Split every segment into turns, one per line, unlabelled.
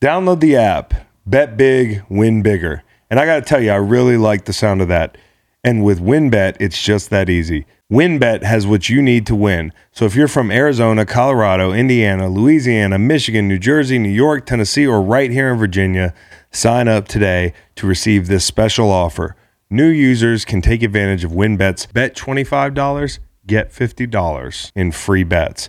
Download the app, bet big, win bigger. And I got to tell you, I really like the sound of that. And with WinBet, it's just that easy. WinBet has what you need to win. So if you're from Arizona, Colorado, Indiana, Louisiana, Michigan, New Jersey, New York, Tennessee, or right here in Virginia, sign up today to receive this special offer. New users can take advantage of WinBet's bet $25, get $50 in free bets.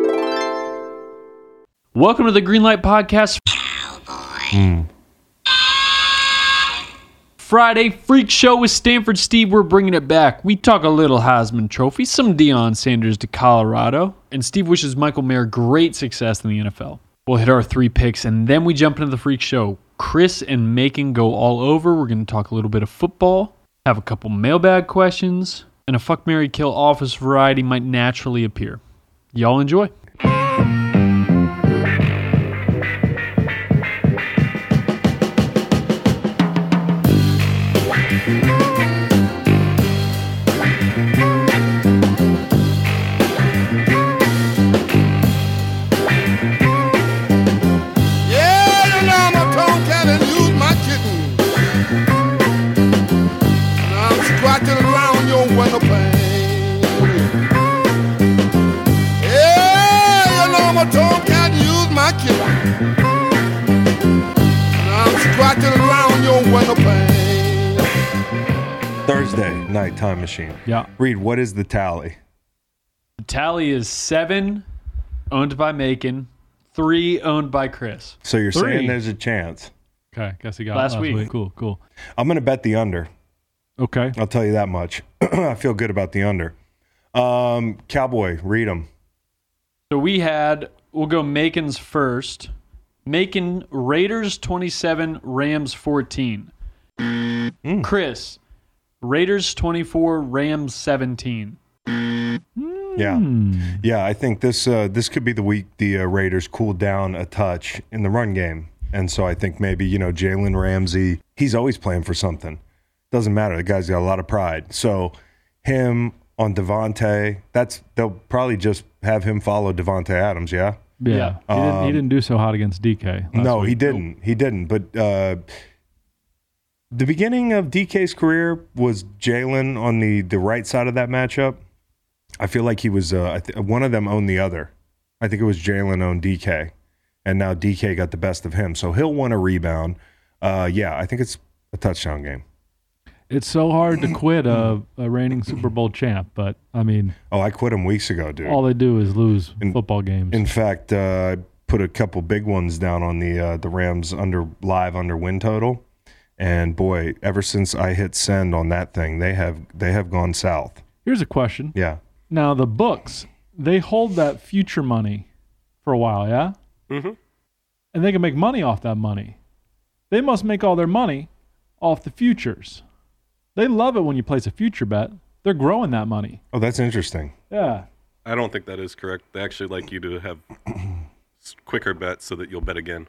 Welcome to the Greenlight Podcast. Friday Freak Show with Stanford Steve. We're bringing it back. We talk a little Heisman Trophy, some Deion Sanders to Colorado, and Steve wishes Michael Mayer great success in the NFL. We'll hit our three picks, and then we jump into the Freak Show. Chris and Macon go all over. We're going to talk a little bit of football, have a couple mailbag questions, and a fuck Mary Kill office variety might naturally appear. Y'all enjoy.
Yeah, you know I'm a tomcat and use my kitten. And I'm scratching around your window pane. Yeah, you know I'm a tomcat and use my kitten. And I'm scratching around your window pane.
Thursday, night time machine.
Yeah.
Reed, what is the tally?
The tally is seven owned by Macon, three owned by Chris.
So you're saying
Three.
there's a chance.
Okay, guess he got
Last
it
week.
Cool, cool.
I'm going to bet the under.
Okay,
I'll tell you that much. I feel good about the under. Um, Cowboy, read them.
So we had, we'll go Macon's first. Macon Raiders 27, Rams 14.
Hmm.
Chris, Raiders 24, Rams 17.
Yeah, yeah. I think this uh, this could be the week the uh, Raiders cool down a touch in the run game, and so I think maybe you know Jalen Ramsey. He's always playing for something. Doesn't matter. The guy's got a lot of pride. So him on Devontae. That's they'll probably just have him follow Devontae Adams. Yeah.
yeah.
Yeah.
He,
Um,
didn't, he didn't do so hot against DK. last
no,
week.
he didn't. He didn't. But uh, the beginning of DK's career was Jalen on the the right side of that matchup. I feel like he was uh, I th- one of them owned the other. I think it was Jalen owned DK, and now DK got the best of him. So he'll want a rebound. Uh, yeah, I think it's a touchdown game.
It's so hard to quit a, a reigning Super Bowl champ, but I mean,
Oh, I quit him weeks ago, dude.
all they do is lose
In-
football games.
In fact, uh, I put a couple big ones down on the uh, the Rams under live under win total, and boy, ever since I hit send on that thing, they have they have gone south.
Here's a question.
Yeah,
Now the books, they hold that future money for a while, yeah? Mm-hmm. And they can make money off that money. They must make all their money off the futures. They love it when you place a future bet. They're growing that money.
oh, that's interesting.
Yeah.
I don't think that is correct. They actually like you to have s- quicker bets so that you'll bet again.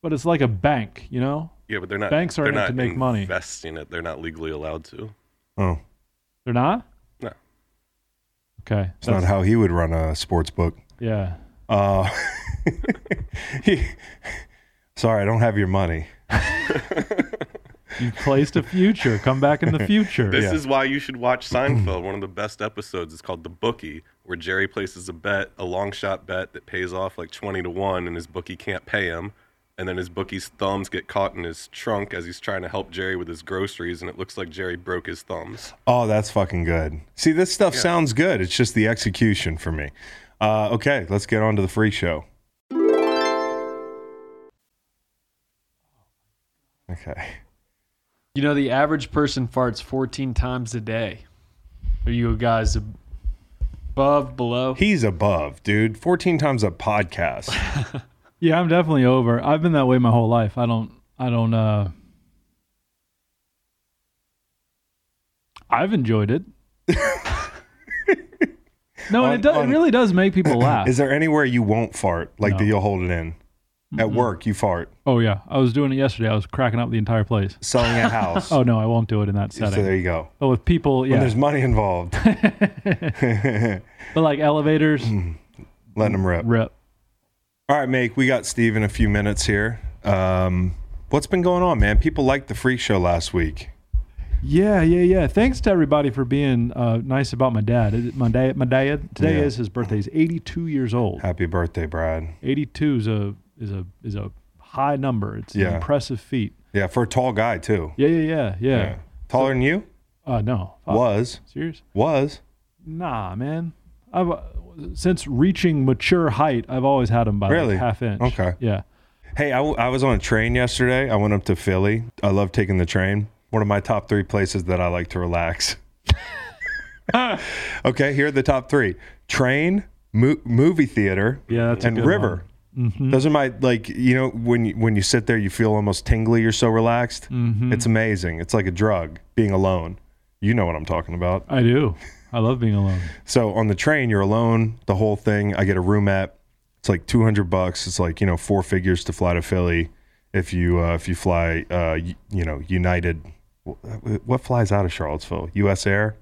But it's like a bank, you know?
Yeah, but they're not.
Banks aren't
they're
out to
not
make money.
Investing it, they're not legally allowed to.
Oh,
They're not?
No.
Okay.
it's not how he would run a sports book.
yeah.
Uh, he- sorry, I don't have your money.
You placed a future. Come back in the future.
This
Yeah.
is why you should watch Seinfeld. One of the best episodes is called The Bookie, where Jerry places a bet, a long shot bet that pays off like 20 to 1, and his bookie can't pay him. And then his bookie's thumbs get caught in his trunk as he's trying to help Jerry with his groceries, and it looks like Jerry broke his thumbs.
Oh, that's fucking good. See, this stuff sounds good. It's just the execution for me. Uh, okay, let's get on to the freak show. Okay.
You know, the average person farts 14 times a day. Are you guys above, below?
He's above, dude. 14 times a podcast.
Yeah, I'm definitely over. I've been that way my whole life. I don't. I don't. uh I've enjoyed it. no, and
On-
it does.
on-
it really does make people laugh.
Is there anywhere you won't fart? Like that you'll hold it in? At work, you fart.
oh yeah, I was doing it yesterday. I was cracking up the entire place.
Selling a house.
Oh no, I won't do it in that
so
setting.
there you go.
But with people,
And
yeah.
there's money involved.
But like elevators,
Letting them rip.
rip.
All right, Make, we got Steve in a few minutes here. Um, what's been going on, man? People liked the freak show last week.
Yeah, yeah, yeah. Thanks to everybody for being uh, nice about my dad. It- My dad, my dad. Today
Yeah.
is his birthday. He's 82 years old.
Happy birthday, Brad.
82 is a is a is a high number. It's
Yeah.
an impressive feat.
Yeah, for a tall guy, too.
Yeah, yeah, yeah, yeah.
Yeah. Taller than you?
Uh, no, Fuck.
Was.
serious?
Was.
Nah, man. I've uh, since reaching mature height, I've always had him by like,
Really?
half inch.
Okay.
Yeah.
Hey, I, w- I was on a train yesterday. I went up to Philly. I love taking the train. One of my top three places that I like to relax. okay, here are the top three: train, mo- movie theater,
Yeah, that's a
and
good Mm-hmm.
river. Those are my like. You know, when you, when you sit there, you feel almost tingly. You're so relaxed.
Mm-hmm.
It's amazing. It's like a drug. Being alone. You know what I'm talking about.
I do. I love being alone.
So on the train, you're alone. The whole thing. I get a room at. It's like 200 bucks. It's like you know four figures to fly to Philly. If you uh, if you fly, uh, you, you know United. wh- What flies out of Charlottesville? U.S. Air.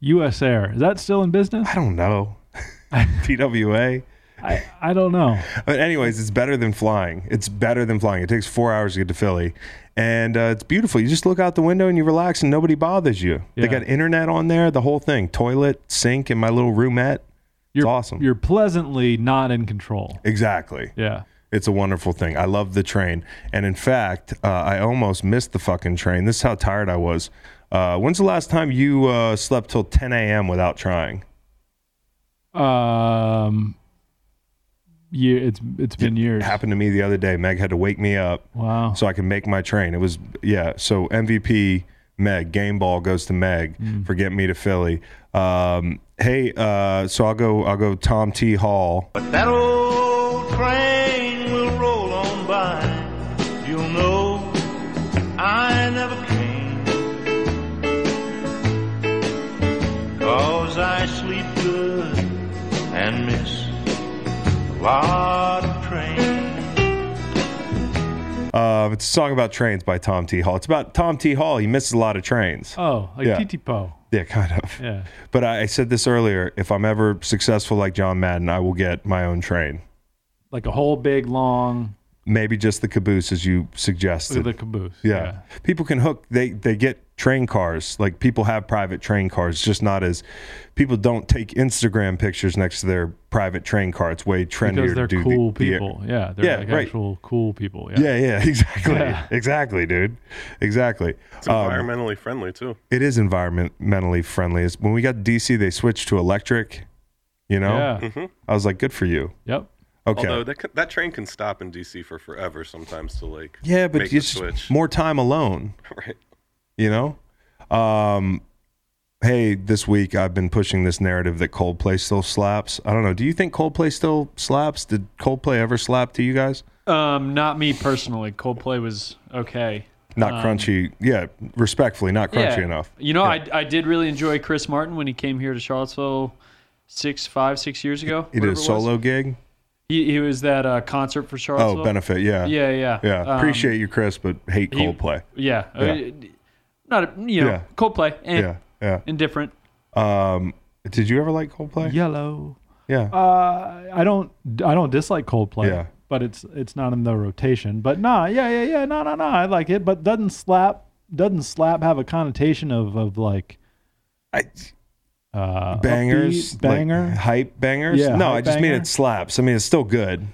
U.S. Air is that still in business?
I don't know. TWA.
I I don't know.
But anyways, it's better than flying. It's better than flying. It takes four hours to get to Philly, and uh, it's beautiful. You just look out the window and you relax, and nobody bothers you. They
Yeah.
got internet on there, the whole thing, toilet, sink, and my little roomette.
You're
awesome.
You're pleasantly not in control.
Exactly.
Yeah.
It's a wonderful thing. I love the train. And in fact, uh, I almost missed the fucking train. This is how tired I was. Uh, when's the last time you uh, slept till 10 a.m. without trying?
Um. Yeah, it's it's been years.
Happened to me the other day. Meg had to wake me up
Wow.
so I could make my train. It was, yeah. So MVP Meg, game ball goes to Meg for getting me to Philly. Um, hey, uh, so I'll go, I'll go Tom T. Hall.
That old train will roll on by. You'll know I never came. Cause I sleep good and miss a lot of trains.
Uh, it's a song about trains by Tom T. Hall. It's about Tom T. Hall. He misses a lot of trains.
Oh, like
Yeah.
Titipo.
Yeah, kind of.
Yeah.
But I, I said this earlier. If I'm ever successful like John Madden, I will get my own train.
Like a whole big long
Maybe just the caboose, as you
look at
suggested.
the caboose.
yeah. people can hook. They they get train cars. Like people have private train cars. It's just not as people don't take Instagram pictures next to their private train car. It's way trendier
Because they're
to do the-
cool
the-
people. yeah. They're
Yeah,
like
right.
actual cool people.
yeah,
Yeah.
yeah, exactly,
Yeah.
exactly, dude, exactly.
It's
Um,
environmentally friendly too.
it is environmentally friendly. It's, when we got DC, they switched to electric. You know,
Yeah.
I was like, good for you.
Yep.
Okay.
Although that c- that train can stop in DC for forever sometimes to like
Yeah, but
make the
it's
switch.
more time alone,
right.
you know? Um, hey, this week I've been pushing this narrative that Coldplay still slaps. I don't know. Do you think Coldplay still slaps? Did Coldplay ever slap to you guys?
Um, not me personally. Coldplay was okay.
Not
Um,
crunchy. Yeah, respectfully, not crunchy enough.
You know, I, I did really enjoy Chris Martin when he came here to Charlottesville six, five, six years ago.
He
whatever
did a
was.
solo gig.
He, he was that uh, concert for Charlottesville.
Oh, benefit. Yeah.
Yeah, yeah.
Yeah.
Um,
Appreciate you, Chris, but hate
he-
Coldplay.
Yeah. Uh,
Yeah.
not, a, you know,
Yeah.
Coldplay. Eh,
Yeah. Yeah.
Indifferent.
Um, did you ever like Coldplay?
Yellow.
Yeah.
Uh, I don't. I don't dislike Coldplay.
Yeah.
But it's it's not in the rotation. But nah. Yeah. Yeah. Yeah. No. No. No. I like it. But doesn't slap doesn't slap have a connotation of of like
I,
uh,
bangers, like
upbeat, banger.
hype bangers.
Yeah,
no,
hype
I just mean
banger.
it slaps. I mean it's still good.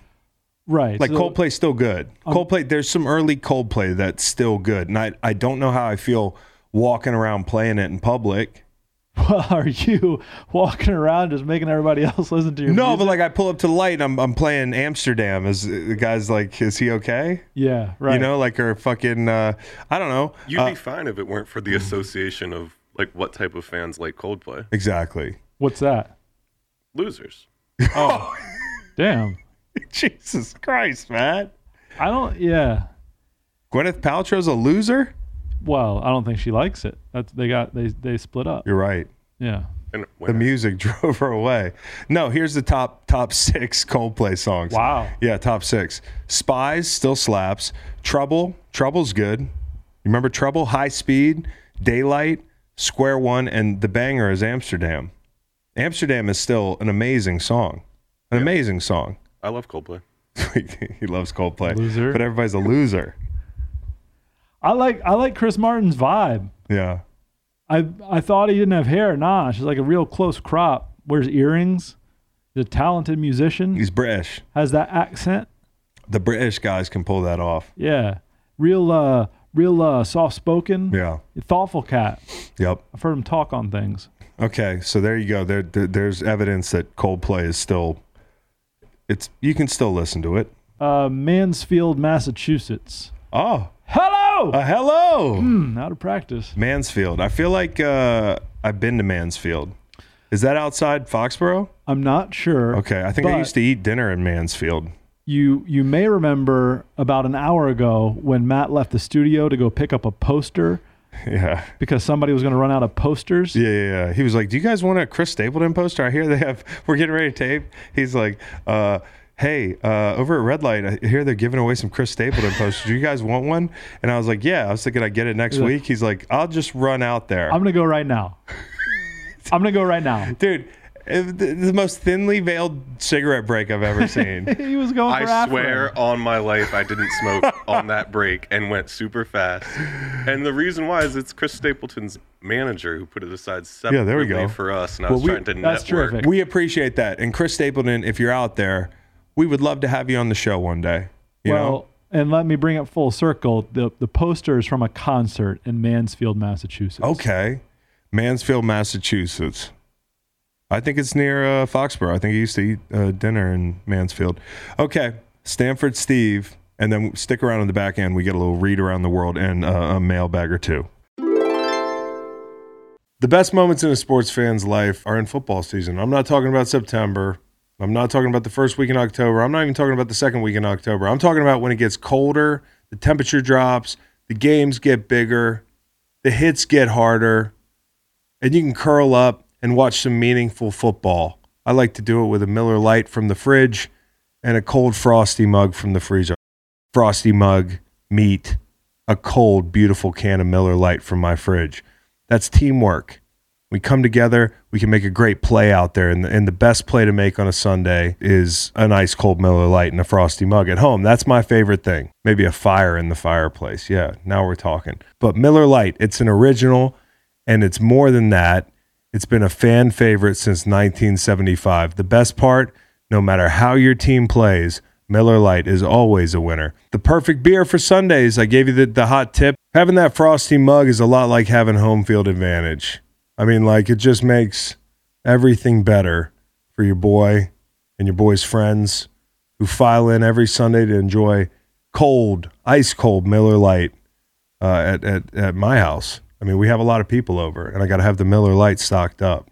right.
Like
so- Um,
Coldplay's still good. Coldplay, there's some early Coldplay that's still good, and I I don't know how I feel walking around playing it in public.
Well, are you walking around just making everybody else listen to your
No,
music?
but like I pull up to the light, and I'm I'm playing Amsterdam. Is the guy's like, is he okay?
yeah, right.
You know, like or fucking, uh, I don't know.
You'd
Uh, mm.
be fine if it weren't for the association of like what type of fans like Coldplay.
exactly.
what's that?
Losers.
Damn,
Jesus Christ, man.
I don't. Yeah.
Gwyneth Paltrow's a loser?
Well, I don't think she likes it. That's they got they they split up.
You're right.
Yeah.
And
The
winner.
music drove her away. No, here's the top top six Coldplay songs.
Wow.
Yeah, top six. Spies still slaps. Trouble. Trouble's good. You remember Trouble? High Speed, Daylight, Square One, and the banger is Amsterdam. Amsterdam is still an amazing song. An amazing song.
I love Coldplay.
he loves Coldplay.
Loser.
But everybody's a loser.
I like I like Chris Martin's vibe.
Yeah.
I I thought he didn't have hair. Nah, she's like a real close crop. Wears earrings. He's a talented musician.
He's British.
Has that accent.
The British guys can pull that off.
Yeah. Real uh real uh soft spoken.
Yeah.
Thoughtful cat.
Yep.
I've heard him talk on things.
Okay, so there you go. There, there there's evidence that Coldplay is still it's you can still listen to it.
Uh Mansfield, Massachusetts.
Oh,
Hello.
uh, hello.
Hmm, out of practice.
Mansfield. I feel like uh I've been to Mansfield. Is that outside Foxborough?
I'm not sure.
Okay, I think I
But-
used to eat dinner in Mansfield.
you you may remember about an hour ago when Matt left the studio to go pick up a poster
Yeah.
because somebody was going to run out of posters.
Yeah, yeah, yeah. He was like, "Do you guys want a Chris Stapleton poster? I hear they have. We're getting ready to tape." He's like, uh, "Hey, uh, over at Red Light, I hear they're giving away some Chris Stapleton posters. Do you guys want one?" And I was like, "Yeah." I was thinking I would get it next
like-
week. He's like, "I'll just run out there,
I'm going to go right now. I'm going to go right now.
dude." it- The the most thinly veiled cigarette break I've ever seen.
He was going for
I
Afro.
swear on my life, I didn't smoke on that break and went super fast. And the reason why is it's Chris Stapleton's manager who put it aside separately
Yeah, there we go.
for us, and I
Well,
was
we-
trying to
that's
network.
terrific.
we appreciate that. And Chris Stapleton, if you're out there, we would love to have you on the show one day. You
well,
know?
and let me bring it full circle. The the poster is from a concert in Mansfield, Massachusetts.
Okay. Mansfield, Massachusetts. I think it's near uh, Foxborough. I think he used to eat uh, dinner in Mansfield. Okay. Stanford Steve. And then stick around on the back end. We get a little read around the world and uh, a mailbag or two. The best moments in a sports fan's life are in football season. I'm not talking about September. I'm not talking about the first week in October. I'm not even talking about the second week in October. I'm talking about when it gets colder, the temperature drops, the games get bigger, the hits get harder, and you can curl up and watch some meaningful football. I like to do it with a Miller Lite from the fridge and a cold frosty mug from the freezer. Frosty mug, meat, a cold, beautiful can of Miller Lite from my fridge. That's teamwork. We come together, we can make a great play out there. And the, and the best play to make on a Sunday is an ice cold Miller Lite and a frosty mug at home. That's my favorite thing. Maybe a fire in the fireplace. Yeah, now we're talking. But Miller Lite, it's an original and it's more than that. It's been a fan favorite since 1975. The best part, no matter how your team plays, Miller Lite is always a winner. The perfect beer for Sundays, I gave you the, the hot tip. Having that frosty mug is a lot like having home field advantage. I mean, like, it just makes everything better for your boy and your boy's friends who file in every Sunday to enjoy cold, ice cold Miller Lite uh, at, at, at my house. I mean, we have a lot of people over, and I got to have the Miller Lite stocked up.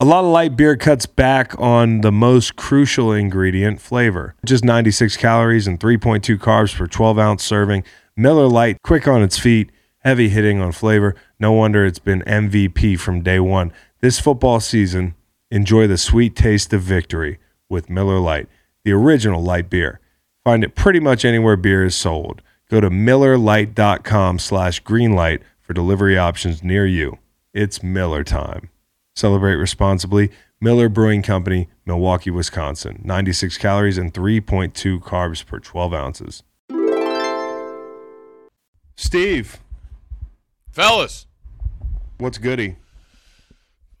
A lot of light beer cuts back on the most crucial ingredient, flavor. Just 96 calories and 3.2 carbs per 12 ounce serving. Miller Lite, quick on its feet, heavy hitting on flavor. No wonder it's been MVP from day one. This football season, enjoy the sweet taste of victory with Miller Lite, the original light beer. Find it pretty much anywhere beer is sold. Go to millerlight.com slash greenlight for delivery options near you. It's Miller time. Celebrate responsibly. Miller Brewing Company, Milwaukee, Wisconsin. 96 calories and 3.2 carbs per 12 ounces. Steve,
Fellas,
what's goody?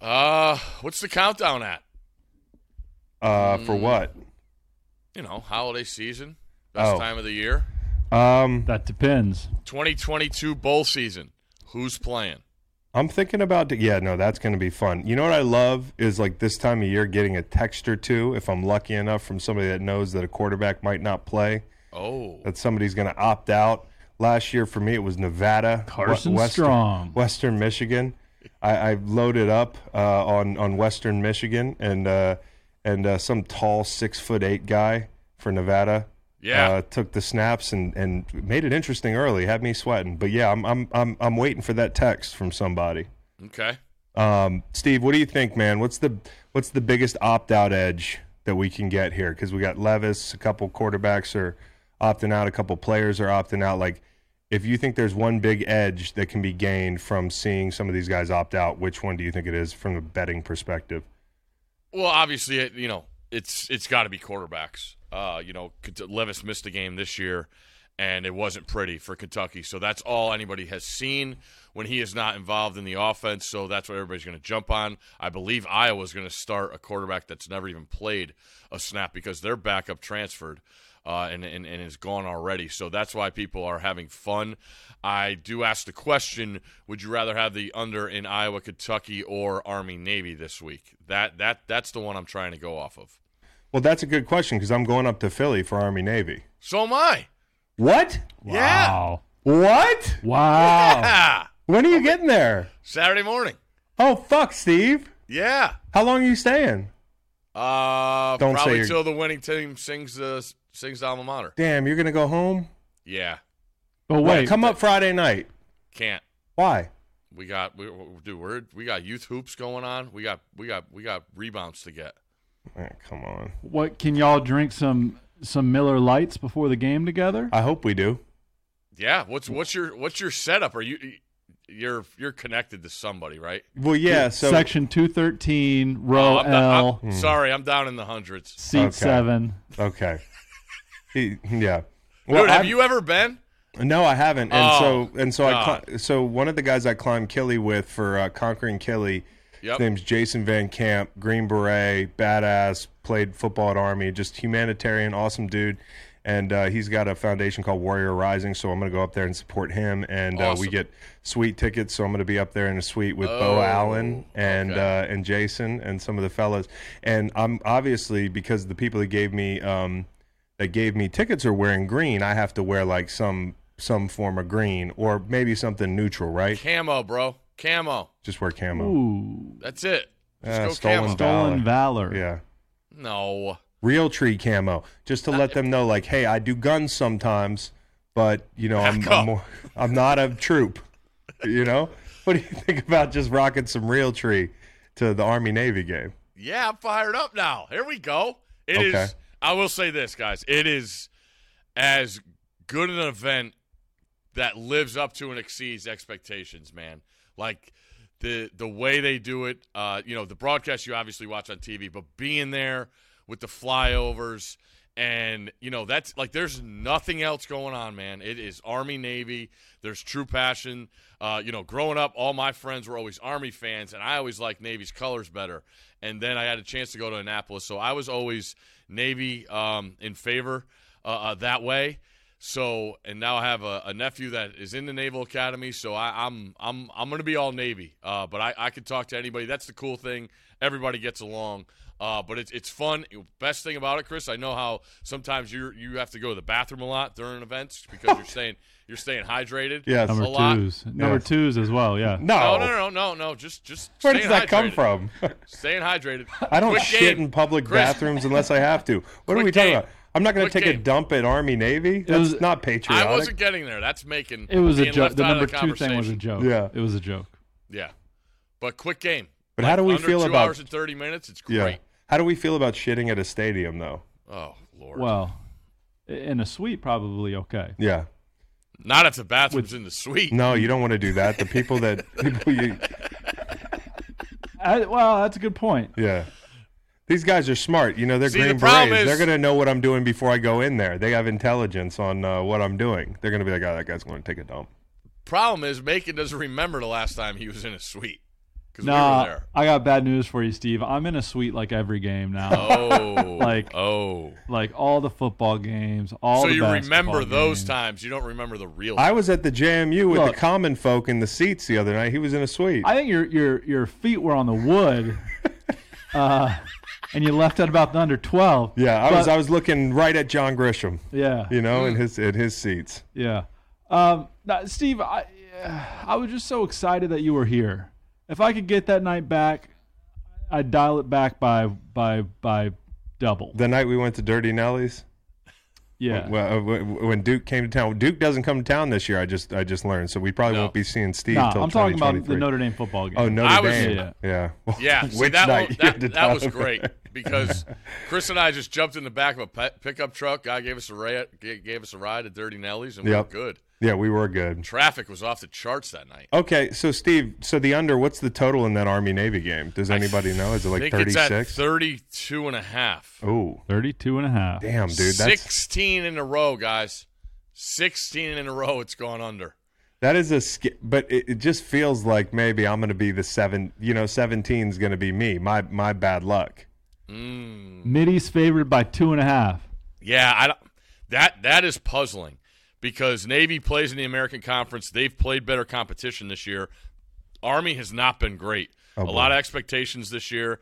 uh, what's the countdown at?
Uh, for what?
You know, holiday season, best
Oh.
time of the year.
Um,
That depends.
2022 bowl season. Who's playing?
I'm thinking about yeah, no, that's going to be fun. You know what I love is like this time of year getting a text or two if I'm lucky enough from somebody that knows that a quarterback might not play,
Oh,
that somebody's going to opt out. Last year for me it was Nevada, Wa-
Carson Strong.
Western Michigan. I, I loaded up uh, on on Western Michigan and uh, and uh, some tall six foot eight guy for Nevada.
Yeah.
uh, took the snaps and, and made it interesting early. Had me sweating, but yeah, I'm I'm I'm I'm waiting for that text from somebody.
Okay.
Um, Steve, what do you think, man? What's the what's the biggest opt out edge that we can get here? Because we got Levis, a couple quarterbacks are opting out, a couple players are opting out. Like, if you think there's one big edge that can be gained from seeing some of these guys opt out, which one do you think it is from a betting perspective?
Well, obviously, it, you know, it's it's got to be quarterbacks. Uh, you know, Kent- Levis missed a game this year, and it wasn't pretty for Kentucky. So that's all anybody has seen when he is not involved in the offense. So that's what everybody's going to jump on. I believe Iowa's going to start a quarterback that's never even played a snap because their backup transferred. Uh, and, and, and is gone already. So that's why people are having fun. I do ask the question would you rather have the under in Iowa, Kentucky, or Army Navy this week? That that That's the one I'm trying to go off of.
Well, that's a good question because I'm going up to Philly for Army Navy.
So am I.
What?
Wow.
What?
Wow.
Yeah.
When are you getting there?
Saturday morning.
Oh fuck, Steve!
Yeah.
How long are you staying?
Uh,
Don't say
probably
you're-
till the winning team sings the sings the alma mater.
Damn, you're gonna go home.
Yeah.
But wait,
come up Friday night.
Can't.
Why?
We got we dude, we're we got youth hoops going on. We got we got we got rebounds to get.
Eh, come on.
what can y'all drink some some Miller Lights before the game together?
I hope we do.
Yeah. What's what's your what's your setup? Are you you're you're connected to somebody, right?
Well, yeah. So
Section 213, row
Oh, I'm,
L,
do- I'm sorry, I'm down in the hundreds.
seat
Okay.
7.
okay. He- yeah.
Dude, have
I've-
you ever been?
No, I haven't. And
Oh,
so and so I
God.
cli- so one of the guys I climbed Killy with for uh, conquering Killy. His
Yep.
name's Jason Van Camp, Green Beret, badass, played football at Army, just humanitarian, awesome dude. And uh, he's got a foundation called Warrior Rising, so I'm going to go up there and support him. And uh, we
Awesome. Oh,
get suite tickets, so I'm going to be up there in a suite with Bo Allen and
okay.
uh, and Jason and some of the fellas. And I'm obviously because the people that gave me um, that gave me tickets are wearing green. I have to wear like some some form of green or maybe something neutral, right?
Camo, bro. Camo.
Just wear camo.
Ooh.
That's it. Just
Ah,
go
stolen
camo.
dog.
Stolen Valor.
Yeah.
No.
real tree camo just to let them know like hey i do guns sometimes but you know I'm,
Back
I'm
up.
more i'm not a troop you know what do you think about just rocking some real tree to the army navy game
Yeah, I'm fired up now. Here we go. It is.
Okay.
I will say this, guys. It is as good an event that lives up to and exceeds expectations, man. Like the the way they do it, uh, you know, the broadcast you obviously watch on TV, but being there with the flyovers and you know that's like there's nothing else going on man it is army navy there's true passion uh, you know growing up all my friends were always army fans and i always liked navy's colors better and then i had a chance to go to annapolis so i was always navy um, in favor uh, uh, that way so, and now I have a, a nephew that is in the Naval Academy. So I, I'm I'm I'm going to be all Navy. Uh, but I, I could talk to anybody. That's the cool thing. Everybody gets along. Uh, but it's it's fun. Best thing about it, Chris, I know how sometimes you you have to go to the bathroom a lot during events because you're staying you're staying hydrated.
Yes.
a
Number
lot.
twos. Number twos as well, yeah.
No,
no,
no, no, no, no. Just just
where
staying
does that come
hydrated.
from
Staying hydrated.
i don't
Quick
shit
game.
in public
Chris.
bathrooms unless i have to what are
Quick
we talking
game.
about i'm not going to
Quick
take a
game.
dump at army navy that's
was-
not patriotic
I wasn't getting there. That's making
It was a
being
joke.
left
The
out of
number two thing was a
conversation.
joke.
Yeah.
It was a joke.
Yeah, but quick game.
But how do we
under
feel
two
about-
hours and thirty minutes? It's
yeah
great.
how do we feel about shitting at a stadium though
Oh lord.
Well, i- in a suite, probably okay.
yeah
not if the bathroom's in the suite.
no you don't want to do that the people that people you
I, well, that's a good point.
Yeah. These guys are smart. You know, they're
See, the
green
problem
berets. They're
is-
going to know what I'm doing before I go in there. They have intelligence on uh, what I'm doing. They're going to be like, oh, that guy's going to take a dump.
Problem is, Macon doesn't remember the last time he was in a suite because
Nah,
we were there.
I got bad news for you, Steve. I'm in a suite like every game now.
Oh,
Like-
oh.
Like all the football games, all
So
the
you remember
basketball
those
games.
times? You don't remember the real.
I was at the JMU with
Look.
the common folk in the seats the other night. He was in a suite.
I think your your your feet were on the wood, uh, and you left at about the under twelve.
yeah, I was.
But-
I was looking right at John Grisham.
yeah,
You know,
Mm.
in his in his seats.
yeah. Um, now, Steve, I I was just so excited that you were here. If I could get that night back, I'd dial it back by by by double.
The night we went to Dirty Nelly's.
Yeah.
Well, uh, wh- when Duke came to town, Duke doesn't come to town this year. I just I just learned, so we probably
No.
won't be seeing Steve
Nah,
till
I'm talking about the
2023.
Notre Dame football game.
Oh,
I
Notre
was-
Dame.
Yeah.
Yeah.
Yeah, see,
Which
that,
night
one,
you
that,
had to
that was
talk about
great
it.
because Chris and I just jumped in the back of a pe- pickup truck. Guy gave us a ride, gave us a ride at Dirty Nelly's, and we
Yep.
were good.
Yeah, we were good.
Traffic was off the charts that night.
Okay, so Steve, so the under, what's the total in that Army Navy game? Does anybody know? Is it
I
like
think
thirty
it's at
six?
32 and a half.
Oh,
32 and a half.
damn, dude, that's
16 in a row, guys. 16 in a row it's gone under.
that is a sk- but it, it just feels like maybe I'm going to be the seven. You know, seventeen's going to be me. My my bad luck.
Middy's favored by two and a half.
Yeah, I don't, that that is puzzling because Navy plays in the American Conference. They've played better competition this year. Army has not been great. a lot of expectations this year.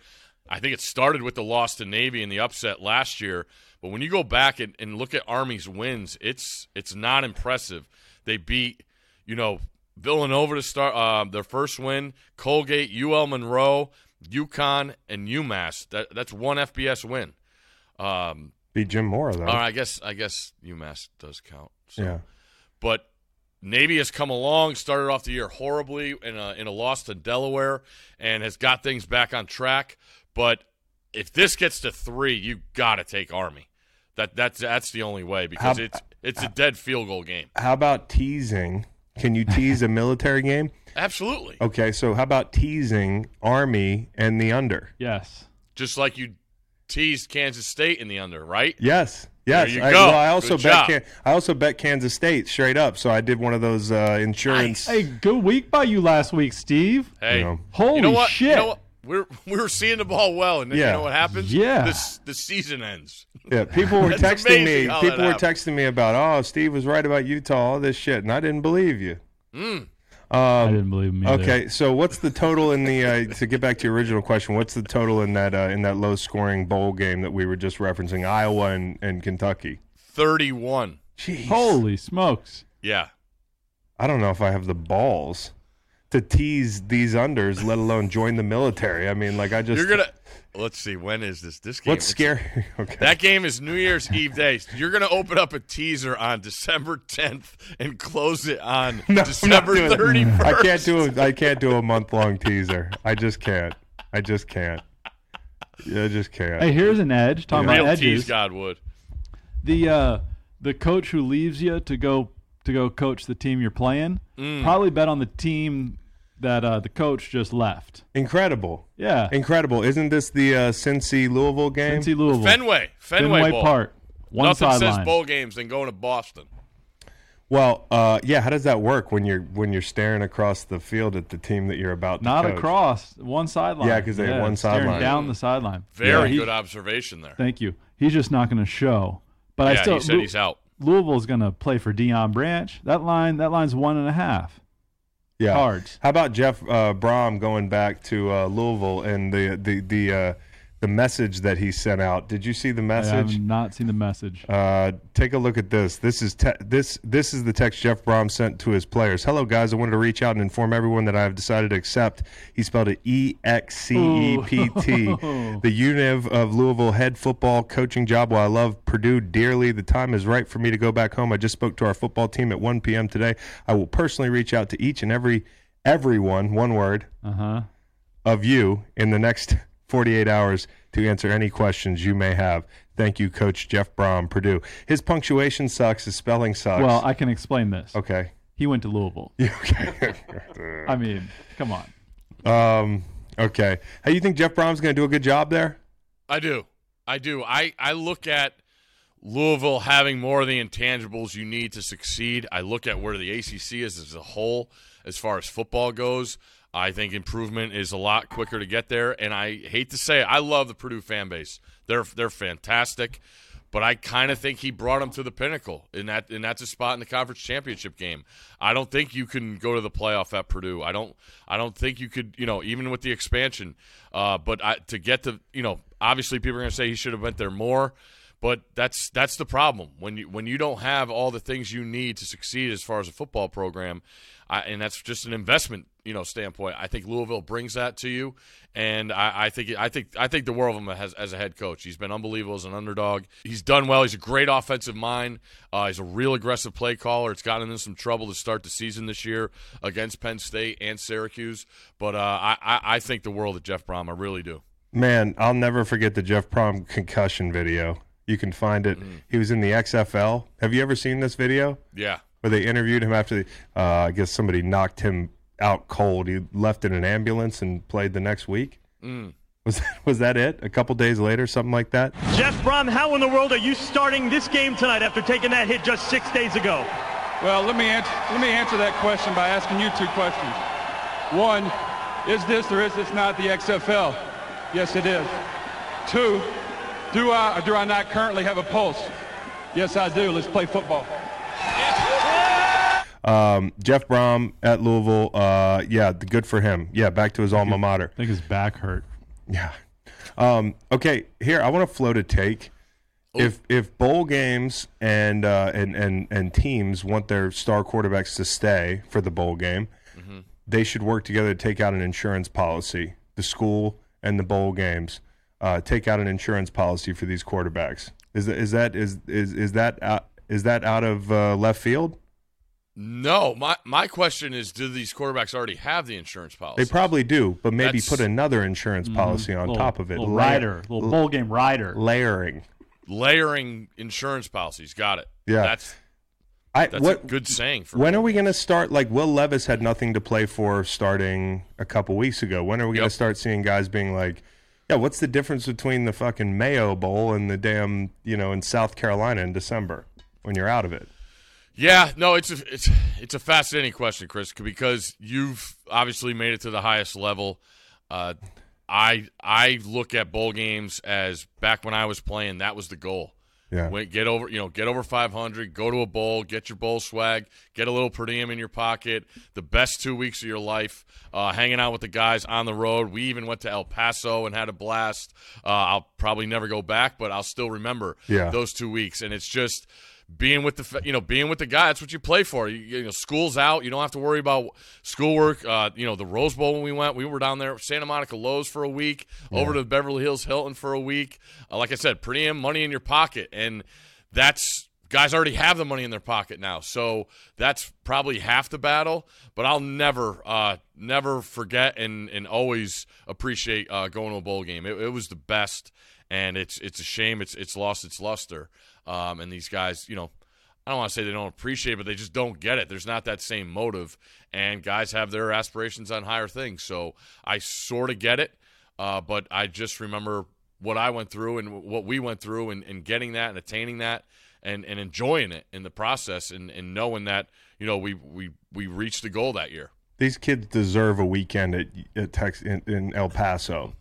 I think it started with the loss to Navy and the upset last year. But when you go back and, and look at Army's wins, it's it's not impressive. They beat, you know, Villanova to start uh, their first win, Colgate, UL Monroe, UConn, and UMass. That, that's one FBS win. Um,
Be Jim Mora though.
all right, I guess I guess UMass does count. So.
Yeah.
But Navy has come along, started off the year horribly in a in a loss to Delaware, and has got things back on track. But if this gets to three, you got to take Army. That that's that's the only way because
How-
it's it's a dead field goal game.
How about teasing? Can you tease a military game?
Absolutely,
Okay, so how about teasing Army and the under?
Yes.
just like you teased Kansas State in the under, right?
Yes. Yes.
There you
I,
go.
I also
Good
bet
job.
Can- I also bet Kansas State straight up. So I did one of those uh, insurance.
Hey, good week by you last week, Steve.
Hey,
Yeah.
Holy
you know what?
shit.
You know what? We're we're seeing the ball well, and then
Yeah.
you know what happens?
Yeah.
this the season ends.
Yeah, people were
That's
texting me.
amazing how
People
that
were
happened.
texting me about, oh, Steve was right about Utah, all this shit, and I didn't believe you.
I didn't believe him either.
Okay, so what's the total in the? Uh, to get back to your original question, what's the total in that uh, in that low scoring bowl game that we were just referencing, Iowa and, and Kentucky?
31.
Jeez,
Holy smokes.
Yeah.
I don't know if I have the balls to tease these unders, let alone join the military. I mean, like I just
You're going to Let's see when is this this game?
what's
It's-
scary? okay,
That game is New Year's Eve day. You're going to open up a teaser on December 10th and close it on
No, I'm not
December
doing it.
31st.
I can't do a, I can't do a month long teaser. I just can't. I just can't. Yeah, I just can't.
Hey, here's an edge. Talking
Real
about
tease
edges.
God would.
The uh, the coach who leaves you to go to go coach the team you're playing, probably bet on the team that uh, the coach just left.
Incredible.
Yeah.
Incredible. Isn't this the uh, Cincy Louisville game?
Cincy Louisville.
Fenway. Fenway,
Fenway
Bowl.
Park. One
Nothing says
sideline.
bowl games than going to Boston.
Well, uh, yeah. How does that work when you're when you're staring across the field at the team that you're about to
Not
coach?
across. One sideline.
Yeah, 'cause they had one
staring
sideline.
down the sideline.
Very
Yeah, he-
good observation there.
Thank you. He's just not going to show. But I
yeah,
still
he said
Lou-
he's out.
Louisville's going to play for Dion Branch. That line. That line's one and a half.
Yeah.
Cards.
How about Jeff uh, Brom going back to uh, Louisville and the the the uh, the message that he sent out? Did you see the message?
I've not seen the message.
Uh, take a look at this. This is te- this this is the text Jeff Brom sent to his players. Hello guys, I wanted to reach out and inform everyone that I have decided to accept. He spelled it E X C E P T. The Univ of Louisville head football coaching job. While I love Purdue dearly, the time is right for me to go back home. I just spoke to our football team at 1 p.m. today. I will personally reach out to each and every everyone one word
Uh huh.
of you in the next 48 hours to answer any questions you may have. Thank you, Coach Jeff Brom, Purdue. His punctuation sucks. His spelling sucks.
Well, I can explain this.
okay.
He went to Louisville.
okay.
I mean, come on.
um, okay. Hey, you think Jeff Brom's going to do a good job there?
I do. I do. I, I look at Louisville having more of the intangibles you need to succeed. I look at where the ACC is as a whole as far as football goes. I think improvement is a lot quicker to get there. And I hate to say it, I love the Purdue fan base. They're they're fantastic. But I kind of think he brought him to the pinnacle, and that and that's a spot in the conference championship game. I don't think you can go to the playoff at Purdue. I don't I don't think you could, you know, even with the expansion. Uh, but I, to get to, you know, obviously people are going to say he should have went there more. But that's that's the problem when you when you don't have all the things you need to succeed as far as a football program, I, and that's just an investment you know standpoint. I think Louisville brings that to you, and I, I think I think I think the world of him as, as a head coach. He's been unbelievable as an underdog. He's done well. He's a great offensive mind. Uh, he's a real aggressive play caller. It's gotten him in some trouble to start the season this year against Penn State and Syracuse, but uh, I, I I think the world of Jeff Brom. I really do.
Man, I'll never forget the Jeff Prom concussion video. You can find it. He was in the XFL. Have you ever seen this video
Yeah.
where they interviewed him after? The, uh, I guess somebody knocked him out cold. He left in an ambulance and played the next week. Was that, was that it? A couple days later, something like that.
Jeff Brom, how in the world are you starting this game tonight after taking that hit just six days ago?
Well, let me, answer, let me answer that question by asking you two questions. One, is this or is this not the XFL? Yes, it is. Two, do I or do I not currently have a pulse? Yes, I do. Let's play football.
Um, Jeff Brom at Louisville. Uh, yeah, the- good for him. Yeah, back to his alma mater.
I think his back hurt.
Yeah. Um, okay, here I want to float a take. If if bowl games and uh, and and and teams want their star quarterbacks to stay for the bowl game,
Mm-hmm.
they should work together to take out an insurance policy. The school and the bowl games uh, take out an insurance policy for these quarterbacks. Is that is that is is is that out, is that out of uh, left field?
No, my my question is, do these quarterbacks already have the insurance policy?
They probably do, but maybe
That's-
put another insurance policy on
Mm-hmm. Little-
top of it.
Little
Layer-
rider, little bowl game rider.
layering.
Layering insurance policies, got it.
Yeah.
that's
I,
that's
what,
a good saying for
when
me.
are we going to start? Like Will Levis had nothing to play for starting a couple weeks ago. When are we going
Yep.
to start seeing guys being like, "Yeah, what's the difference between the fucking Mayo Bowl and the damn you know in South Carolina in December when you're out of it?"
Yeah, no, it's a, it's it's a fascinating question, Chris, because you've obviously made it to the highest level. Uh, I I look at bowl games as back when I was playing, that was the goal.
Yeah.
Went- get over, you know, get over 500, go to a bowl, get your bowl swag, get a little per diem in your pocket. The best two weeks of your life, uh, hanging out with the guys on the road. We even went to El Paso and had a blast. Uh, I'll probably never go back, but I'll still remember
Yeah.
those two weeks. And it's just being with the, fa- you know, being with the guy. That's what you play for. You, you know, school's out. You don't have to worry about schoolwork. Uh, you know, the Rose Bowl when we went, we were down there Santa Monica Lowe's for a week, over to Beverly Hills Hilton for a week. Uh, like I said, per diem, money in your pocket, and that's guys already have the money in their pocket now so that's probably half the battle but i'll never uh never forget and and always appreciate uh going to a bowl game it, it was the best and it's it's a shame it's it's lost its luster um and these guys you know I don't want to say they don't appreciate, it, but they just don't get it. There's not that same motive, and guys have their aspirations on higher things. So I sort of get it, uh, but I just remember what I went through and what we went through, and, and getting that and attaining that, and, and enjoying it in the process, and, and knowing that you know we we we reached the goal that year.
These kids deserve a weekend at, at Tex in, in El Paso.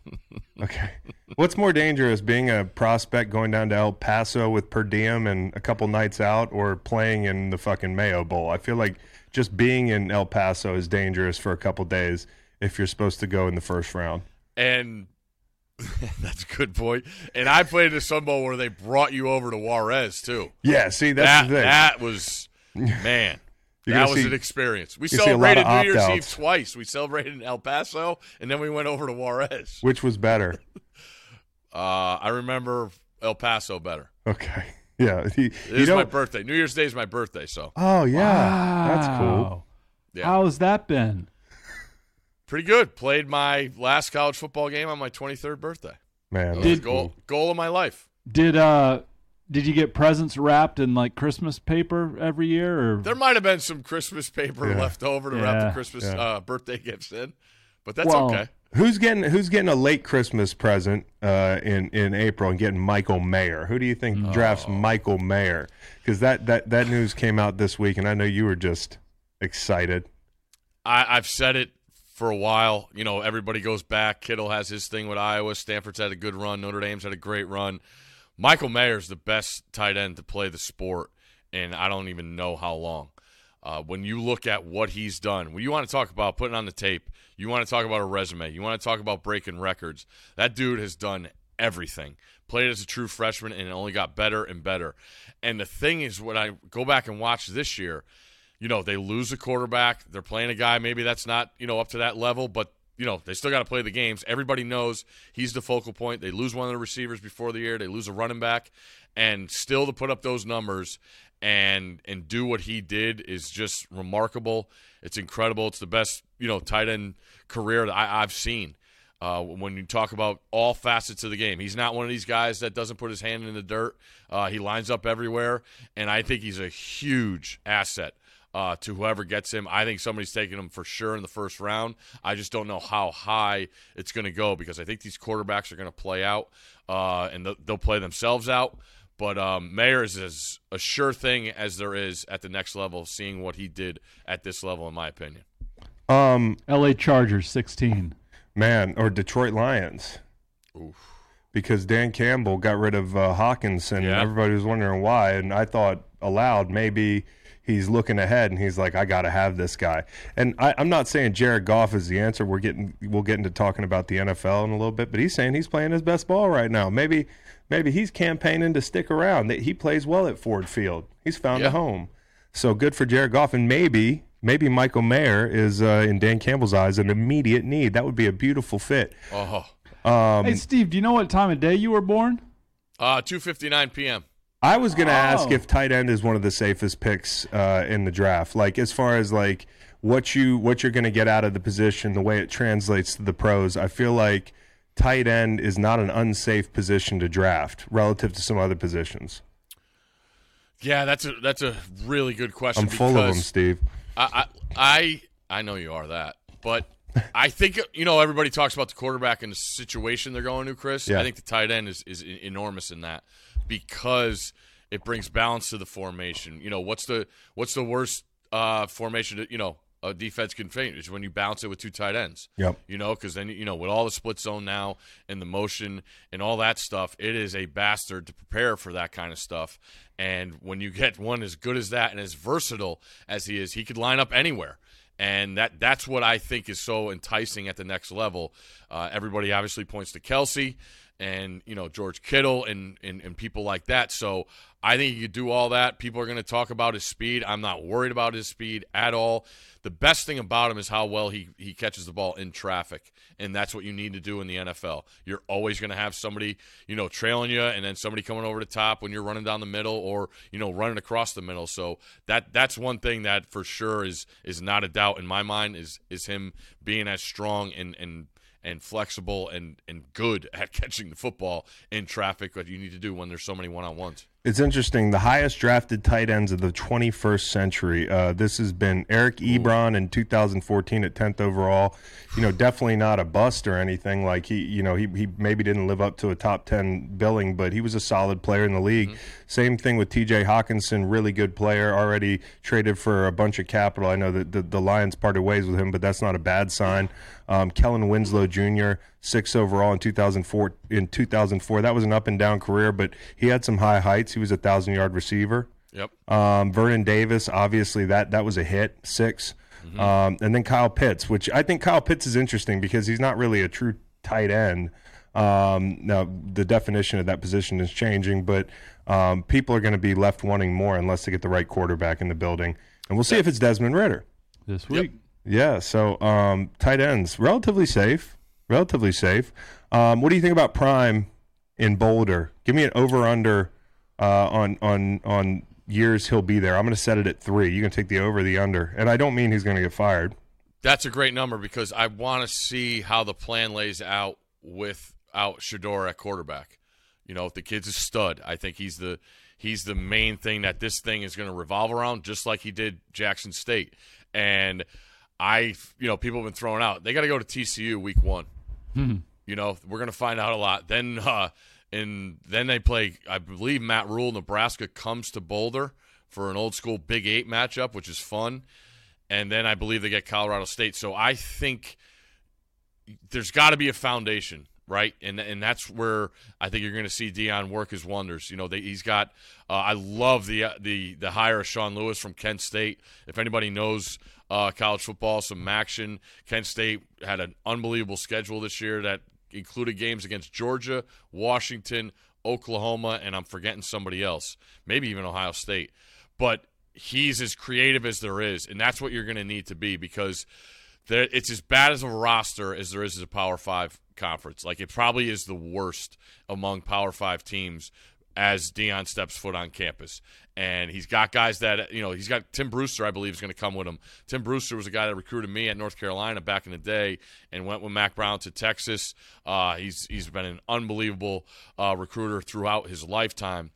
Okay, what's more dangerous, being a prospect going down to El Paso with per diem and a couple nights out, or playing in the fucking Mayo Bowl? I feel like just being in El Paso is dangerous for a couple days if you're supposed to go in the first round.
And that's a good point. And I played in a Sun Bowl where they brought you over to Juarez too.
Yeah, see, that's
that,
the thing.
that was man.
You're
that
gonna
was
see-
an experience. We
you're gonna see a lot
celebrated
of
New Year's Eve
opt-outs.
twice. We celebrated in El Paso, and then we went over to Juarez.
Which was better?
Uh, I remember El Paso better.
Okay, yeah. You,
It
you
is my
don't.
birthday. New Year's Day is my birthday, so
oh yeah, that's cool.
Wow.
Yeah.
How's that been?
pretty good. Played my last college football game on my 23rd birthday.
Man,
That was
that's
the goal goal of my life.
Did uh did you get presents wrapped in like Christmas paper every year or
There might have been some Christmas paper
Yeah.
left over to wrap the
Yeah,
Christmas
yeah.
uh, birthday gifts in, but that's
Well,
okay.
Who's getting Who's getting a late Christmas present uh, in in April and getting Michael Mayer? Who do you think
Oh.
drafts Michael Mayer? Because that, that that news came out this week, and I know you were just excited.
I, I've said it for a while. You know, everybody goes back. Kittle has his thing with Iowa. Stanford's had a good run. Notre Dame's had a great run. Michael Mayer's the best tight end to play the sport, and I don't even know how long. Uh, when you look at what he's done, when you want to talk about putting on the tape, you want to talk about a resume, you want to talk about breaking records. That dude has done everything. Played as a true freshman and only got better and better. And the thing is, when I go back and watch this year, you know, they lose a quarterback. They're playing a guy maybe that's not, you know, up to that level, but, you know, they still got to play the games. Everybody knows he's the focal point. They lose one of the receivers before the year. They lose a running back. And still to put up those numbers and and do what he did is just remarkable. It's incredible. It's the best, you know, tight end career that I, I've seen uh, when you talk about all facets of the game. He's not one of these guys that doesn't put his hand in the dirt. Uh, he lines up everywhere, and I think he's a huge asset uh, to whoever gets him. I think somebody's taking him for sure in the first round. I just don't know how high it's going to go because I think these quarterbacks are going to play out, uh, and they'll- they'll play themselves out. But um, Mayer is as a sure thing as there is at the next level, seeing what he did at this level, in my opinion.
Um,
L.A. Chargers 16.
man, or Detroit Lions. Because Dan Campbell got rid of uh, Hawkins, and
Yeah.
everybody was wondering why. And I thought aloud, maybe he's looking ahead, and he's like, "I got to have this guy." And I, I'm not saying Jared Goff is the answer. We're getting we'll get into talking about the NFL in a little bit, but he's saying he's playing his best ball right now. Maybe maybe he's campaigning to stick around. That he plays well at Ford Field. He's found a
Yeah.
home. So good for Jared Goff, and maybe maybe Michael Mayer is uh, in Dan Campbell's eyes an immediate need. That would be a beautiful fit.
Oh,
Um,
hey, Steve, do you know what time of day you were born?
uh, 2.59 p.m.
I was going to ask
Oh.
if tight end is one of the safest picks uh, in the draft. Like as far as like what you what you're going to get out of the position, the way it translates to the pros. I feel like tight end is not an unsafe position to draft relative to some other positions.
Yeah, that's a that's a really good question.
I'm full of them,
because-
Steve.
I, I, I I know you are that, but I think you know everybody talks about the quarterback and the situation they're going to, Chris.
Yeah.
I think the tight end is is e- enormous in that because it brings balance to the formation. You know, what's the what's the worst uh, formation that you know a defense can face is when you bounce it with two tight ends.
Yep.
You know, because then you know with all the split zone now and the motion and all that stuff, it is a bastard to prepare for that kind of stuff. And when you get one as good as that and as versatile as he is, he could line up anywhere. And that that's what I think is so enticing at the next level. Uh, everybody obviously points to Kelsey and you know George Kittle and, and and people like that. So I think you do all that. People are going to talk about his speed. I'm not worried about his speed at all. The best thing about him is how well he he catches the ball in traffic, and that's what you need to do in the NFL. You're always going to have somebody you know trailing you, and then somebody coming over the top when you're running down the middle or you know running across the middle. So that that's one thing that for sure is is not a doubt in my mind is is him being as strong and and and flexible and and good at catching the football in traffic that you need to do when there's so many one on ones.
It's interesting. The highest drafted tight ends of the 21st century. Uh, this has been Eric Ebron in 2014 at 10th overall. You know, definitely not a bust or anything. Like he, you know, he, he maybe didn't live up to a top 10 billing, but he was a solid player in the league. Same thing with T.J. Hawkinson, really good player. Already traded for a bunch of capital. I know that the, the Lions parted ways with him, but that's not a bad sign. Um, Kellen Winslow Jr. six overall in 2004. In 2004, that was an up and down career, but he had some high heights. He was a thousand yard receiver.
Yep.
Um, Vernon Davis, obviously that that was a hit, 6 Um, and then Kyle Pitts, which I think Kyle Pitts is interesting because he's not really a true tight end. Um, now the definition of that position is changing, but um, people are going to be left wanting more unless they get the right quarterback in the building, and we'll see if it's Desmond Ritter.
This week.
Yeah, so um, tight ends relatively safe, relatively safe. Um, what do you think about Prime in Boulder? Give me an over under uh, on on on years he'll be there. I'm going to set it at three. You can take the over, the under, and I don't mean he's going to get fired.
That's a great number because I want to see how the plan lays out without Shador at quarterback. You know, if the kid's a stud, I think he's the he's the main thing that this thing is going to revolve around, just like he did Jackson State. And I, you know, people have been throwing out they got to go to TCU week one. You know, we're going to find out a lot. Then, uh, and then they play. I believe Matt Rule, Nebraska comes to Boulder for an old school Big Eight matchup, which is fun. And then I believe they get Colorado State. So I think there's got to be a foundation, right? And and that's where I think you're going to see Dion work his wonders. You know, they, he's got. Uh, I love the uh, the the hire of Sean Lewis from Kent State. If anybody knows uh, college football, some action. Kent State had an unbelievable schedule this year that included games against Georgia, Washington, Oklahoma, and I'm forgetting somebody else, maybe even Ohio State. But he's as creative as there is, and that's what you're going to need to be because there, it's as bad as a roster as there is as a Power Five conference. Like it probably is the worst among Power Five teams as Dion steps foot on campus. And he's got guys that you know he's got Tim Brewster, I believe, is going to come with him. Tim Brewster was a guy that recruited me at North Carolina back in the day, and went with Mac Brown to Texas. Uh, he's he's been an unbelievable uh, recruiter throughout his lifetime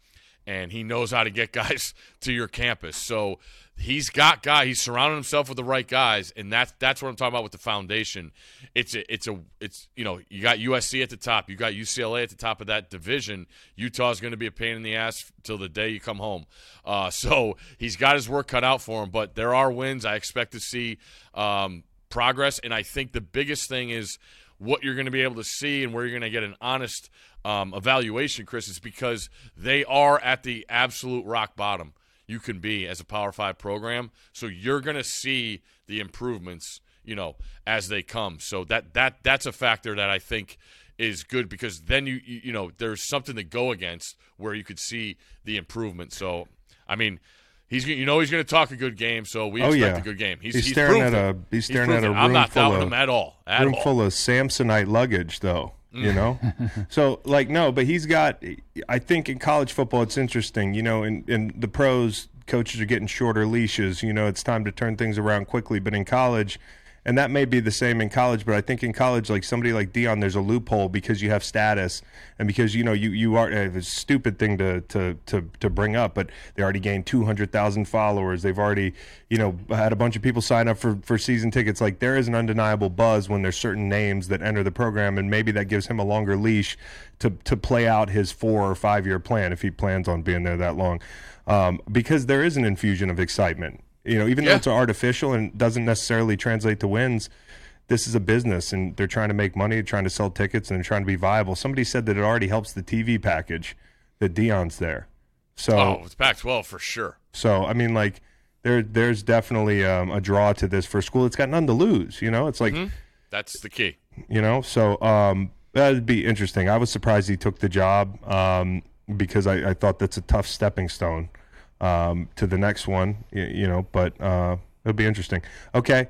and he knows how to get guys to your campus. So he's got guy. He's surrounded himself with the right guys, and that's that's what I'm talking about with the foundation. It's a it's a it's you know you got USC at the top, you got UCLA at the top of that division. Utah's going to be a pain in the ass till the day you come home. Uh, so he's got his work cut out for him, but there are wins. I expect to see um, progress, and I think the biggest thing is what you're going to be able to see and where you're going to get an honest um, evaluation, Chris, is because they are at the absolute rock bottom you can be as a Power Five program. So you're going to see the improvements, you know, as they come. So that that that's a factor that I think is good because then you you, you know there's something to go against where you could see the improvement. So I mean. He's, you know he's going to talk a good game, so we
Oh, yeah.
expect a good game. He's,
He's staring
proved
at
it.
a- he's staring at
proved
a
it. I'm
room
not
full
doubting
of-
him at all. At
room
all.
full of Samsonite luggage, though. You know, so like no, but he's got. I think in college football, it's interesting. You know, in in the pros, coaches are getting shorter leashes. You know, it's time to turn things around quickly. But in college, and that may be the same in college, but I think in college, like somebody like Dion, there's a loophole because you have status and because you know you you are eh, it's a stupid thing to to to to bring up, but they already gained two hundred thousand followers. They've already you know had a bunch of people sign up for for season tickets. Like there is an undeniable buzz when there's certain names that enter the program, and maybe that gives him a longer leash to to play out his four or five year plan if he plans on being there that long, um, because there is an infusion of excitement. You know, even though
Yeah.
it's artificial and doesn't necessarily translate to wins, this is a business and they're trying to make money, trying to sell tickets, and they're trying to be viable. Somebody said that it already helps the TV package that Dion's there. So,
oh, it's Pac-12 for sure.
so I mean, like there, there's definitely um, a draw to this for school. It's got none to lose. You know, it's like
That's the key.
you know so um that'd be interesting i was surprised he took the job um because i, I thought that's a tough stepping stone um to the next one you, you know but uh it'll be interesting okay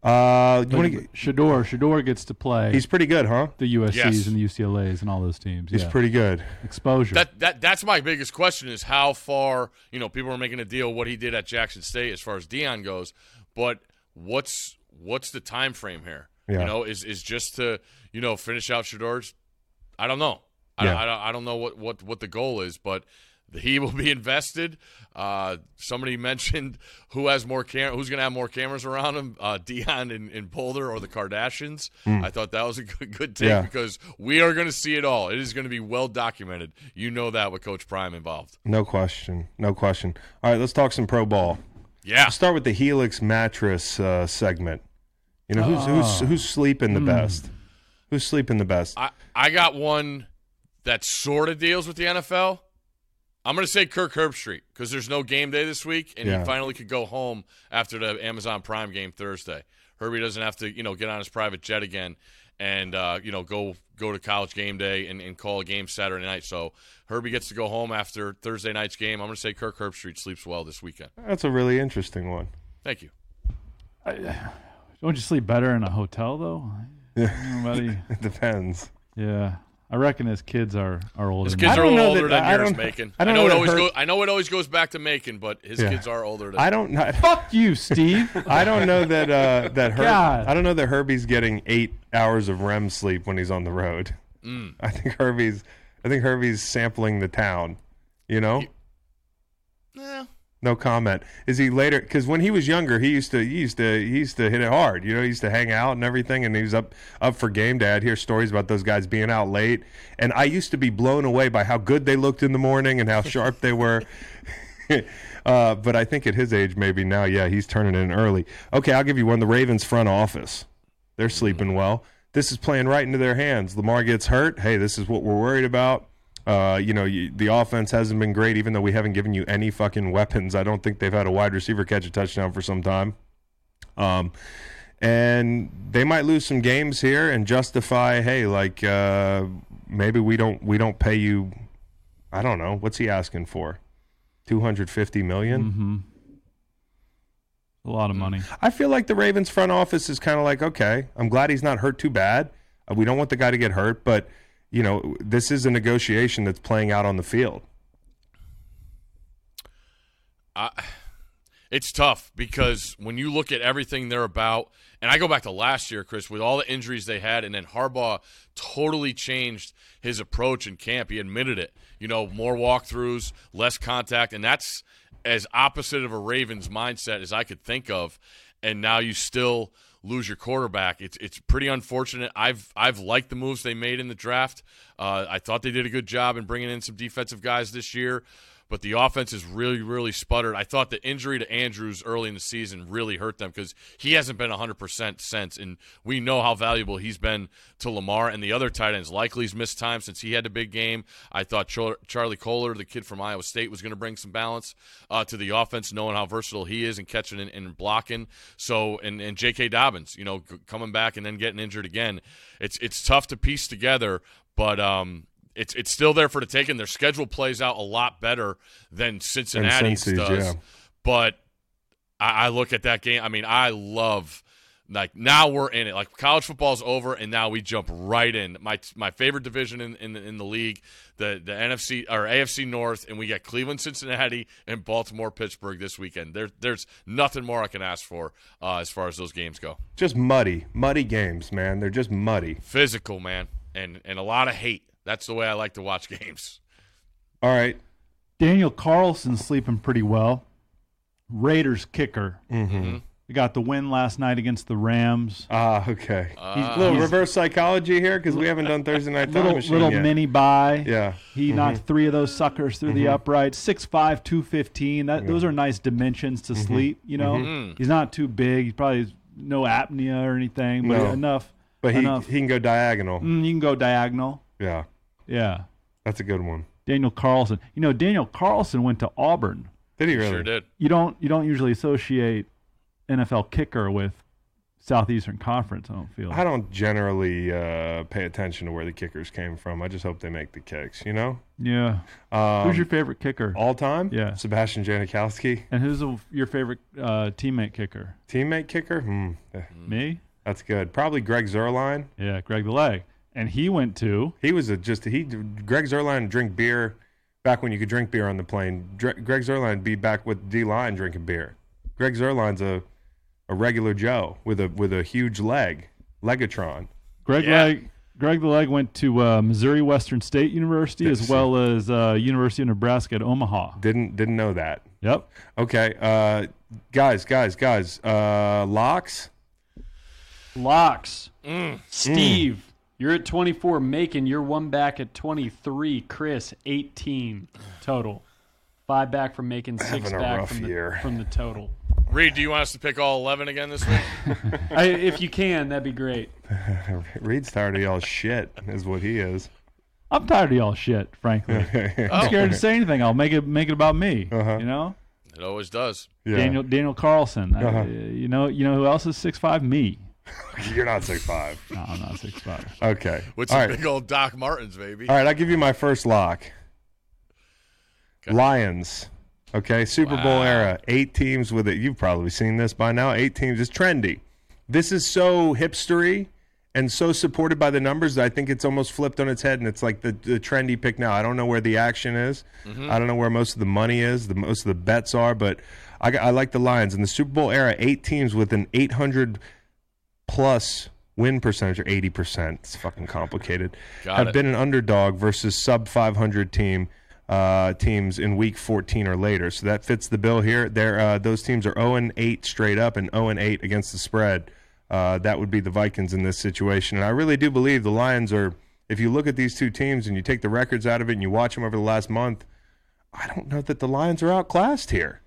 uh you wanna, get-
Shador, Shador gets to play
he's pretty good huh
the USCs
Yes.
and the UCLAs and all those teams.
he's
yeah.
pretty good
exposure.
That that that's my biggest question is how far you know people are making a deal what he did at Jackson State as far as Dion goes, but what's what's the time frame here?
Yeah.
You know, is is just to you know finish out Shador's? I don't know. I,
Yeah.
I, don't- I don't know what what what the goal is, but he will be invested. Uh, somebody mentioned who has more cam- who's going to have more cameras around him, uh, Dion in, in Boulder or the Kardashians. I thought that was a good, good take
Hmm. Yeah.
because we are going to see it all. It is going to be well documented. You know that with Coach Prime involved.
no question no question all right let's talk some pro ball
Yeah,
Let's start with the helix mattress uh segment you know who's who's who's sleeping the best who's sleeping the best
I I got one that sort of deals with the NFL. I'm going to say Kirk Herbstreit because there's no game day this week, and
Yeah.
he finally could go home after the Amazon Prime game Thursday. Herbie doesn't have to, you know, get on his private jet again, and uh, you know, go go to college game day and, and call a game Saturday night. So Herbie gets to go home after Thursday night's game. I'm going to say Kirk Herbstreit sleeps well this weekend.
that's a really interesting one
Thank you.
Don't you sleep better in a hotel though? Everybody-
it depends
yeah. I reckon his kids are are older.
His
than
kids
that.
are
don't know that-
older than
I
yours,
don't-
Macon.
I
I,
don't
know
know
it
that
always
Herb-
go, I know it always goes back to Macon, but his
Yeah.
kids are older than
i don't know
Fuck you, Steve.
I don't know that uh, that Her-
God.
I don't know that Herbie's getting eight hours of REM sleep when he's on the road. I think Herbie's I think Herbie's sampling the town. You know,
Yeah.
no comment. Is he later? Because when he was younger, he used to he used to he used to hit it hard. You know, he used to hang out and everything, and he was up up for game day. I'd hear stories about those guys being out late, and I used to be blown away by how good they looked in the morning and how sharp they were. Uh, but I think at his age, maybe now, yeah, he's turning in early. Okay, I'll give you one. The Ravens front office, they're sleeping well. This is playing right into their hands. Lamar gets hurt. Hey, this is what we're worried about. Uh, you know, you, the offense hasn't been great, even though we haven't given you any fucking weapons. I don't think they've had a wide receiver catch a touchdown for some time. Um, and they might lose some games here and justify, hey, like uh, maybe we don't we don't pay you. I don't know what's he asking for, two hundred fifty
A lot of money.
I feel like the Ravens front office is kind of like, okay, I'm glad he's not hurt too bad. Uh, we don't want the guy to get hurt, but you know, this is a negotiation that's playing out on the field.
It's tough because when you look at everything they're about, and I go back to last year, Chris, with all the injuries they had, and then Harbaugh totally changed his approach in camp. He admitted it. You know, more walkthroughs, less contact, and that's as opposite of a Ravens mindset as I could think of. And now you still lose your quarterback. It's it's pretty unfortunate. I've I've liked the moves they made in the draft. Uh, I thought they did a good job in bringing in some defensive guys this year but the offense has really, really sputtered. I thought the injury to Andrews early in the season really hurt them because he hasn't been 100% since, and we know how valuable he's been to Lamar and the other tight ends. Likely he's missed time since he had the big game. I thought Char- Charlie Kohler, the kid from Iowa State, was going to bring some balance uh, to the offense, knowing how versatile he is and catching and, and blocking. So, and, and J.K. Dobbins, you know, c- coming back and then getting injured again. It's, it's tough to piece together, but, um, it's it's still there for the taking. Their schedule plays out a lot better than Cincinnati's
Cincy's,
does.
yeah.
But I, I look at that game. I mean, I love like now we're in it. Like college football's over, and now we jump right in. My my favorite division in in the, in the league, the the NFC or AFC North, and we get Cleveland, Cincinnati, and Baltimore, Pittsburgh this weekend. There there's nothing more I can ask for uh, as far as those games go.
Just muddy, muddy games, man. They're just muddy.
Physical, man, and and a lot of hate. That's the way I like to watch games.
All right,
Daniel Carlson's sleeping pretty well. Raiders kicker.
Mm-hmm.
We got the win last night against the Rams.
ah, okay.
He's-
little
he's-
reverse psychology here because we haven't done Thursday night time
little
machine
little
yet.
mini buy.
Yeah. Mm-hmm.
He knocked three of those suckers through the uprights. Six five, two fifteen. That those are nice dimensions
Mm-hmm.
to sleep. You know, he's not too big. He's probably no apnea or anything, but
No.
enough.
But he
enough.
he can go diagonal.
Mm, you can go diagonal.
Yeah,
Yeah,
that's a good one.
Daniel Carlson. You know, Daniel Carlson went to Auburn.
Did he really?
Sure did.
You don't you don't usually associate NFL kicker with Southeastern Conference. I don't feel.
I don't generally uh, pay attention to where the kickers came from. I just hope they make the kicks. You know,
yeah.
um,
Who's your favorite kicker?
all time?
Yeah.
Sebastian Janikowski,
And who's the, your favorite uh, teammate kicker?
teammate kicker. Hmm, eh,
Me?
that's good. Probably Greg Zerline.
Yeah, Greg the Leg. And he went to
He was a just he. Greg Zerline would drink beer back when you could drink beer on the plane. Dr- Greg Zerline would be back with D line drinking beer. Greg Zerline's a a regular Joe with a with a huge leg, legatron.
Greg
Yeah.
Leg. Greg the Leg went to uh, Missouri Western State University as
Yes.
well as uh, University of Nebraska at Omaha.
Didn't didn't know that.
Yep.
Okay, uh, guys, guys, guys. Uh, locks.
Locks.
Mm.
Steve, you're at 24. Macon, you're one back at 23. Chris, 18 total. Five back from Macon, six
Having a
back
rough
from the,
year.
from the total.
Reed, do you want us to pick all 11 again this week?
I, if you can, that'd be great.
Reed's tired of y'all shit, is what he is.
I'm tired of y'all shit, frankly. I'm scared to say anything. I'll make it make it about me. You know,
It always does.
Uh-huh. Yeah.
Daniel Daniel Carlson. I-
Uh-huh.
you know you know who else is six five? Me.
You're not six five.
No, I'm not six five.
Okay.
With
All
some
right.
big old Doc Martens, baby.
All right. I'll give you my first lock. Lions. Okay. Super Bowl era. Eight teams with it. You've probably seen this by now. Eight teams. It's trendy. This is so hipstery and so supported by the numbers that I think it's almost flipped on its head and it's like the, the trendy pick now. I don't know where the action is. I don't know where most of the money is, the most of the bets are, but I, I like the Lions. In the Super Bowl era, eight teams with an 800 plus win percentage or 80%. It's fucking complicated.
Got
have
it.
been an underdog versus sub 500 team uh, teams in week 14 or later. So that fits the bill here. There, uh, those teams are 0 and 8 straight up and 0 and 8 against the spread. Uh, that would be the Vikings in this situation. And I really do believe the Lions are, if you look at these two teams and you take the records out of it and you watch them over the last month, I don't know that the Lions are outclassed here.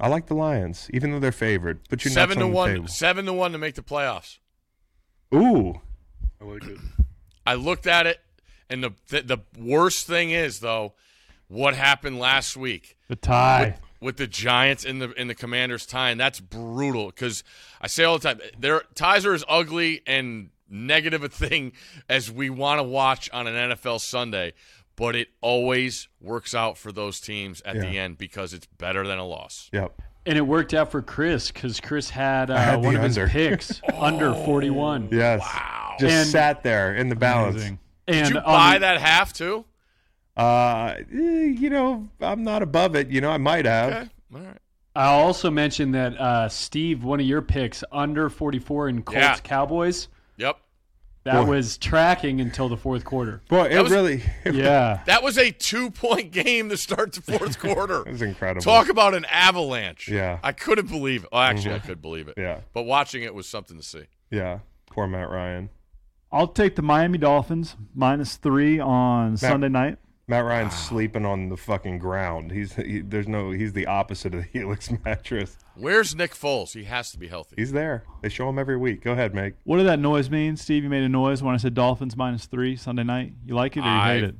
I like the Lions, even though they're favored. But you're
Seven to one,
Table.
seven to one to make the playoffs.
Ooh,
I like it.
I looked at it, and the the, the worst thing is though, what happened last week?
The tie.
with the Giants in the in the Commanders tying. That's brutal because I say all the time their ties are as ugly and negative a thing as we want to watch on an NFL Sunday, but it always works out for those teams at the end because it's better than a loss.
Yep.
And it worked out for Chris because Chris had, uh,
had the
one of
under.
his picks under 41.
Yes. Just
And-
sat there in the balance.
And
Did you
on
buy
the-
that half too?
Uh, eh, you know, I'm not above it. You know, I might have.
Okay, all right.
I'll also mention that uh, Steve, one of your picks, under 44 in Colts
Yeah.
Cowboys,
Yep.
that was tracking until the fourth quarter.
Boy, it
was-
really it
Yeah.
That was a two point game to start the fourth quarter.
was incredible.
Talk about an avalanche.
Yeah. Mm-hmm.
I couldn't believe it. Well, actually, I could believe it.
Yeah.
But watching it was something to see.
Yeah. Poor Matt Ryan.
I'll take the Miami Dolphins minus three on Sunday night.
Matt Ryan's sleeping on the fucking ground. He's he, there's no he's the opposite of the Helix mattress.
Where's Nick Foles? He has to be healthy.
He's there. They show him every week. Go ahead, Meg.
What did that noise mean, Steve? You made a noise when I said Dolphins minus three Sunday night. You like it or you
I-
hate it?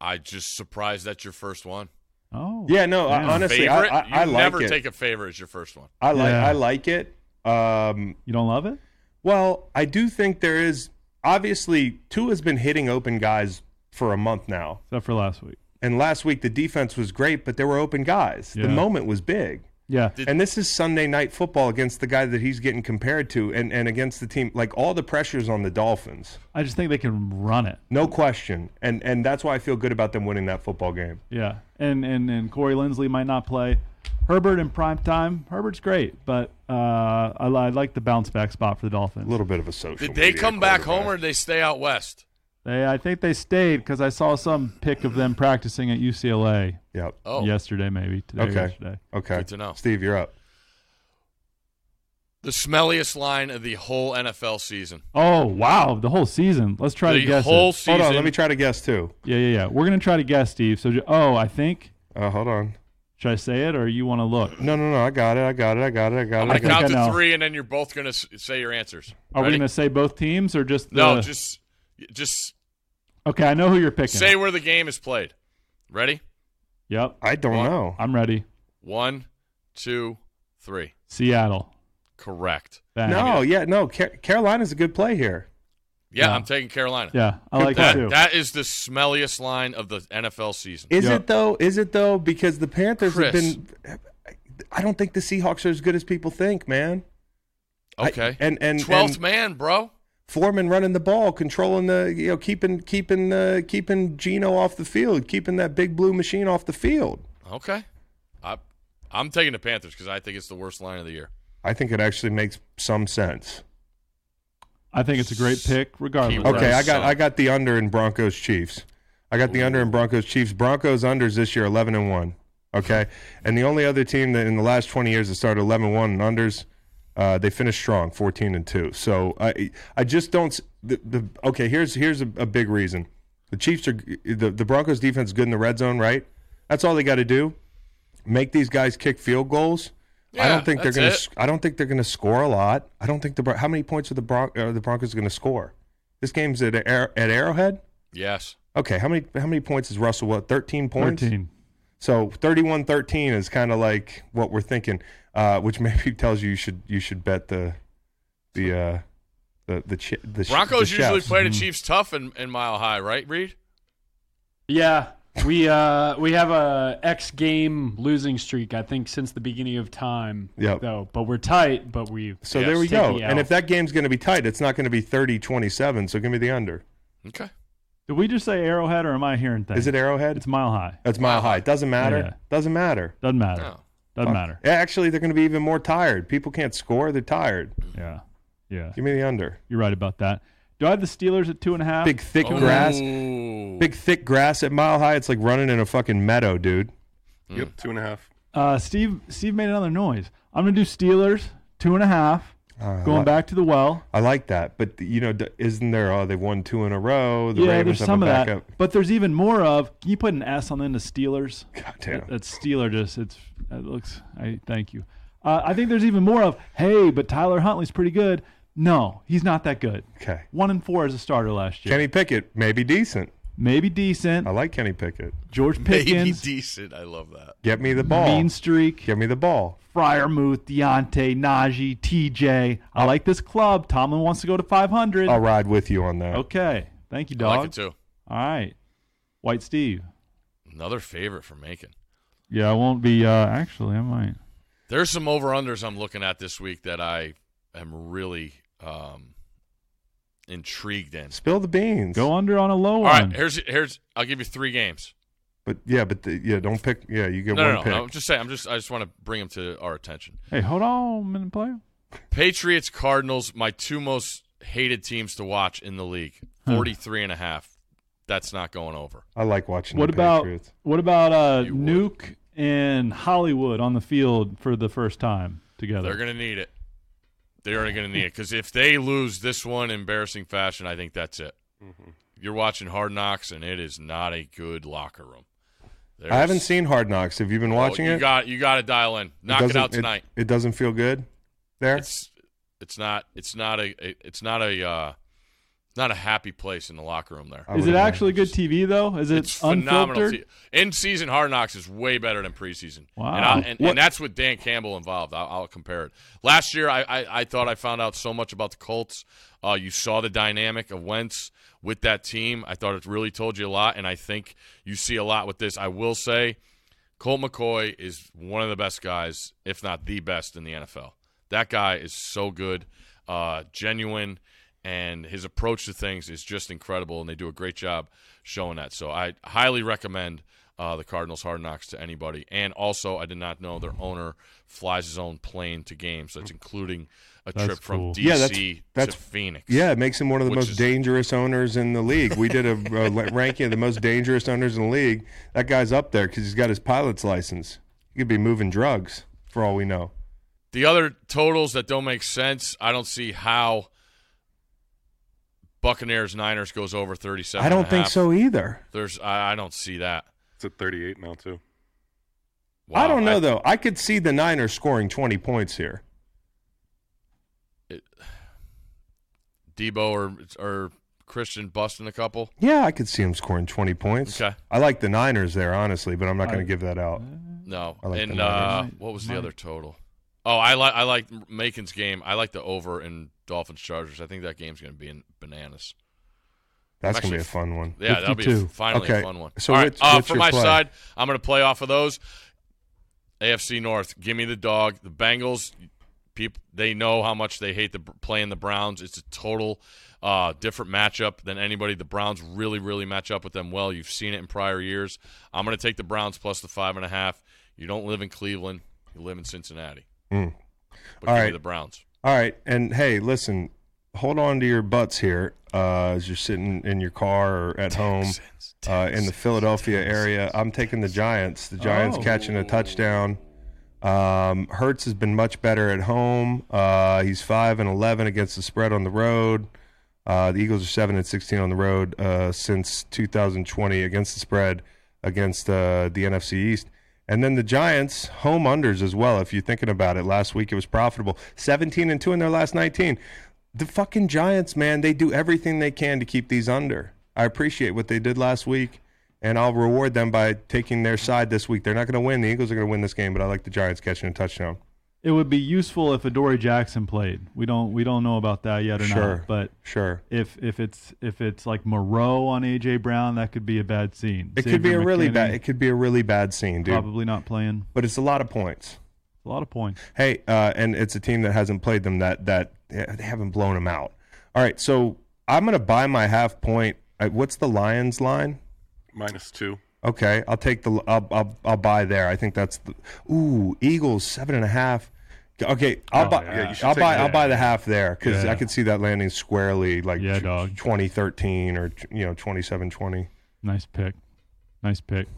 I just surprised that's your first one.
Oh.
Yeah, no, I,
Yeah.
honestly, I,
favorite?
I, I
you
like
never
it.
take a favorite as your first one.
I like
Yeah.
I like it. Um,
You don't love it?
well, I do think there is obviously two has been hitting open guys for a month now.
Except for last week.
And last week the defense was great, but there were open guys. The
Yeah.
moment was big.
Yeah.
Did-
And this is Sunday night football against the guy that he's getting compared to and, and against the team. Like all the pressure's on the Dolphins.
I just think they can run it.
No question. And and that's why I feel good about them winning that football game.
Yeah. And and and Corey Lindsley might not play. Herbert in prime time. Herbert's great, but uh, I, li- I like the bounce back spot for the Dolphins.
A little bit of a social.
Did they
media
come back
quarterback.
home or did they stay out west?
They, I think they stayed because I saw some pic of them practicing at UCLA
Yep.
Oh,
yesterday, maybe today. or
Okay.
yesterday.
Okay.
Good to know.
Steve, you're up.
the smelliest line of the whole NFL season.
Oh wow, the whole season. Let's try to
The
guess.
whole
it.
season.
Hold on, let me try to guess too.
Yeah, yeah, yeah. We're gonna try to guess, Steve. So, ju- oh, I think.
Uh, hold on.
Should I say it or you want to look?
No, no, no. I got it. I got it. I got it. I got
I'm
it. I
going to
got
count
I
to
know.
three, and then you're both going to say your answers.
Are we
Ready?
gonna say both teams or just the,
No,
uh,
just just
okay? I know who you're picking.
say where the game is played. Ready?
Yep,
it. I don't know.
I'm ready.
One, two, three.
Seattle.
Correct.
Bang.
No, yeah, no. Car- Carolina's a good play here.
Yeah,
Yeah.
I'm taking Carolina.
Yeah, I like that
That,
too.
that is the smelliest line of the NFL season.
Is
Yeah.
it though? Is it though? Because the Panthers
Chris.
have been. I don't think the Seahawks are as good as people think, man. I-
okay.
and and
12th
and
man, bro.
Foreman running the ball, controlling the you know keeping keeping uh, keeping Gino off the field, keeping that big blue machine off the field.
Okay. I, I'm taking the Panthers because I think it's the worst line of the year.
I think it actually makes some sense.
I think it's a great pick, regardless.
Keyword.
Okay, I got
So-
I got the under in Broncos Chiefs. I got the under in Broncos Chiefs. Broncos unders this year eleven and one. Okay, and the only other team that in the last twenty years that started 11-1 and unders, uh, they finished strong fourteen and two. So I I just don't s- the, the okay here's here's a, a big reason the Chiefs are g- the the Broncos defense is good in the red zone right. That's all they got to do, make these guys kick field goals. I
Yeah,
don't think they're
that's
gonna.
it.
s- I don't think they're gonna score a lot. I don't think the Bron- how many points are the Bron- are the Broncos gonna score? This game's at Ar- at Arrowhead.
Yes.
Okay, how many how many points is Russell? What thirteen points?
Thirteen.
So 31-13 is kind of like what we're thinking, uh, which maybe tells you you should you should bet the the uh, the the chi- the sh-
Broncos
the
usually
chefs. Mm-hmm.
play the Chiefs tough and, and mile high, right, Reed?
Yeah, we uh, we have a X game losing streak, I think, since the beginning of time.
Yep.
Though, but we're tight, but we
So
Yes,
there we
take
go.
the
And
L.
if that game's going to be tight, it's not going to be 30-27, so give me the under.
Okay.
Did we just say Arrowhead, or am I hearing things?
Is it Arrowhead?
It's mile high.
It's mile high. It doesn't matter.
Yeah.
Doesn't matter.
Doesn't matter.
No.
Doesn't matter.
Yeah, Actually, they're going to be even more tired. People can't score. They're tired.
Yeah, yeah.
Give me the under.
You're right about that. Do I have the Steelers at two and a half?
Big thick
Oh.
grass.
Ooh.
Big thick grass at mile high. It's like running in a fucking meadow, dude.
Mm.
Yep, two and a half.
Uh, Steve. Steve made another noise. I'm gonna do Steelers two and a half.
Uh,
Going
li-
back to the well.
I like that, but you know, d- isn't there? Oh, they won two in a row. The
yeah,
Ravens
there's
have
some
a
of that,
backup.
but there's even more of. Can you put an S on the end of Steelers?
God Oh, damn.
That Steeler just it's it looks. I thank you. Uh, I think there's even more of. Hey, but Tyler Huntley's pretty good. No, he's not that good.
Okay.
One and four as a starter last year.
Kenny Pickett may be decent.
Maybe decent.
I like Kenny Pickett.
George
Oh, Maybe
Pickens,
decent. I love that.
Get me the ball.
mean streak.
Get me the ball.
Fryermuth, Deontay, Najee, TJ.
Oh.
I like this club. Tomlin wants to go to 500.
I'll ride with you on that.
Okay. Thank you,
I
dog.
like it too.
All right. White Steve.
Another favorite for making.
Yeah, I won't be. Uh, actually, I might.
There's some over unders I'm looking at this week that I am really um, intrigued in.
Spill the beans.
Go under on a low
All
one.
right, here's here's I'll give you three games.
But yeah, but the, yeah, don't pick. Yeah, you get
No,
one
no, no.
pick.
I'm just saying. I'm just I just want to bring them to our attention.
Hey, hold on a minute, player.
Patriots, Cardinals, my two most hated teams to watch in the league.
Hmm.
43 and a half. That's not going over.
I like watching.
What
the
about
Patriots.
what about uh,
You would.
Nuke and Hollywood on the field for the first time together?
They're going to need it. They're going to need it because if they lose this one in embarrassing fashion, I think that's it.
Mm-hmm.
You're watching Hard Knocks, and it is not a good locker room.
I haven't seen Hard Knocks. Have you been watching
Oh, you
it?
Got you got to dial in. Knock it,
doesn't-
out tonight.
It, doesn't feel good. There.
it's it's not it's not a it's not a uh, not a happy place in the locker room there.
I
Is
would
it
imagine.
actually good TV though? Is it
It's phenomenal.
unfiltered?
In season, Hard Knocks is way better than preseason.
Wow.
And, I, and,
What-
and that's with Dan Campbell involved. I'll, I'll compare it. Last year, I, I, I thought I found out so much about the Colts. Uh, you saw the dynamic of Wentz with that team. I thought it really told you a lot, and I think you see a lot with this. I will say, Colt McCoy is one of the best guys, if not the best, in the NFL. That guy is so good, uh, genuine, and his approach to things is just incredible, and they do a great job showing that. So I highly recommend uh, the Cardinals Hard Knocks to anybody. And also, I did not know their owner flies his own plane to games. That's including a
That's
trip from
cool.
D.C.
Yeah, that's- that's-
to Phoenix.
Yeah, it makes him one of the
Which
most
is-
dangerous owners in the league. We did a, a la- ranking of the most dangerous owners in the league. That guy's up there because he's got his pilot's license. He could be moving drugs for all we know.
The other totals that don't make sense, I don't see how Buccaneers Niners goes over 37.
I don't think so e- either.
There's I, I don't see that.
It's at 38 now too.
I don't know
Wow,
though. I could see the Niners scoring twenty points here.
Debo or or Christian busting a couple.
Yeah, I could see him scoring twenty points.
Okay.
I like the Niners there honestly, but I'm not going to give that out.
No.
I like the
and uh,
Niners.
what was the other total? Oh, I like I like Macon's game. I like the over in Dolphins Chargers. I think that game's going to be in bananas.
That's going to be
actually-
a fun one.
Yeah, that'll be
52.
finally a
Okay,
fun one.
so
All right,
what's-
uh,
what's
for
your
my
play?
side, I'm going to play off of those. AFC North, give me the dog. The Bengals, people, they know how much they hate the playing the Browns. It's a total uh, different matchup than anybody. The Browns really, really match up with them well. You've seen it in prior years. I'm going to take the Browns plus the five and a half. You don't live in Cleveland. You live in Cincinnati.
Mm.
But
All
give me
right.
the Browns.
All right, and hey, listen, hold on to your butts here uh, as you're sitting in your car or at home uh, in the Philadelphia area. I'm taking the Giants. The Giants
Oh.
catching a touchdown. Um, Hertz has been much better at home. Uh, he's five and eleven against the spread on the road. Uh, the Eagles are seven and sixteen on the road uh, since 2020 against the spread against uh, the NFC East. And then the Giants home unders as well. If you're thinking about it, last week it was profitable, 17 and two in their last 19. The fucking Giants, man, they do everything they can to keep these under. I appreciate what they did last week, and I'll reward them by taking their side this week. They're not going to win. The Eagles are going to win this game, but I like the Giants catching a touchdown.
It would be useful if Adoree Jackson played. We don't we don't know about that yet or
Sure.
not. But
Sure.
if if it's if it's like Moreau on AJ Brown, that could be a bad scene.
It could be a
Xavier
really
McKinney,
bad. It could be a really bad scene, dude.
probably not playing.
But it's a lot of points.
A lot of points.
Hey, uh, and it's a team that hasn't played them that that they haven't blown them out. All right, so I'm gonna buy my half point. Uh, What's the Lions line?
Minus two.
Okay, I'll take the I'll I'll, I'll buy there. I think that's the ooh Eagles seven and a half. Okay, I'll buy.
Oh, yeah, you should
I'll
take
buy.
that.
I'll buy the half there because
Yeah.
I could see that landing squarely like
Yeah,
tw-
dog.
2013 or you know 2720.
Nice pick. Nice pick.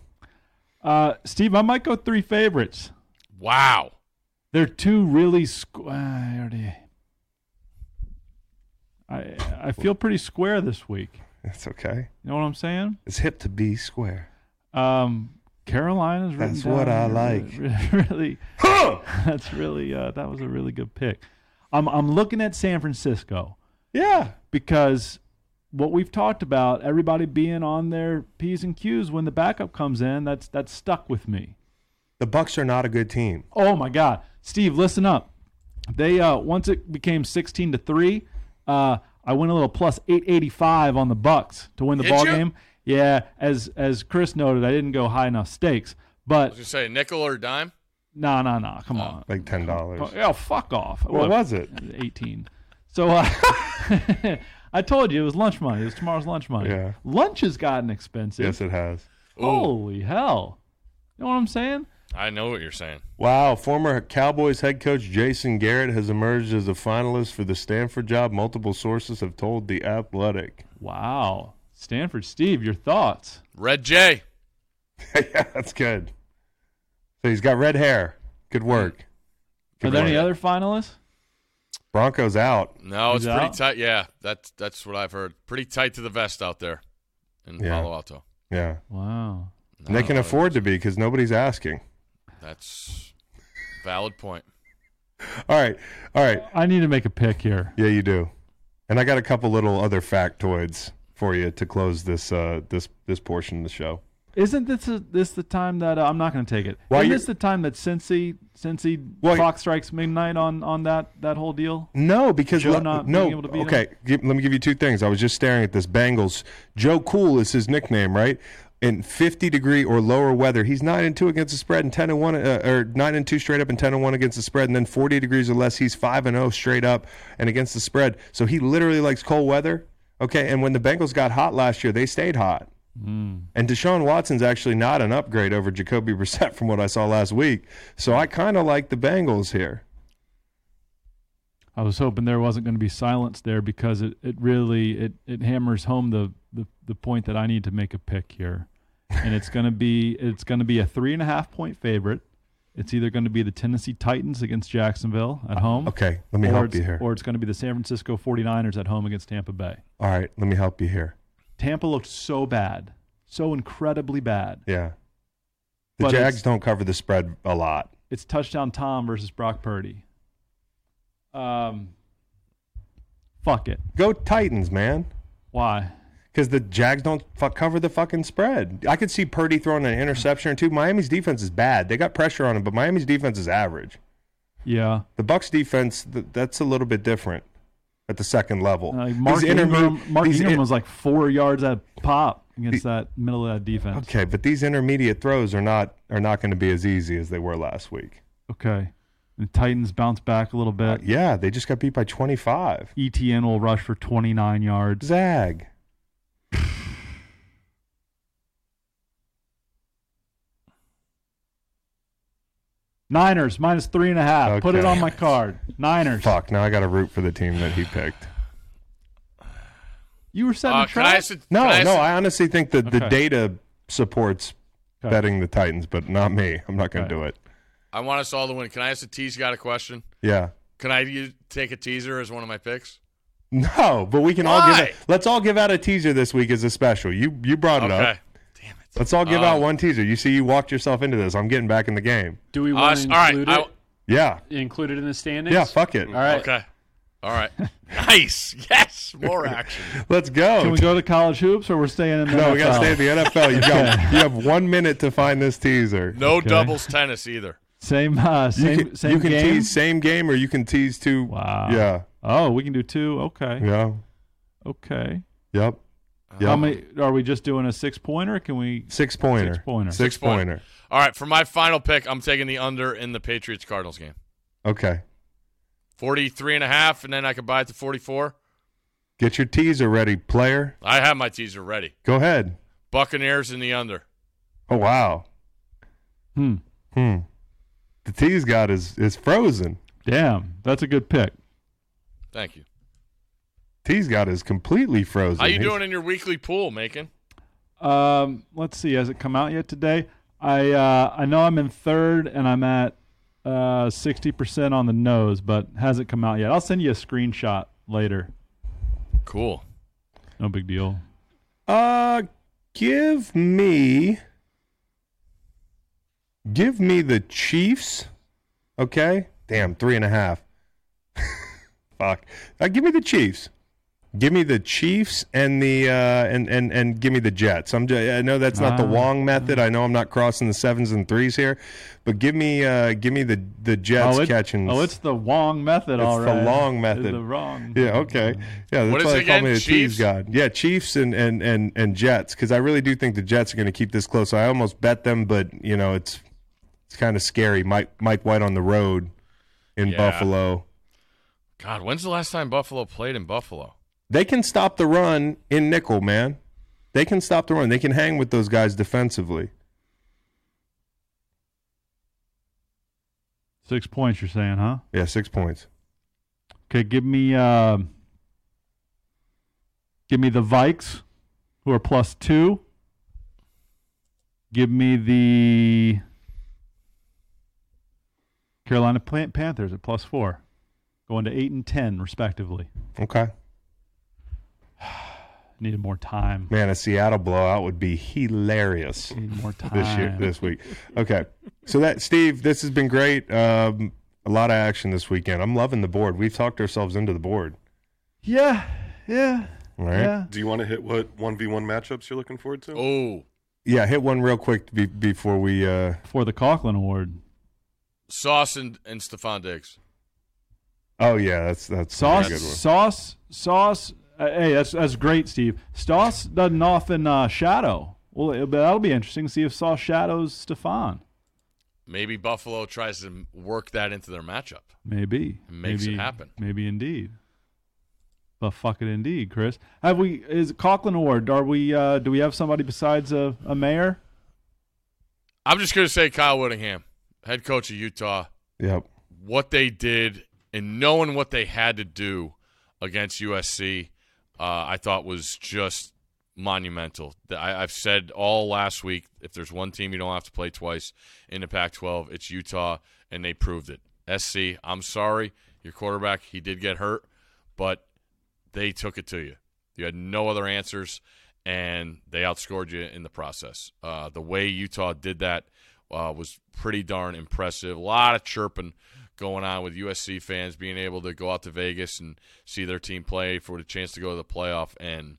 Uh, Steve, I might go three favorites.
Wow.
They're two really squ- uh, I already. I I feel pretty square this week.
That's okay.
You know what I'm saying?
It's hip to be square.
Um, Carolina's written
That's what
down
I like.
here. Really, really- that's really uh, that was a really good pick. I'm I'm looking at San Francisco
Yeah.
because what we've talked about, everybody being on their P's and Q's when the backup comes in, that's that's stuck with me.
The Bucks are not a good team.
Oh my God, Steve, listen up. They uh, once it became sixteen to three, uh, I went a little plus eight eighty five on the Bucks to win the
Did
ball
you?
game. Yeah, as as Chris noted, I didn't go high enough stakes,
I
but
was Oh. gonna say nickel or dime.
no, no, no, come on,
Like ten dollars.
oh fuck off.
What was it?
18. So uh, I told you it was lunch money. It was tomorrow's lunch money.
Yeah.
Lunch has gotten expensive.
Yes, it has.
Holy hell. You know what I'm saying?
I know what you're saying.
Wow, former Cowboys head coach Jason Garrett has emerged as a finalist for the Stanford job. Multiple sources have told The Athletic.
Wow. Stanford Steve, your thoughts?
Red J.
yeah, that's good. So he's got red hair. Good work.
Are there any
work.
other finalists?
Broncos out.
No, it's
He's
pretty
out?
tight. Yeah, that's that's what I've heard. Pretty tight to the vest out there in
Yeah.
Palo Alto.
Yeah.
Wow.
And they can afford to be because nobody's asking.
That's valid point.
All right. All right.
I need to make a pick here.
Yeah, you do. And I got a couple little other factoids for you to close this uh this this portion of the show.
Isn't this a, this the time that uh, I'm not going to take it?
Why
Isn't
you-
this the time that Cincy Cincy
Well, you-
clock strikes midnight on on that that whole deal?
No, because
Joe
le-
not
no.
being able to beat
okay, give, let me give you two things. I was just staring at this Bengals. Joe Cool is his nickname, right? In 50 degree or lower weather, he's nine and two against the spread and 10 and one, uh, or nine and two straight up and 10 and one against the spread. And then 40 degrees or less, he's five and zero straight up and against the spread. So he literally likes cold weather. Okay, and when the Bengals got hot last year, they stayed hot.
Hmm.
And Deshaun Watson's actually not an upgrade over Jacoby Brissett from what I saw last week. So I kind of like the Bengals here.
I was hoping there wasn't going to be silence there because it, it really it, it hammers home the, the the point that I need to make a pick here, and it's going to be it's going to be a three and a half point favorite. It's either going to be the Tennessee Titans against Jacksonville at home.
Uh, Okay, let me
or
help
it's-
you here.
Or it's going to be the San Francisco 49ers at home against Tampa Bay.
All right, let me help you here.
Tampa looked so bad, so incredibly bad.
Yeah. The
But
Jags
it's-
don't cover the spread a lot.
It's touchdown Tom versus Brock Purdy. Um, fuck it.
Go Titans, man.
Why?
Because the Jags don't fuck cover the fucking spread. I could see Purdy throwing an interception or two. Miami's defense is bad. They got pressure on him, but Miami's defense is average.
Yeah.
The Bucks defense, th- that's a little bit different at the second level.
Uh,
These
Mark
intermo-
Ingram, Mark
these
Ingram
in-
was like four yards at pop against that middle of that defense.
okay, but these intermediate throws are not are not going to be as easy as they were last week.
Okay. And the Titans bounce back a little bit.
Uh, Yeah, they just got beat by twenty five.
ETN will rush for 29 yards.
Zag.
Niners minus three and a half. Put it
Okay.
on my card. Niners.
Fuck. Now I got to root for the team that he picked.
You were setting
Uh,
a
can
trap.
I ask a-
No,
can I ask
no,
a-
I honestly think that the
Okay.
data supports
Okay.
betting the Titans, but not me. I'm not going
Okay.
to do it.
I want us all to win. Can I ask a tease? Got a question?
Yeah.
Can I u- take a teaser as one of my picks?
No, but we can all give
Why?
out, let's all give out a teaser this week as a special. You you brought it up.
Okay. Damn it.
Let's all give
Um,
out one teaser. You see you walked yourself into this. I'm getting back in the game.
Do we want
Us-
to
all right.
include
I-
it?
Yeah.
Include it in the standings?
Yeah, fuck it.
All right.
okay. All right. nice. Yes. More action.
Let's go.
Can we go to college hoops or we're staying in the
no, we got to
NFL?
stay at the NFL. You got you have 1 minute to find this teaser.
No doubles tennis either.
Same, uh, same,
you can,
same
you can
game.
tease same game or you can tease two.
Wow.
Yeah.
Oh, we can do two. Okay.
Yeah.
Okay.
Yep. Yep.
How many are we just doing a six pointer? Can we?
Six pointer.
Six-pointer.
Six pointer.
All right. For my final pick, I'm taking the under in the Patriots Cardinals game.
Okay.
43 and a half, and then I could buy it to 44.
Get your teaser ready, player.
I have my teaser ready.
Go ahead.
Buccaneers in the under.
Oh wow.
Hmm.
Hmm. The tease god is is frozen.
Damn, that's a good pick.
Thank you.
Tease god is completely frozen.
How you
He's-
doing in your weekly pool, Macon?
Um, let's see. Has it come out yet today? I uh, I know I'm in third and I'm at uh, sixty percent on the nose, but hasn't come out yet. I'll send you a screenshot later.
Cool.
No big deal.
Uh give me give me the Chiefs. Okay? Damn, three and a half. Fuck. Uh, give me the Chiefs. Give me the Chiefs and the uh, and and and give me the Jets. I'm just, I know that's not the
Ah.
Wong method. I know I'm not crossing the sevens and threes here, but give me uh, give me the the Jets
oh, it-
catching.
oh, it's the Wong method,
It's
all
the
right.
long method.
The wrong.
Yeah. oh. Okay. Yeah. That's
What is
why
it
they call
again?
me the Chiefs
Chiefs?
God. Yeah, Chiefs and and and and Jets because I really do think the Jets are going to keep this close. I almost bet them, but you know it's it's kind of scary. Mike Mike White on the road in
Yeah.
Buffalo.
God, when's the last time Buffalo played in Buffalo?
They can stop the run in nickel, man. They can stop the run. They can hang with those guys defensively.
Six points, you're saying, huh?
Yeah, six points.
Okay, give me uh, give me the Vikes, who are plus two. Give me the Carolina Pan- Panthers at plus four, going to eight and ten respectively.
Okay.
Needed more time.
Man, a Seattle blowout would be hilarious.
Need more time.
this year this week. Okay, so that Steve, this has been great. Um, a lot of action this weekend. I'm loving the board. We've talked ourselves into the board.
Yeah, yeah,
All right. Yeah.
yeah.
Do you want to hit what 1v1 matchups you're looking forward to?
Oh,
hit one real quick be- before we. Uh,
For the Coughlin Award,
Sauce and, and Stephon Diggs.
oh yeah, that's that's a
Sauce,
good one.
sauce, sauce. Uh, hey, that's that's great, Steve. Sauce doesn't often uh, shadow. Well, it- that'll be interesting to see if Sauce shadows Stefan.
Maybe Buffalo tries to work that into their matchup.
Maybe
Makes it
maybe,
happen.
Maybe indeed. But fuck it, indeed, Chris. Have we is Coughlin Award? Are we? Uh, do we have somebody besides a, a mayor?
I'm just going to say Kyle Whittingham, head coach of Utah,
Yep.
what they did and knowing what they had to do against USC, uh, I thought was just monumental. The- I, I've said all last week if there's one team you don't have to play twice in the Pac 12, it's Utah, and they proved it. SC, I'm sorry, your quarterback, he did get hurt, but they took it to you. You had no other answers, and they outscored you in the process. Uh, the way Utah did that uh, was pretty darn impressive. A lot of chirping going on with USC fans being able to go out to Vegas and see their team play for the chance to go to the playoff. And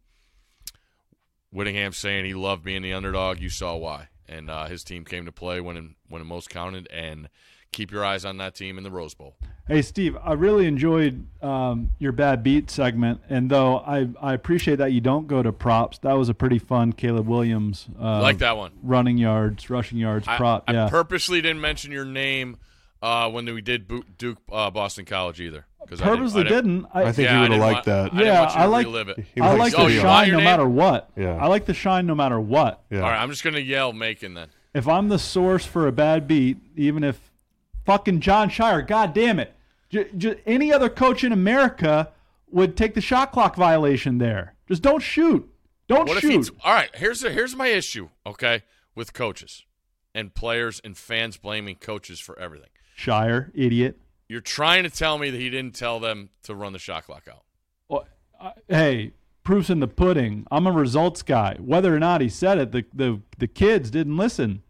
Whittingham saying he loved being the underdog. You saw why, and uh, his team came to play when when it most counted. And keep your eyes on that team in the Rose Bowl.
Hey, Steve, I really enjoyed um, your bad beat segment, and though I, I appreciate that you don't go to props, that was a pretty fun Caleb Williams. Uh,
I like that one.
running yards, rushing yards,
I-
prop.
I,
yeah.
purposely didn't mention your name uh, when we did Bo- Duke uh, Boston College either. 'cause I
Purposely
I didn't,
didn't. I,
I think
yeah,
you
I
would have
didn't
liked
want-
that.
I didn't
Yeah,
want you
I
to
like-
relive it.
He
I
likes
like
to
the
Oh, you
be
want
on.
shine
your
no
name?
matter what.
Yeah.
I like the shine no matter what.
Yeah.
All right, I'm just gonna yell Macon then.
If I'm the source for a bad beat, even if fucking John Shire, god damn it, j- j- any other coach in America would take the shot clock violation there. Just don't shoot. Don't
What if
shoot.
he's all right? Here's the, here's my issue. Okay, with coaches and players and fans blaming coaches for everything.
Shire, idiot.
You're trying to tell me that he didn't tell them to run the shot clock out.
Well, I- hey, proof's in the pudding. I'm a results guy. Whether or not he said it, the the, the kids didn't listen.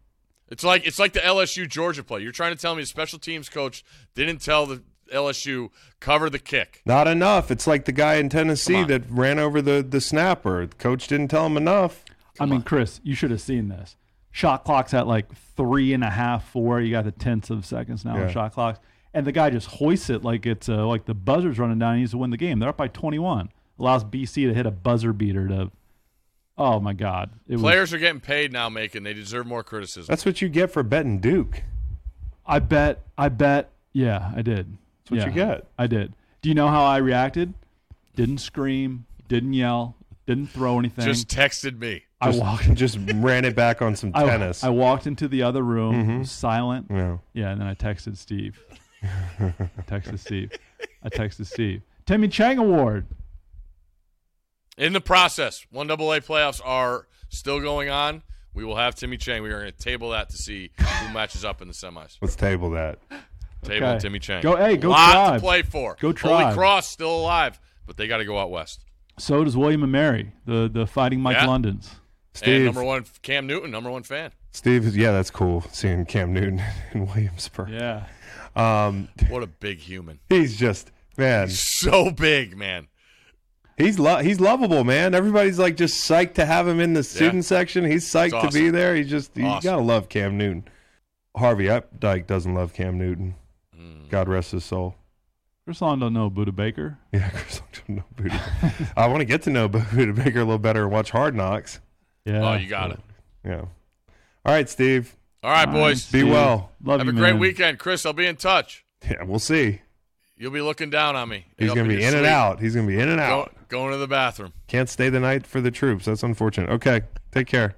It's like it's like the LSU Georgia play. You're trying to tell me the special teams coach didn't tell the LSU cover the kick.
Not enough. It's like the guy in
Come
Tennessee
on.
that ran over the the snapper. The coach didn't tell him enough.
I mean, Chris, you should have seen this. Shot clocks at like three and a half, four. You got the tenths of seconds now on
Yeah.
shot clocks, and the guy just hoists it like it's uh, like the buzzer's running down. He needs to win the game. They're up by 21. Allows BC to hit a buzzer beater to. Oh my God! It was,
Players are getting paid now, Macon. They deserve more criticism.
That's what you get for betting Duke.
I bet. I bet. Yeah, I did. That's
what you get.
I did. Do you know how I reacted? Didn't scream. Didn't yell. Didn't throw anything.
Just texted me.
I
Just,
walked.
just ran it back on some
I,
tennis. Mm-hmm.
I walked into the other room, silent.
yeah.
Yeah, and then I texted Steve. I texted Steve. I texted Steve. Timmy Chang Award.
In the process, one double A playoffs are still going on. We will have Timmy Chang. We are going to table that to see who matches up in the semis.
Let's table that.
Table
Okay.
Timmy Chang.
Go- hey, go
Lot
Tribe.
to play for.
Go
Holy
Tribe.
Cross still alive, but they got to go out west.
So does William and Mary, the the fighting Mike
Yeah.
London's.
And
Steve,
number one, Cam Newton, number one fan.
Steve, yeah, that's cool seeing Cam Newton in Williamsburg.
Yeah.
Um,
What a big human.
he's just man.
So big, man.
He's lo- he's lovable, man. Everybody's like just psyched to have him in the student section. He's psyched
It's
to be
awesome.
there. He's just you
Awesome.
gotta love Cam Newton. Harvey Updike doesn't love Cam Newton.
Mm.
God rest his soul.
Chris Long don't know Buda Baker.
Yeah, Chris Long don't know Buda. I want to get to know Buda Baker a little better and watch Hard Knocks.
Yeah.
Oh, you got it.
Yeah. All right, Steve.
All right, boys.
Be well.
Love
Have
you,
a great
man.
weekend, Chris. I'll be in touch.
Yeah, we'll see.
You'll be looking down on me.
He's
Up
gonna be
your
in and
sleep.
out. He's gonna be in and out.
Go, going to the bathroom.
Can't stay the night for the troops. That's unfortunate. Okay, take care.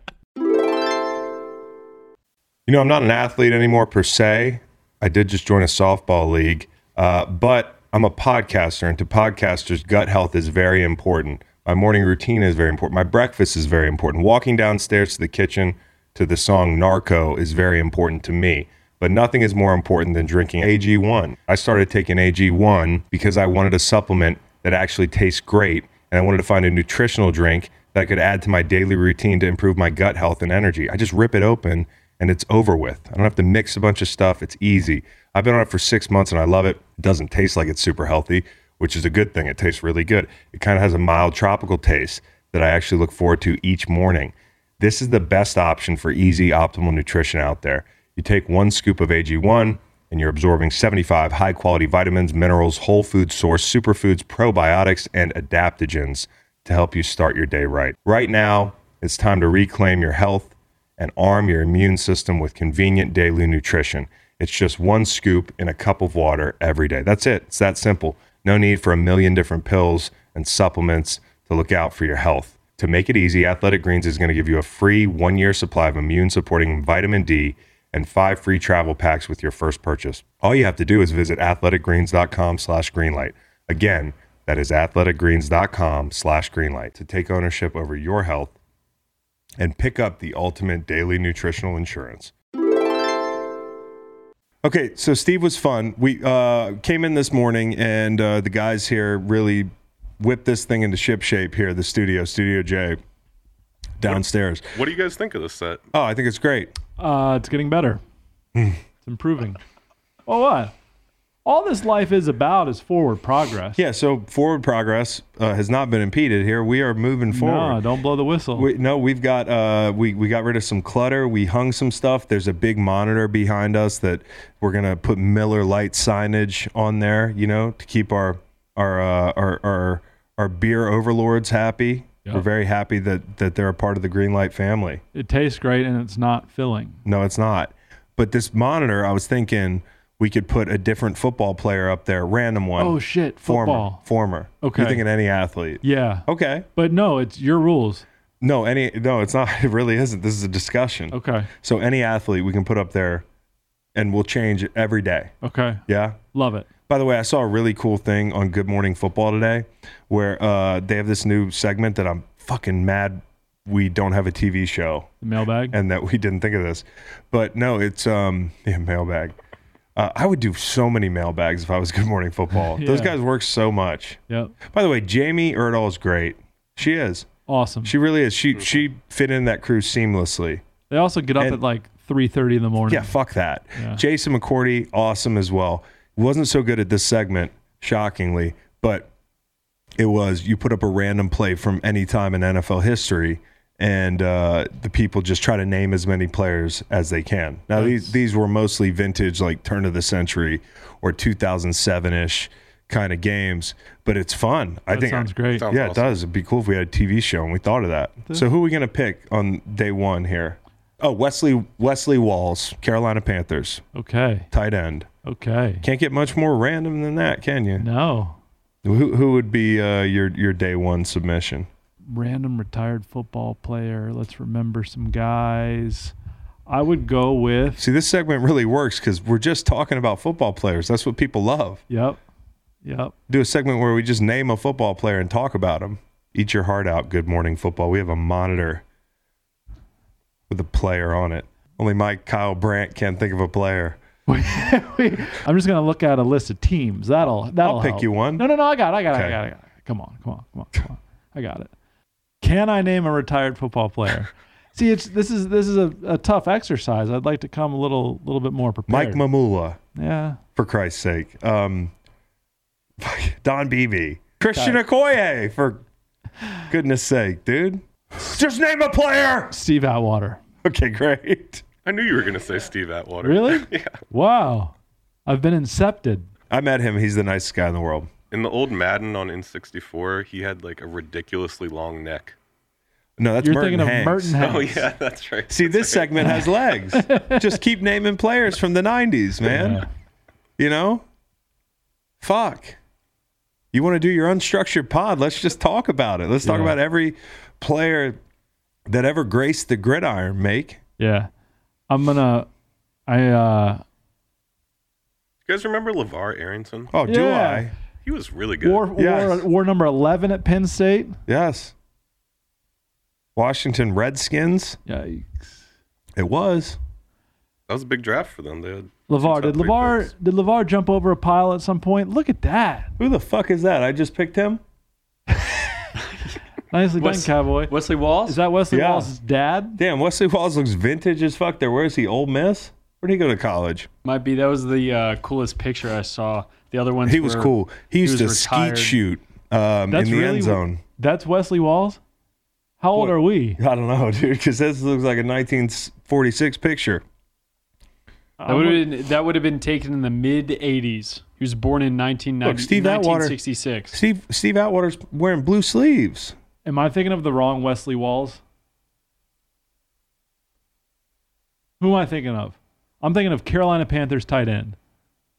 You know, I'm not an athlete anymore per se. I did just join a softball league, uh, but I'm a podcaster, and to podcasters, gut health is very important. My morning routine is very important. My breakfast is very important. Walking downstairs to the kitchen to the song Narco is very important to me. But nothing is more important than drinking AG1. I started taking AG1 because I wanted a supplement that actually tastes great, and I wanted to find a nutritional drink that I could add to my daily routine to improve my gut health and energy. I just rip it open and it's over with. I don't have to mix a bunch of stuff. It's easy. I've been on it for six months and I love it. It doesn't taste like it's super healthy, which is a good thing. It tastes really good. It kind of has a mild tropical taste that I actually look forward to each morning. This is the best option for easy, optimal nutrition out there. You take one scoop of AG1 and you're absorbing 75 high quality vitamins, minerals, whole food source, superfoods, probiotics, and adaptogens to help you start your day right. Right now, it's time to reclaim your health and arm your immune system with convenient daily nutrition. It's just one scoop in a cup of water every day. That's it. It's that simple. No need for a million different pills and supplements to look out for your health. To make it easy, Athletic Greens is going to give you a free one year supply of immune supporting vitamin D and five free travel packs with your first purchase. All you have to do is visit athleticgreens.com slash greenlight. Again, that is athleticgreens.com slash greenlight to take ownership over your health and pick up the ultimate daily nutritional insurance. Okay, so Steve was fun. We uh, came in this morning, and uh, the guys here really whipped this thing into ship shape here. The studio, Studio J, downstairs.
What do you guys think of this set?
Oh, I think it's great.
Uh, it's getting better.
Hmm.
it's improving. Oh, what? All this life is about is forward progress.
Yeah, so forward progress uh, has not been impeded here. We are moving forward.
No, don't blow the whistle.
We, no, we've got uh, we we got rid of some clutter. We hung some stuff. There's a big monitor behind us that we're gonna put Miller Light signage on there. You know, to keep our our uh, our, our our beer overlords happy. We're very happy that that they're a part of the Green Light family.
it tastes great and it's not filling.
No, it's not. But this monitor, I was thinking we could put a different football player up there, random one.
Oh, shit,
former,
football.
former.
Okay.
you're thinking Oh. any athlete?
Yeah.
Okay.
But no, it's your rules.
No, any no, it's not. It really isn't. This is a discussion.
Okay.
So any athlete we can put up there and we'll change it every day.
Okay.
Yeah.
Love it.
By the way, I saw a really cool thing on Good Morning Football today where uh, they have this new segment that I'm fucking mad we don't have a TV show
The mailbag.
and that we didn't think of this. But no, it's um yeah, mailbag. Uh, I would do so many mailbags if I was Good Morning Football. Those
Yeah.
guys work so much.
yep.
By the way, Jamie Erdahl is great. She is.
Awesome.
She really is. She she fit in that crew seamlessly.
they also get up
and-
at like 3.30 in the morning.
Yeah, fuck that. Jason McCourty, awesome as well. Wasn't so good at this segment, shockingly, but it was you put up a random play from any time in NFL history, and uh, the people just try to name as many players as they can. Now these these were mostly vintage, like turn of the century or 2007 ish kind of games, but it's fun. I think
Sounds great.
Sounds
Yeah, it
awesome.
does. It'd be cool if we had a TV show and we thought of that. So who are we gonna pick on day one here? Oh, Wesley Wesley Walls, Carolina Panthers,
Okay.
tight end.
Okay.
Can't get much more random than that, can you?
No.
Who who would be uh, your your day one submission?
Random retired football player. Let's remember some guys. I would go with.
See, this segment really works because we're just talking about football players. That's what people love.
Yep. Yep.
Do a segment where we just name a football player and talk about him. Eat your heart out. Good morning, football. We have a monitor with a player on it. Only my Kyle Brandt can't think of a player.
I'm just gonna look at a list of teams. That'll that'll
pick
help.
you one.
No, no, no. I got, it, I got, it,
Okay.
I got, it, I got. it. Come on, come on, come on, come on. I got it. Can I name a retired football player? See, it's this is this is a, a tough exercise. I'd like to come a little little bit more
Mike
prepared.
Mamula,
yeah,
for Christ's sake. Um, Don Beebe. Christian Okoye, for
Goodness sake, dude. Just name a player.
Steve Atwater.
Okay, great.
I knew you were going to say Steve Atwater.
Really?
yeah.
Wow. I've been incepted.
I met him. He's the nicest guy in the world.
In the old Madden on N64, he had like a ridiculously long neck.
No, that's
You're
Merton
thinking of
Hanks.
Merton Hanks.
Oh, yeah, that's right.
See, this segment has legs. Just keep naming players from the 90s, man.
Yeah.
You know? Fuck. You want to do your unstructured pod? Let's just talk about it. Let's talk
Yeah.
about every player that ever graced the gridiron, make.
Yeah. I'm gonna I uh
You guys remember LeVar Arrington?
Oh, do
Yeah.
I?
He was really good.
war, war
Yes.
war number eleven at Penn State.
Yes. Washington Redskins.
Yikes.
It was.
that was a big draft for them. They had
LeVar,
top
did
three
LeVar
picks.
did LeVar jump over a pile at some point? Look at that.
Who the fuck is that? I just picked him.
Nicely done,
Wes-
Cowboy.
Wesley Walls?
Is that Wesley
Yeah.
Wallace's dad?
Damn, Wesley Walls looks vintage as fuck there. Where is he? Old Miss? Where did he go to college?
Might be. That was the uh, coolest picture I saw. The other ones
He was
were-
cool. He used
was
to
retired.
skeet shoot um, in
That's
the
really
end zone.
That's Wesley Walls? How old
What?
are we?
I don't know, dude, because this looks like a 1946 picture.
That would have been that would have been taken in the mid '80s. He was born in 1990,
Look, Steve Atwater-
1966.
Steve Steve Atwater's wearing blue sleeves.
Am I thinking of the wrong Wesley Walls? Who am I thinking of? I'm thinking of Carolina Panthers tight end.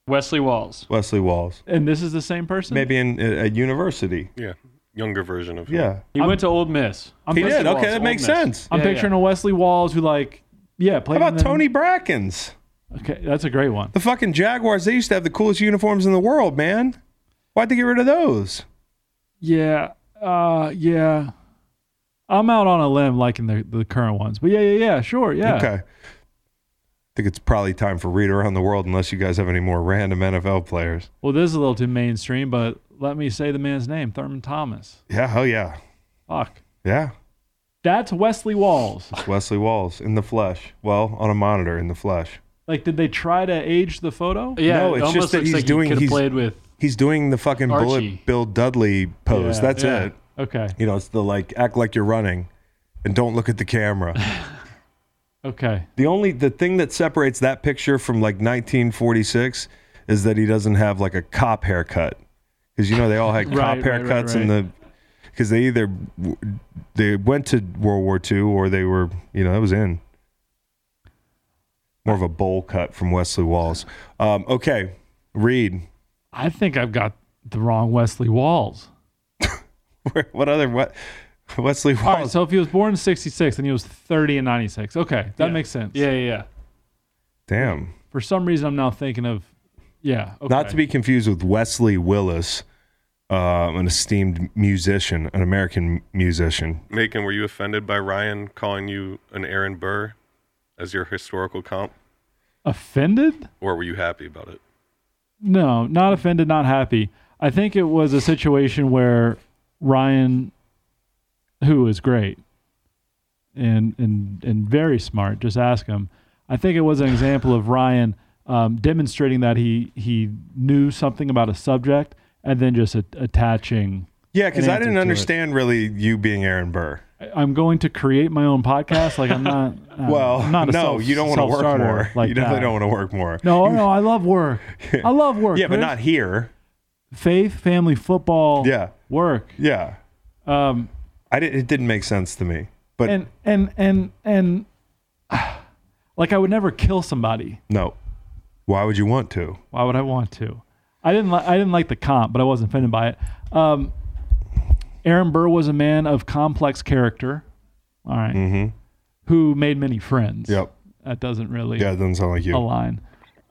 Wesley Walls.
Wesley Walls,
And this is the same person?
maybe in at at university.
Yeah. Younger version of him.
Yeah,
He went to Old Miss.
I'm,
he
picturing-
did.
Walls,
Okay, that
Old
makes
Miss.
sense.
I'm
Yeah,
picturing a Wesley Walls who like yeah, played
How
in
about
the-
Tony Brackens?
Okay, that's a great one.
The fucking Jaguars. They used to have the coolest uniforms in the world, man. Why'd they get rid of those?
Yeah. Uh yeah. I'm out on a limb liking the, the current ones. But yeah, yeah, yeah, sure, yeah.
Okay. I think it's probably time for read around the world, unless you guys have any more random NFL players.
Well, this is a little too mainstream, but let me say the man's name, Thurman Thomas.
Yeah, hell yeah,
Fuck.
yeah.
That's Wesley Walls.
It's Wesley Walls in the flesh. Well, on a monitor in the flesh.
Like, did they try to age the photo?
Yeah,
No,
it
it's
almost
just that
looks
he's
like
doing-
He could
he's-
have played with.
He's doing the fucking
Archie.
bullet Bill Dudley pose.
Yeah,
That's
yeah.
it.
Okay.
You know, it's the like act like you're running and don't look at the camera.
Okay.
the only the thing that separates that picture from like 1946 is that he doesn't have like a cop haircut. Cuz you know they all had cop
Right, right,
haircuts
right,
in the cuz they either w- they went to World War II or they were, you know, that was in more of a bowl cut from Wesley Walls. Um, okay, Reed,
I think I've got the wrong Wesley Walls.
what other what Wesley Walls?
All right. So if he was born in 66 and he was 30 in 96. Okay. That makes sense.
Yeah, yeah, yeah.
Damn.
For some reason, I'm now thinking of, yeah. Okay.
Not to be confused with Wesley Willis, um, an esteemed musician, an American musician.
Macon, were you offended by Ryan calling you an Aaron Burr as your historical comp,
offended.
or were you happy about it?
No, not offended, not happy. I think it was a situation where Ryan, who is great and and and very smart, just ask him. I think it was an example of Ryan um, demonstrating that he he knew something about a subject and then just a- attaching.
Yeah, because
An
I
answer
didn't
to it.
understand really you being Aaron Burr.
I- I'm going to create my own podcast. Like I'm not. um, I'm
Well,
not a
no,
self-
you don't want to work
self-starter
more.
Like
you definitely
that.
don't want to work more.
No, no, I love work. I love work.
yeah, but
Chris.
not here.
faith, family, football.
Yeah.
work.
Yeah,
Um,
I didn't. It didn't make sense to me. But
and and and and like I would never kill somebody.
no, why would you want to?
Why would I want to? I didn't li- I didn't like the comp, but I wasn't offended by it. Um, Aaron Burr was a man of complex character. All right. Who made many friends.
Mm-hmm. Yep.
That doesn't really
Yeah, it doesn't sound like you.
align.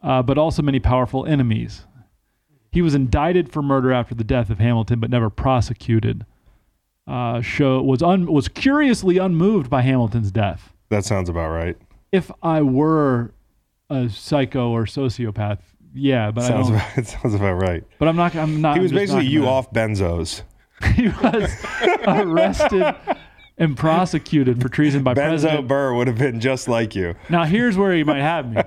Uh, but also many powerful enemies. He was indicted for murder after the death of Hamilton, but never prosecuted. Uh, show was un, was curiously unmoved by Hamilton's death.
That sounds about right.
if I were a psycho or sociopath, yeah, but I
Sounds
don't.
about, it sounds about right.
But I'm not. I'm not.
He was
I'm just not
basically you
gonna-
off benzos.
He was arrested and prosecuted for treason by
Benzo
president.
Burr would have been just like you.
now here's where he might have me.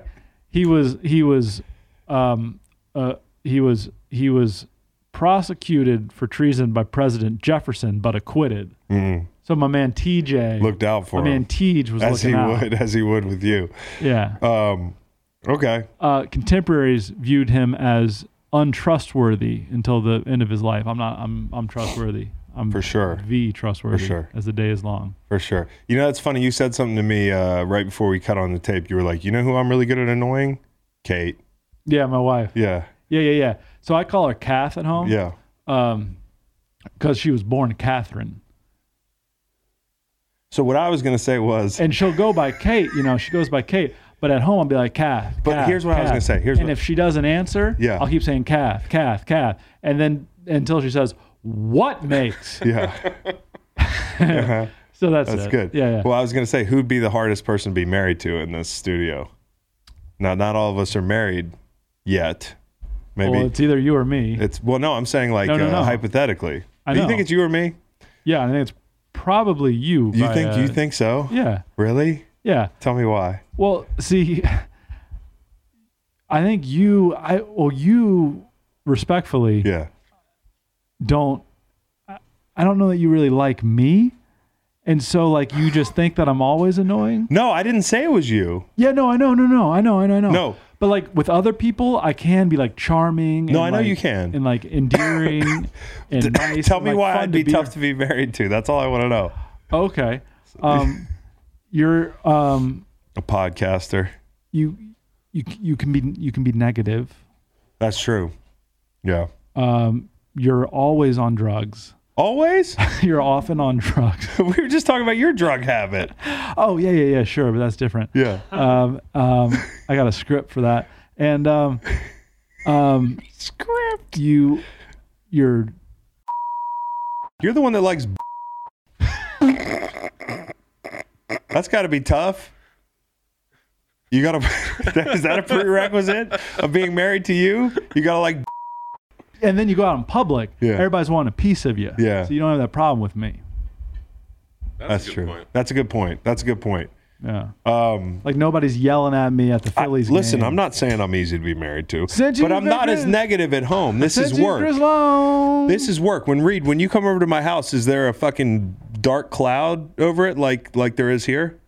He was. He was. Um. Uh. He was. He was. prosecuted for treason by President Jefferson, but acquitted.
Mm.
So my man TJ
Looked out for
my man
him.
Tej was
as he
looking out.
would, as he would with you.
Yeah.
Um, okay.
Uh, contemporaries viewed him as untrustworthy until the end of his life. I'm not. I'm. I'm trustworthy. I'm
For sure.
The trustworthy.
For sure.
As the day is long.
For sure. You know, that's funny. You said something to me uh, right before we cut on the tape. You were like, you know who I'm really good at annoying? Kate.
Yeah, my wife.
Yeah.
Yeah, yeah, yeah. So I call her Kath at home.
Yeah.
Um, because she was born Catherine,
So what I was going to say was,
and she'll go by Kate. You know, she goes by Kate. But at home, I'll be like Kath.
But
Kath,
here's what I was
Kath."
gonna say. Here's
and
what-
if she doesn't answer,
Yeah.
I'll keep saying Kath, Kath, Kath, and then until she says, "What makes?"
yeah. Uh-huh.
So that's
That's
it.
good.
Yeah, yeah.
Well, I was going to say, who'd be the hardest person to be married to in this studio? Now, not all of us are married yet. Maybe
Well,
it's,
it's either you or me.
well, no, I'm saying like
No, no,
uh,
no.
hypothetically.
I
Do you
know.
think it's you or me?
Yeah, I think it's probably you.
You
by,
think
uh,
you think so?
Yeah,
Really?
yeah.
Tell me why.
Well, see, I think you. I well, you respectfully
Yeah.
don't. I- I don't know that you really like me, and so like you just think that I'm always annoying.
No, I didn't say it was you.
Yeah, no, I know, no, no, I know, I know, I know.
No.
but like with other people, I can be like charming.
No,
and,
I know
like-
you can.
and like endearing and nice.
Tell
and,
me
like,
why
fun
I'd be,
be
tough to be married to. That's all I want to know.
Okay, um, you're um,
A podcaster.
you you you can be you can be negative.
That's true. Yeah.
Um, you're always on drugs.
Always?
You're often on drugs.
we were just talking about your drug habit.
oh yeah, yeah, yeah, sure, but that's different.
Yeah.
Um, um, I got a script for that, and um, um, script. You, you're
You're the one that likes. That's got to be tough. You got to. Is that a prerequisite of being married to you? You got to like.
and then you go out in public.
Yeah.
Everybody's wanting a piece of you.
Yeah.
So you don't have that problem with me.
That's,
That's
a good
true.
point.
That's a good point. That's a good point.
Yeah.
Um,
Like nobody's yelling at me at the
I-
Phillies.
listen,
game.
I'm not saying I'm easy to be married to,
Sent you
but I'm
to
not as
Chris-
negative at home. This
Sent
is
you,
work.
Chris Long.
This is work. When Reed, when you come over to my house, is there a fucking dark cloud over it, like like there is here?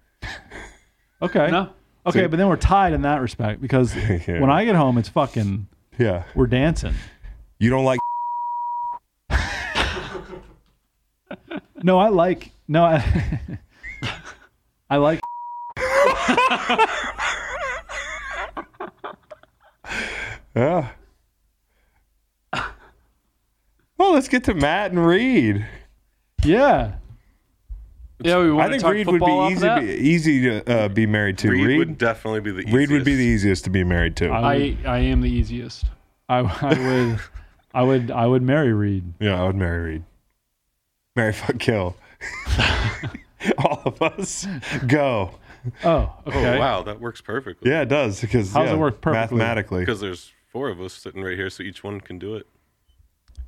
okay.
No.
Okay, but then we're tied in that respect because
Yeah.
when I get home, it's fucking
Yeah.
we're dancing.
You don't like.
No, I like no, I, I like.
Yeah. Well, let's get to Matt and Reed.
Yeah.
Yeah, we
I
want to
think
talk
Reed would be
football off
easy,
that.
be easy to uh, be married to.
Reed,
Reed,
would definitely be the easiest.
Reed would be the easiest to be married to.
I would,
I, I am the easiest.
I, I would, I would, I would marry Reed.
yeah, I would marry Reed. Marry, fuck, kill. All of us go.
Oh,
Oh
okay.
wow, that works perfectly.
Yeah, it does because
How's
yeah,
it work perfectly?
mathematically.
Because there's four of us sitting right here, so each one can do it.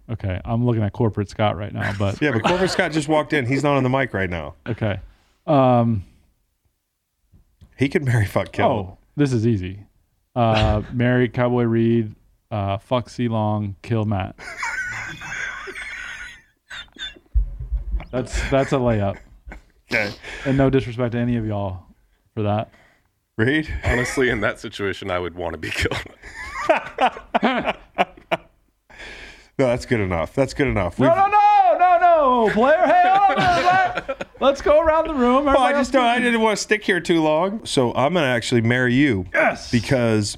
Okay, I'm looking at corporate Scott right now, but
Yeah, but Corver Scott just walked in. He's not on the mic right now.
okay. Um,
He could marry, fuck, kill.
oh, this is easy. Uh, marry Cowboy Reed, uh, fuck C Long, kill Matt. that's that's a layup,
Okay,
and no disrespect to any of y'all for that.
Reed.
Honestly, in that situation, I would want to be killed.
No, that's good enough. That's good enough.
No,
We've-
no, no, no, no, player. Hey, hold on, let, let's go around the room.
Well, Oh, I just don't. I didn't want to stick here too long, so I'm gonna actually marry you. Yes. Because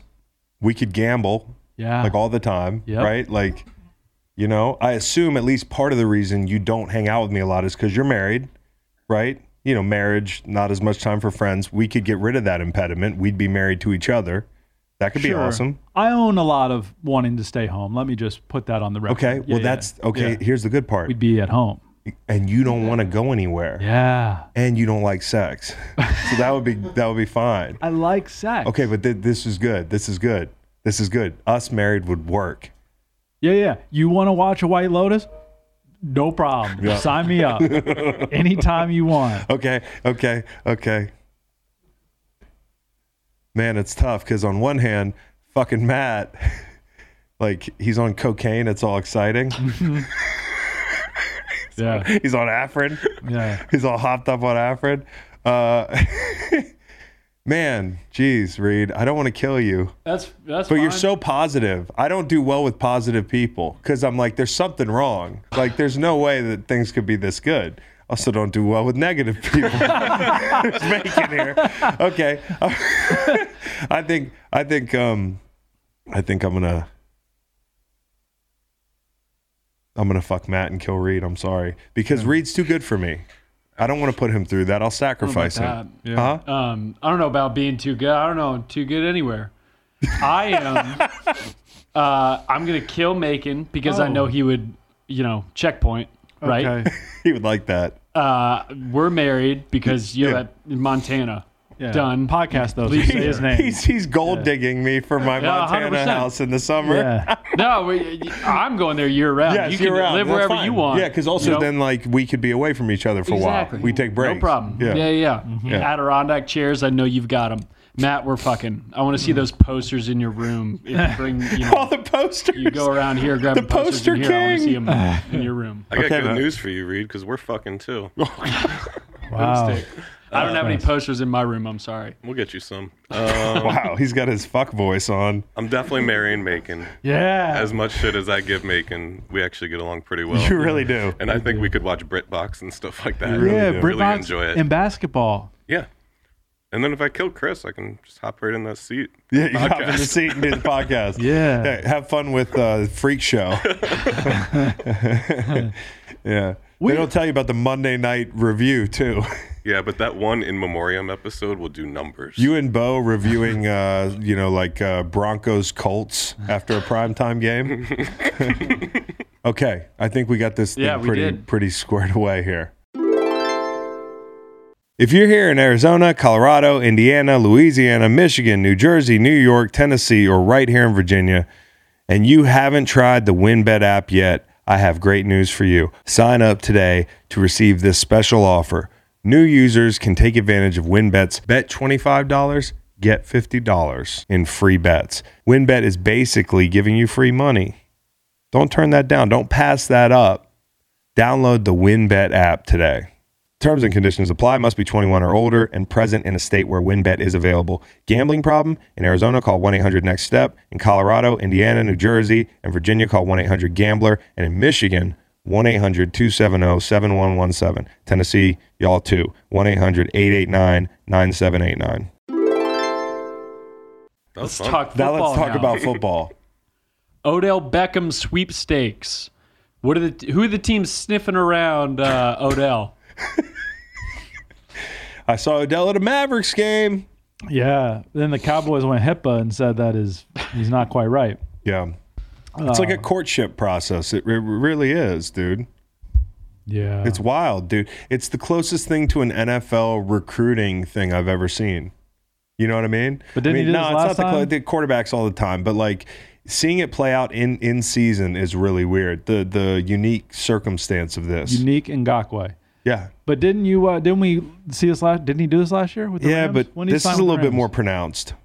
we could gamble
yeah.
like all the time,
Yep.
right? Like, you know, I assume at least part of the reason you don't hang out with me a lot is because you're married, right? You know, marriage, not as much time for friends. We could get rid of that impediment. We'd be married to each other. That could be
Sure.
awesome.
I own a lot of wanting to stay home. Let me just put that on the record.
Okay.
Yeah,
well,
yeah.
that's okay.
Yeah.
Here's the good part.
We'd be at home.
and you don't want to go anywhere,
Yeah.
and you don't like sex, so that would be that would be fine.
I like sex.
Okay, but th- this is good. This is good. This is good. Us married would work.
Yeah, yeah. You want to watch a White Lotus? No problem. Sign me up anytime you want.
Okay, okay, okay. Man, it's tough because on one hand, fucking Matt like he's on cocaine. It's all exciting.
Yeah.
he's on Afrin.
Yeah.
He's all hopped up on Afrin. Uh, man, jeez, Reed, I don't want to kill you,
That's that's.
but you're
fine.
so positive. I don't do well with positive people because I'm like, there's something wrong. Like, there's no way that things could be this good. Also, don't do well with negative people. There's bacon here. Okay, I think I think um, I think I'm gonna I'm gonna fuck Matt and kill Reed. I'm sorry because Reed's too good for me. I don't want to put him through that. I'll sacrifice him.
that?
Huh?
Um, I don't know about being too good. I don't know too good anywhere. I am. uh, I'm gonna kill Macon because I know he would, you know, checkpoint. Right.
Okay.
He would like that.
Uh, we're married because you're at in Montana.
Yeah.
Done.
Podcast those.
Please
Say his name.
He's he's gold digging me for my Montana
100%.
house in the summer.
yeah.
No, we, I'm going there year round.
Yes,
you can
year round.
live
That's
wherever
fine.
you want.
Yeah, because also
you know?
then like we could be away from each other for
exactly.
a while. We take breaks. Mm-hmm.
No problem. Yeah, yeah, yeah. Adirondack chairs. I know you've got them. Matt, we're fucking. I want to see those posters in your room. If you bring, you
All
know,
the posters.
you go around here grabbing
The
posters in
poster
here. I want to see
king.
them in, in your room.
I got
Okay,
good
man.
news for you, Reed, because we're fucking too.
Wow.
I don't have any posters in my room. I'm sorry.
We'll get you some. Um,
Wow, he's got his fuck voice on.
I'm definitely marrying Macon.
Yeah.
As much shit as I give Macon, we actually get along pretty well.
You really do.
And I think we could watch Britbox and stuff like that.
really
yeah.
do.
Brit
Really
Box
enjoy it.
in basketball.
Yeah. And then if I kill Chris, I can just hop right in that seat.
Yeah, you hop in the
Podcast.
seat and do the podcast.
Yeah.
Hey, have fun with uh, Freak Show. yeah. they don't tell you about the Monday night review, too.
Yeah, but that one in memoriam episode will do numbers.
You and Bo reviewing, uh, you know, like uh, Broncos Colts after a primetime game. okay. I think we got this thing
Yeah, we
pretty,
did.
pretty squared away here. If you're here in Arizona, Colorado, Indiana, Louisiana, Michigan, New Jersey, New York, Tennessee, or right here in Virginia, and you haven't tried the WinBet app yet, I have great news for you. Sign up today to receive this special offer. New users can take advantage of WinBet's bet $25, get $50 in free bets. WinBet is basically giving you free money. Don't turn that down. Don't pass that up. Download the WinBet app today. Terms and conditions apply. Must be 21 or older and present in a state where WinBet is available. Gambling problem? In Arizona, call 1 800 Next Step. In Colorado, Indiana, New Jersey, and Virginia, call 1 800 Gambler. And in Michigan, 1 800 270 7117. Tennessee, y'all too. 1 800 889 9789.
That
Let's
was fun.
talk
Now
football.
let's talk
now.
about football.
Odell Beckham sweepstakes. What are the who are the teams sniffing around uh, Odell?
I saw Odell at a Mavericks game.
Yeah. Then the Cowboys went HIPAA and said that is he's not quite right.
Yeah. It's like a courtship process. It re- really is, dude.
Yeah.
It's wild, dude. It's the closest thing to an NFL recruiting thing I've ever seen. You know what I mean?
But didn't
I
he
mean, no,
do this
it's
last
not the, cl-
time?
the quarterbacks all the time, but like seeing it play out in in season is really weird. The the unique circumstance of this.
unique Ngakwe.
yeah.
But didn't you? Uh, didn't we see this last? Didn't he do this last year with the
Yeah,
Rams?
but
When did he
this
sign
is a
with the
little bit
Rams?
more pronounced.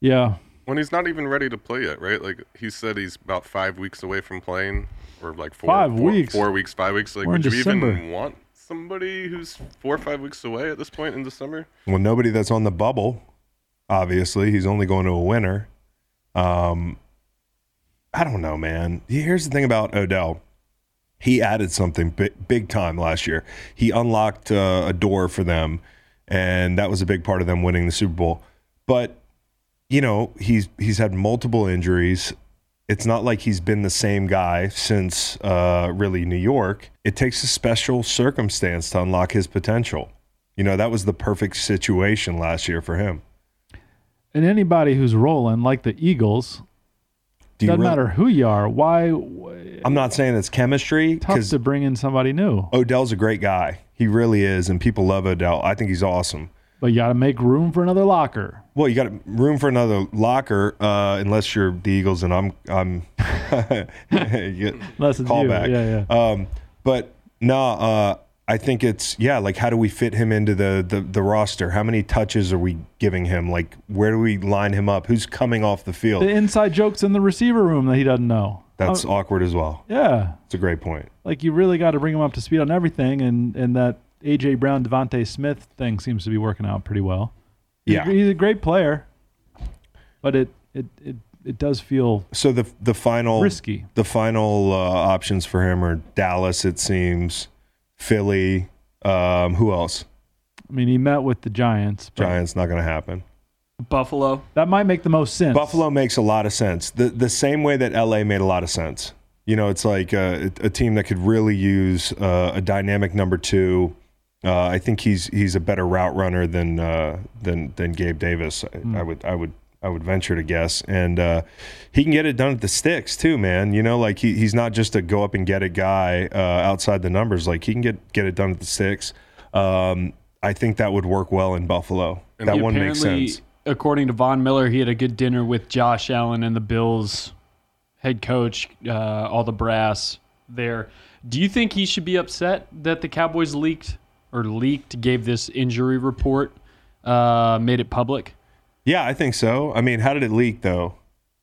Yeah,
When he's not even ready to play yet, right? Like he said, he's about five weeks away from playing, or like four,
Five
four-
weeks?
four weeks, five weeks. Like,
We're in
would you even
December.
want somebody who's four or five weeks away at this point in the summer?
Well, nobody that's on the bubble, obviously. He's only going to a winner. Um, I don't know, man. Here's the thing about Odell. He added something big, big time last year. He unlocked uh, a door for them, and that was a big part of them winning the Super Bowl. But you know, he's he's had multiple injuries. It's not like he's been the same guy since uh, really New York. It takes a special circumstance to unlock his potential. You know, that was the perfect situation last year for him.
and anybody who's rolling like the Eagles
Do you
doesn't
really-
matter who you are. Why why-
I'm not saying it's chemistry
tough
because
to bring in somebody new?
Odell's a great guy. He really is, and people love Odell. I think he's awesome.
But you got to make room for another locker.
Well, you got room for another locker, uh, unless you're the Eagles, and I'm I'm
Unless it's you.
callback.
Yeah, yeah.
Um, but no, uh, I think it's yeah, like how do we fit him into the, the the roster? How many touches are we giving him? Like where do we line him up? Who's coming off the
The
field?
inside jokes in the receiver room that he doesn't know.
That's awkward as well.
Yeah.
It's a great point.
Like you really got to bring him up to speed on everything, and and that AJ Brown Devonte Smith thing seems to be working out pretty well. He's a
Yeah.
gr- he's a great player, but it it it, it does feel
So the the final
Risky.
the final uh, options for him are Dallas, it seems, Philly. Um, who else?
I mean, he met with the Giants. But
Giants not going to happen.
Buffalo.
That might make the most sense.
Buffalo makes a lot of sense. The the same way that LA made a lot of sense. You know, it's like a, a team that could really use uh, a dynamic number two. Uh, I think he's he's a better route runner than uh, than than Gabe Davis. I, I would I would I would venture to guess, and uh, he can get it done at the sticks too, man. You know, like he, he's not just a go up and get it guy uh, outside the numbers. Like he can get get it done at the sticks. Um, I think that would work well in Buffalo. that
He
one makes
apparently,
sense.
According to Von Miller, he had a good dinner with Josh Allen and the Bills head coach, uh, all the brass there. Do you think he should be upset that the Cowboys leaked or leaked gave this injury report, uh, made it public?
Yeah, I think so. I mean, how did it leak though?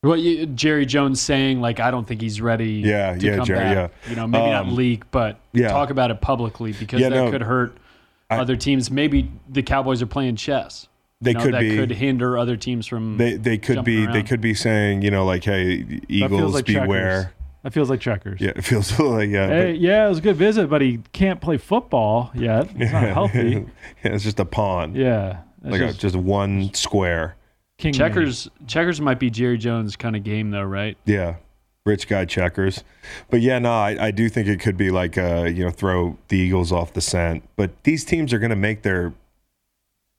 Well, you, Jerry Jones saying like I don't think he's ready.
Yeah,
to
yeah,
come
Jerry,
back.
yeah. Um,
You know, maybe not leak, but
yeah.
talk about it publicly because
Yeah,
that
no.
could hurt other teams. Maybe the Cowboys are playing chess.
They
You know,
could
that
be.
could hinder other teams from.
They they could
Jumping
be they
around.
could be saying you know like hey
that feels
Eagles
like checkers.
beware.
That feels like checkers.
Yeah, it feels like yeah. but-
Hey, yeah, it was a good visit, but he can't play football yet. He's not healthy.
Yeah, it's just a pawn.
Yeah. It's
like
just
a, just one square.
king
checkers, checkers might be Jerry Jones kind of game though, right?
Yeah, rich guy checkers. But yeah, no, I, I do think it could be like uh you know throw the Eagles off the scent. But these teams are going to make their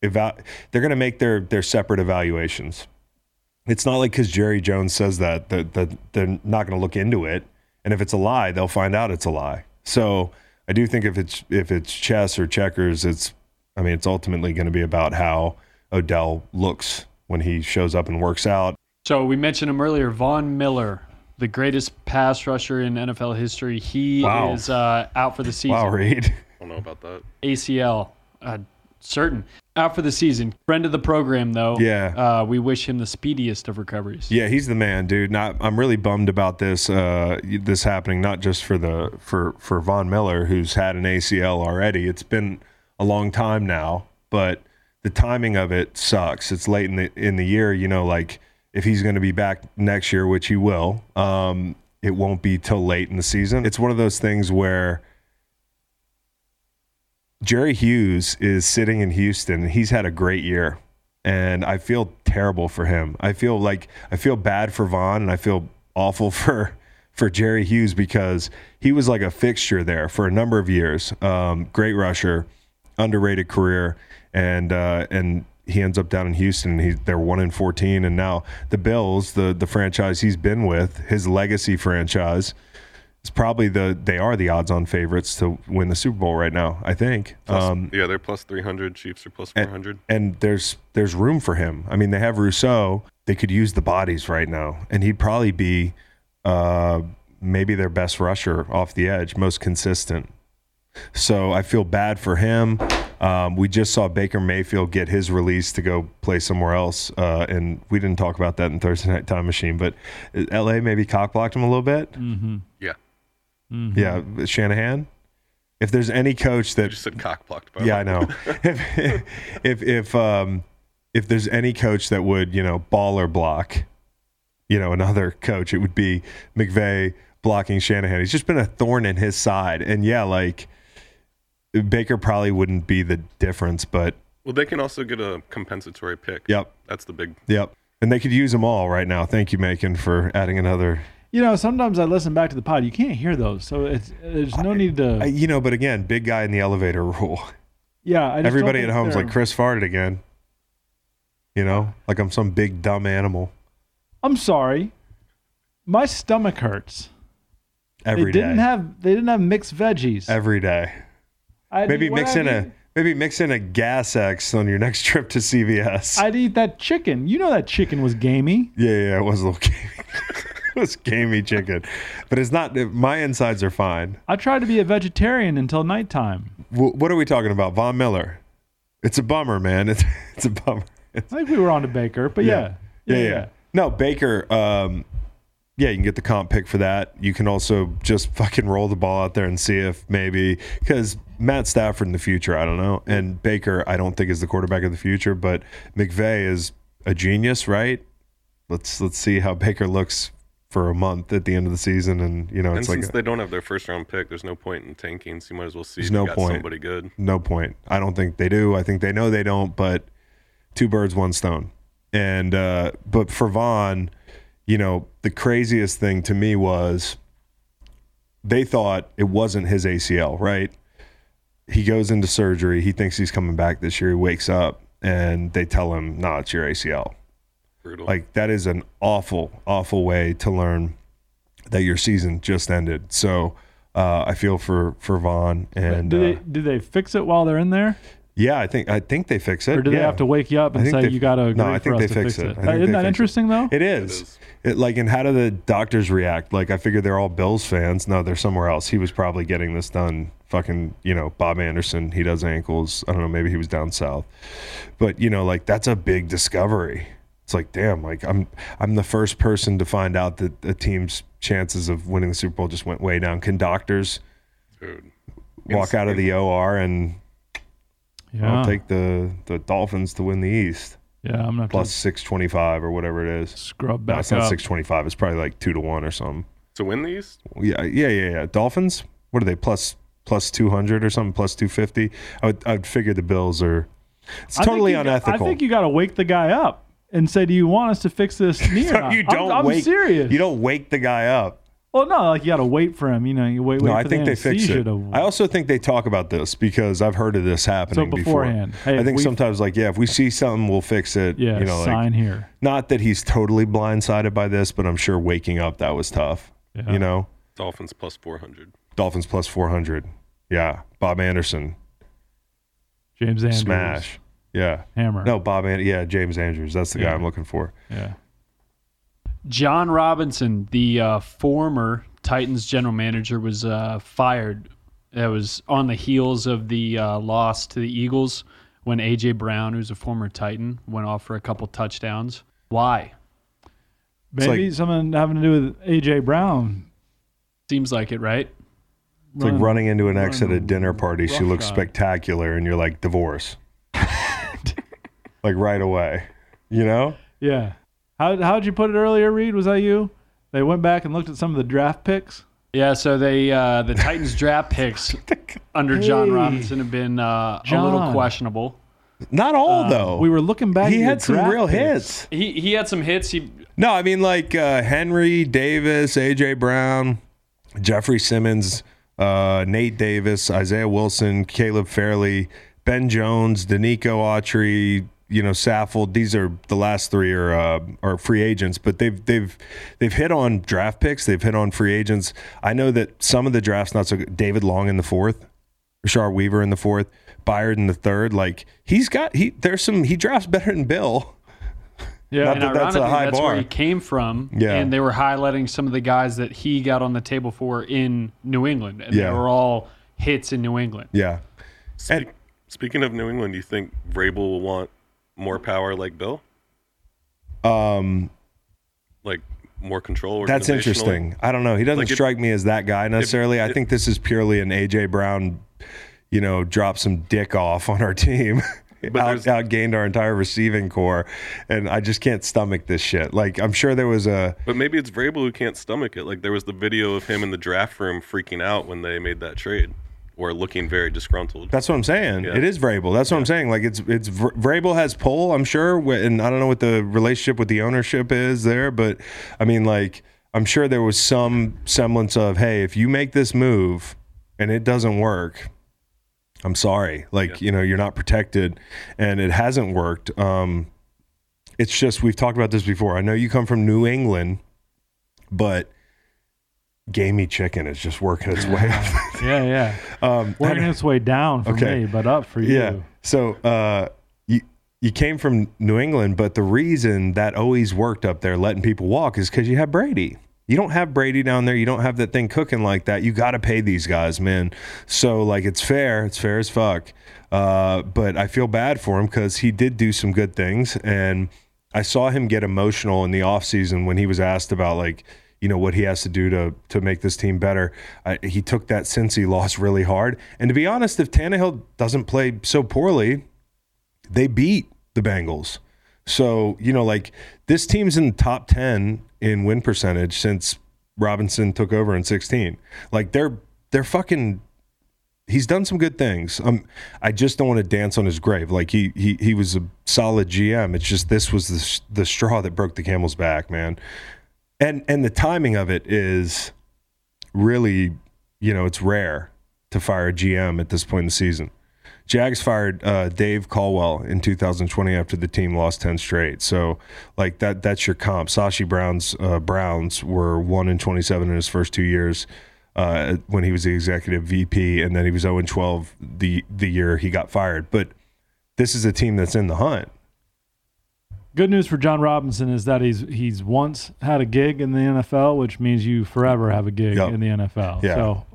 eva- they're going to make their their separate evaluations. It's not like because Jerry Jones says that that, that they're not going to look into it, and if it's a lie, they'll find out it's a lie. So I do think if it's if it's chess or checkers, it's I mean it's ultimately going to be about how Odell looks when he shows up and works out.
So we mentioned him earlier, Von Miller, the greatest pass rusher in NFL history. He
Wow.
is uh, out for the season.
Wow, Reed.
don't know about that.
ACL, uh, certain out for the season. Friend of the program though.
Yeah.
Uh, we wish him the speediest of recoveries.
Yeah, he's the man, dude. Not, I'm really bummed about this uh, this happening. Not just for the for for Von Miller, who's had an ACL already. It's been a long time now, but the timing of it sucks. It's late in the in the year, you know. Like if he's going to be back next year, which he will, um, it won't be till late in the season. It's one of those things where. Jerry Hughes is sitting in Houston. He's had a great year, and I feel terrible for him. I feel like I feel bad for Vaughn, and I feel awful for for Jerry Hughes because he was like a fixture there for a number of years. Um, great rusher, underrated career, and uh, and he ends up down in Houston. He they're one in fourteen, and now the Bills, the the franchise he's been with, his legacy franchise. It's probably the they are the odds-on favorites to win the Super Bowl right now. I think. Um,
Yeah, they're plus 300. Chiefs are plus
and-
400.
And there's there's room for him. I mean, they have Rousseau. They could use the bodies right now, and he'd probably be uh, maybe their best rusher off the edge, most consistent. So I feel bad for him. Um, we just saw Baker Mayfield get his release to go play somewhere else, uh, and we didn't talk about that in Thursday Night Time Machine. But L.A. maybe cockblocked him a little bit.
Yeah,
Yeah, Shanahan. If there's any coach that
you just said cock blocked. By the
yeah,
way.
I know. if if if um if there's any coach that would you know ball or block, you know another coach, it would be McVay blocking Shanahan. He's just been a thorn in his side, and yeah, like Baker probably wouldn't be the difference, but
Well, they can also get a compensatory pick.
yep,
That's the big.
yep, and they could use them all right now. Thank you, Macon, for adding another.
You know, sometimes I listen back to the pod. You can't hear those, so it's there's no need to.
Uh, you know, but again, big guy in the elevator rule.
yeah, I just don't
Everybody at
think
home's
they're-
like Chris farted again. You know, like I'm some big dumb animal.
I'm sorry, my stomach hurts.
Every
they
day.
didn't have they didn't have mixed veggies.
every day.
I'd
Maybe
eat what
mix
I'd
in
eat.
a maybe mix in a gas X on your next trip to CVS.
I'd eat that chicken. You know that chicken was gamey.
yeah, yeah, it was a little. it was gamey chicken, but it's not. My insides are fine.
I tried to be a vegetarian until nighttime.
W- what are we talking about? Von Miller. It's a bummer, man. It's it's a bummer.
I think we were on to Baker, but yeah.
Yeah, yeah. No, Baker. Um, yeah, you can get the comp pick for that. You can also just fucking roll the ball out there and see if maybe because Matt Stafford in the future, I don't know, and Baker, I don't think is the quarterback of the future, but McVay is a genius, right? Let's let's see how Baker looks for a month at the end of the season, and you know,
and
it's like
since
a-
they don't have their first round pick, there's no point in tanking. So you might as well see
There's
if you
no
got
point.
somebody good.
No point. I don't think they do. I think they know they don't, but two birds, one stone. And uh but for Vaughn, you know, the craziest thing to me was they thought it wasn't his ACL, right? He goes into surgery, he thinks he's coming back this year, he wakes up and they tell him, nah, it's your ACL.
Brutal.
Like that is an awful, awful way to learn that your season just ended. So uh, I feel for for Vaughn and
do
uh,
they do they fix it while they're in there,
yeah, I think I think they fix it.
or do
yeah.
they have to wake you up
I
and
think
say
they-
you got to agree
No, I
for
think
us
they
to
fix
fix
it.
it?
I think
Isn't
they
that
fix it.
interesting though?
It is. It like, and how do the doctors react? Like, I figure they're all Bills fans. No, they're somewhere else. He was probably getting this done. Fucking, you know, Bob Anderson. He does ankles. I don't know. Maybe he was down south, but you know, like that's a big discovery. It's like, damn, like I'm, I'm the first person to find out that a team's chances of winning the Super Bowl just went way down. Can doctors
Dude.
walk out of the OR and
Yeah.
I'll take the the Dolphins to win the East?
yeah, I'm not
plus 625 or whatever it is.
scrub
No,
back
it's not
up.
625. It's probably like 2 to 1 or something.
To win these,
Yeah, yeah, yeah, yeah. Dolphins? What are they? Plus plus 200 or something? Plus 250? I would I'd figure the Bills are It's
I think
totally
you-
unethical.
I think you got to wake the guy up and say, "Do you want us to fix this knee?" or
No,
not?"
you don't
I'm, I'm
wake
serious.
you don't wake the guy up.
Well, no, like you got to wait for him. You know, you wait. wait
no,
for
I
the
think they fix
anesthesia
it.
To,
I also think they talk about this because I've heard of this happening
beforehand,
before.
hey,
I think
we-
sometimes like yeah, if we see something, we'll fix it.
yeah,
you know, like,
sign here.
not that he's totally blindsided by this, but I'm sure waking up that was tough. You know,
Dolphins plus 400.
Dolphins plus 400. Yeah. Bob Anderson.
James Andrews.
Smash. Yeah.
Hammer.
No, Bob. And- yeah, James Andrews. That's the guy I'm looking for.
Yeah.
John Robinson, the uh, former Titans general manager, was uh, fired. That was on the heels of the uh, loss to the Eagles when AJ Brown, who's a former Titan, went off for a couple touchdowns. Why?
It's
Maybe
like-
something having to do with AJ Brown.
Seems like it, right?
It's like running into an ex at a dinner party. She looks
roughshod.
spectacular, and you're like, divorce. like right away. You know?
Yeah. How how'd you put it earlier, Reed? Was that you? They went back and looked at some of the draft picks.
Yeah. So they uh, the Titans draft picks under John Robinson have been uh, a little
John.
questionable.
Not all, though.
Uh, We were looking back.
he
at
had
the
some
draft
real
picks.
hits.
He he had some hits. He
No, I mean, like uh, Henry Davis, A.J. Brown, Jeffrey Simmons, uh, Nate Davis, Isaiah Wilson, Caleb Fairley, Ben Jones, Danico Autry, you know Saffold. These are the last three are uh, are free agents, but they've they've they've hit on draft picks. They've hit on free agents. I know that some of the drafts not so good. David Long in the fourth, Rashard Weaver in the fourth, Byard in the third. Like he's got he there's some he drafts better than Bill.
Yeah.
Not
and
that that's
ironically,
a
that's,
high bar.
where he came from.
Yeah.
And they were highlighting some of the guys that he got on the table for in New England. And
Yeah.
they were all hits in New England.
Yeah.
Speak, speaking of New England, do you think Vrabel will want more power like Bill?
Um,
Like more control?
That's
organizationally?
interesting. I don't know. He doesn't
Like, it-
strike me as that guy necessarily. I think this is purely an AJ Brown, you know, drop some dick off on our team. Out,
there's-
outgained our entire receiving core, and I just can't stomach this shit. Like I'm sure there was a
But maybe it's Vrabel who can't stomach it. Like there was the video of him in the draft room freaking out when they made that trade or looking very disgruntled.
That's what I'm saying.
Yeah.
It is Vrabel. That's what I'm saying. Like it's it's Vr- Vrabel has pull. I'm sure, wh- and I don't know what the relationship with the ownership is there, but I mean, like I'm sure there was some semblance of, hey, if you make this move and it doesn't work, I'm sorry. Like you know, you're not protected, and it hasn't worked. Um, it's just we've talked about this before. I know you come from New England, but gamey chicken is just working its way up.
Yeah. Yeah.
Um,
Working its way down for
Okay.
me, but up for you.
yeah. So uh, you you came from New England, but the reason that always worked up there, letting people walk, is because you had Brady. You don't have Brady down there. You don't have that thing cooking like that. You got to pay these guys, man. So like, it's fair. It's fair as fuck. Uh, but I feel bad for him because he did do some good things, and I saw him get emotional in the offseason when he was asked about like, you know, what he has to do to to make this team better. I, he took that Cincy loss really hard. And to be honest, if Tannehill doesn't play so poorly, they beat the Bengals. So, you know, like this team's in the top 10 in win percentage since Robinson took over in 16. Like they're they're fucking he's done some good things. Um I just don't want to dance on his grave. Like he he he was a solid GM. It's just this was the s- the straw that broke the camel's back, man. And and the timing of it is really, you know, it's rare to fire a GM at this point in the season. Jags fired uh, Dave Caldwell in 2020 after the team lost 10 straight. So, like that, that's your comp. Sashi Brown's uh, Browns were one in 27 in his first two years uh, when he was the executive VP, and then he was 0 and 12 the the year he got fired. But this is a team that's in the hunt.
Good news for John Robinson is that he's he's once had a gig in the NFL, which means you forever have a gig
Yep.
in the NFL.
Yeah.
So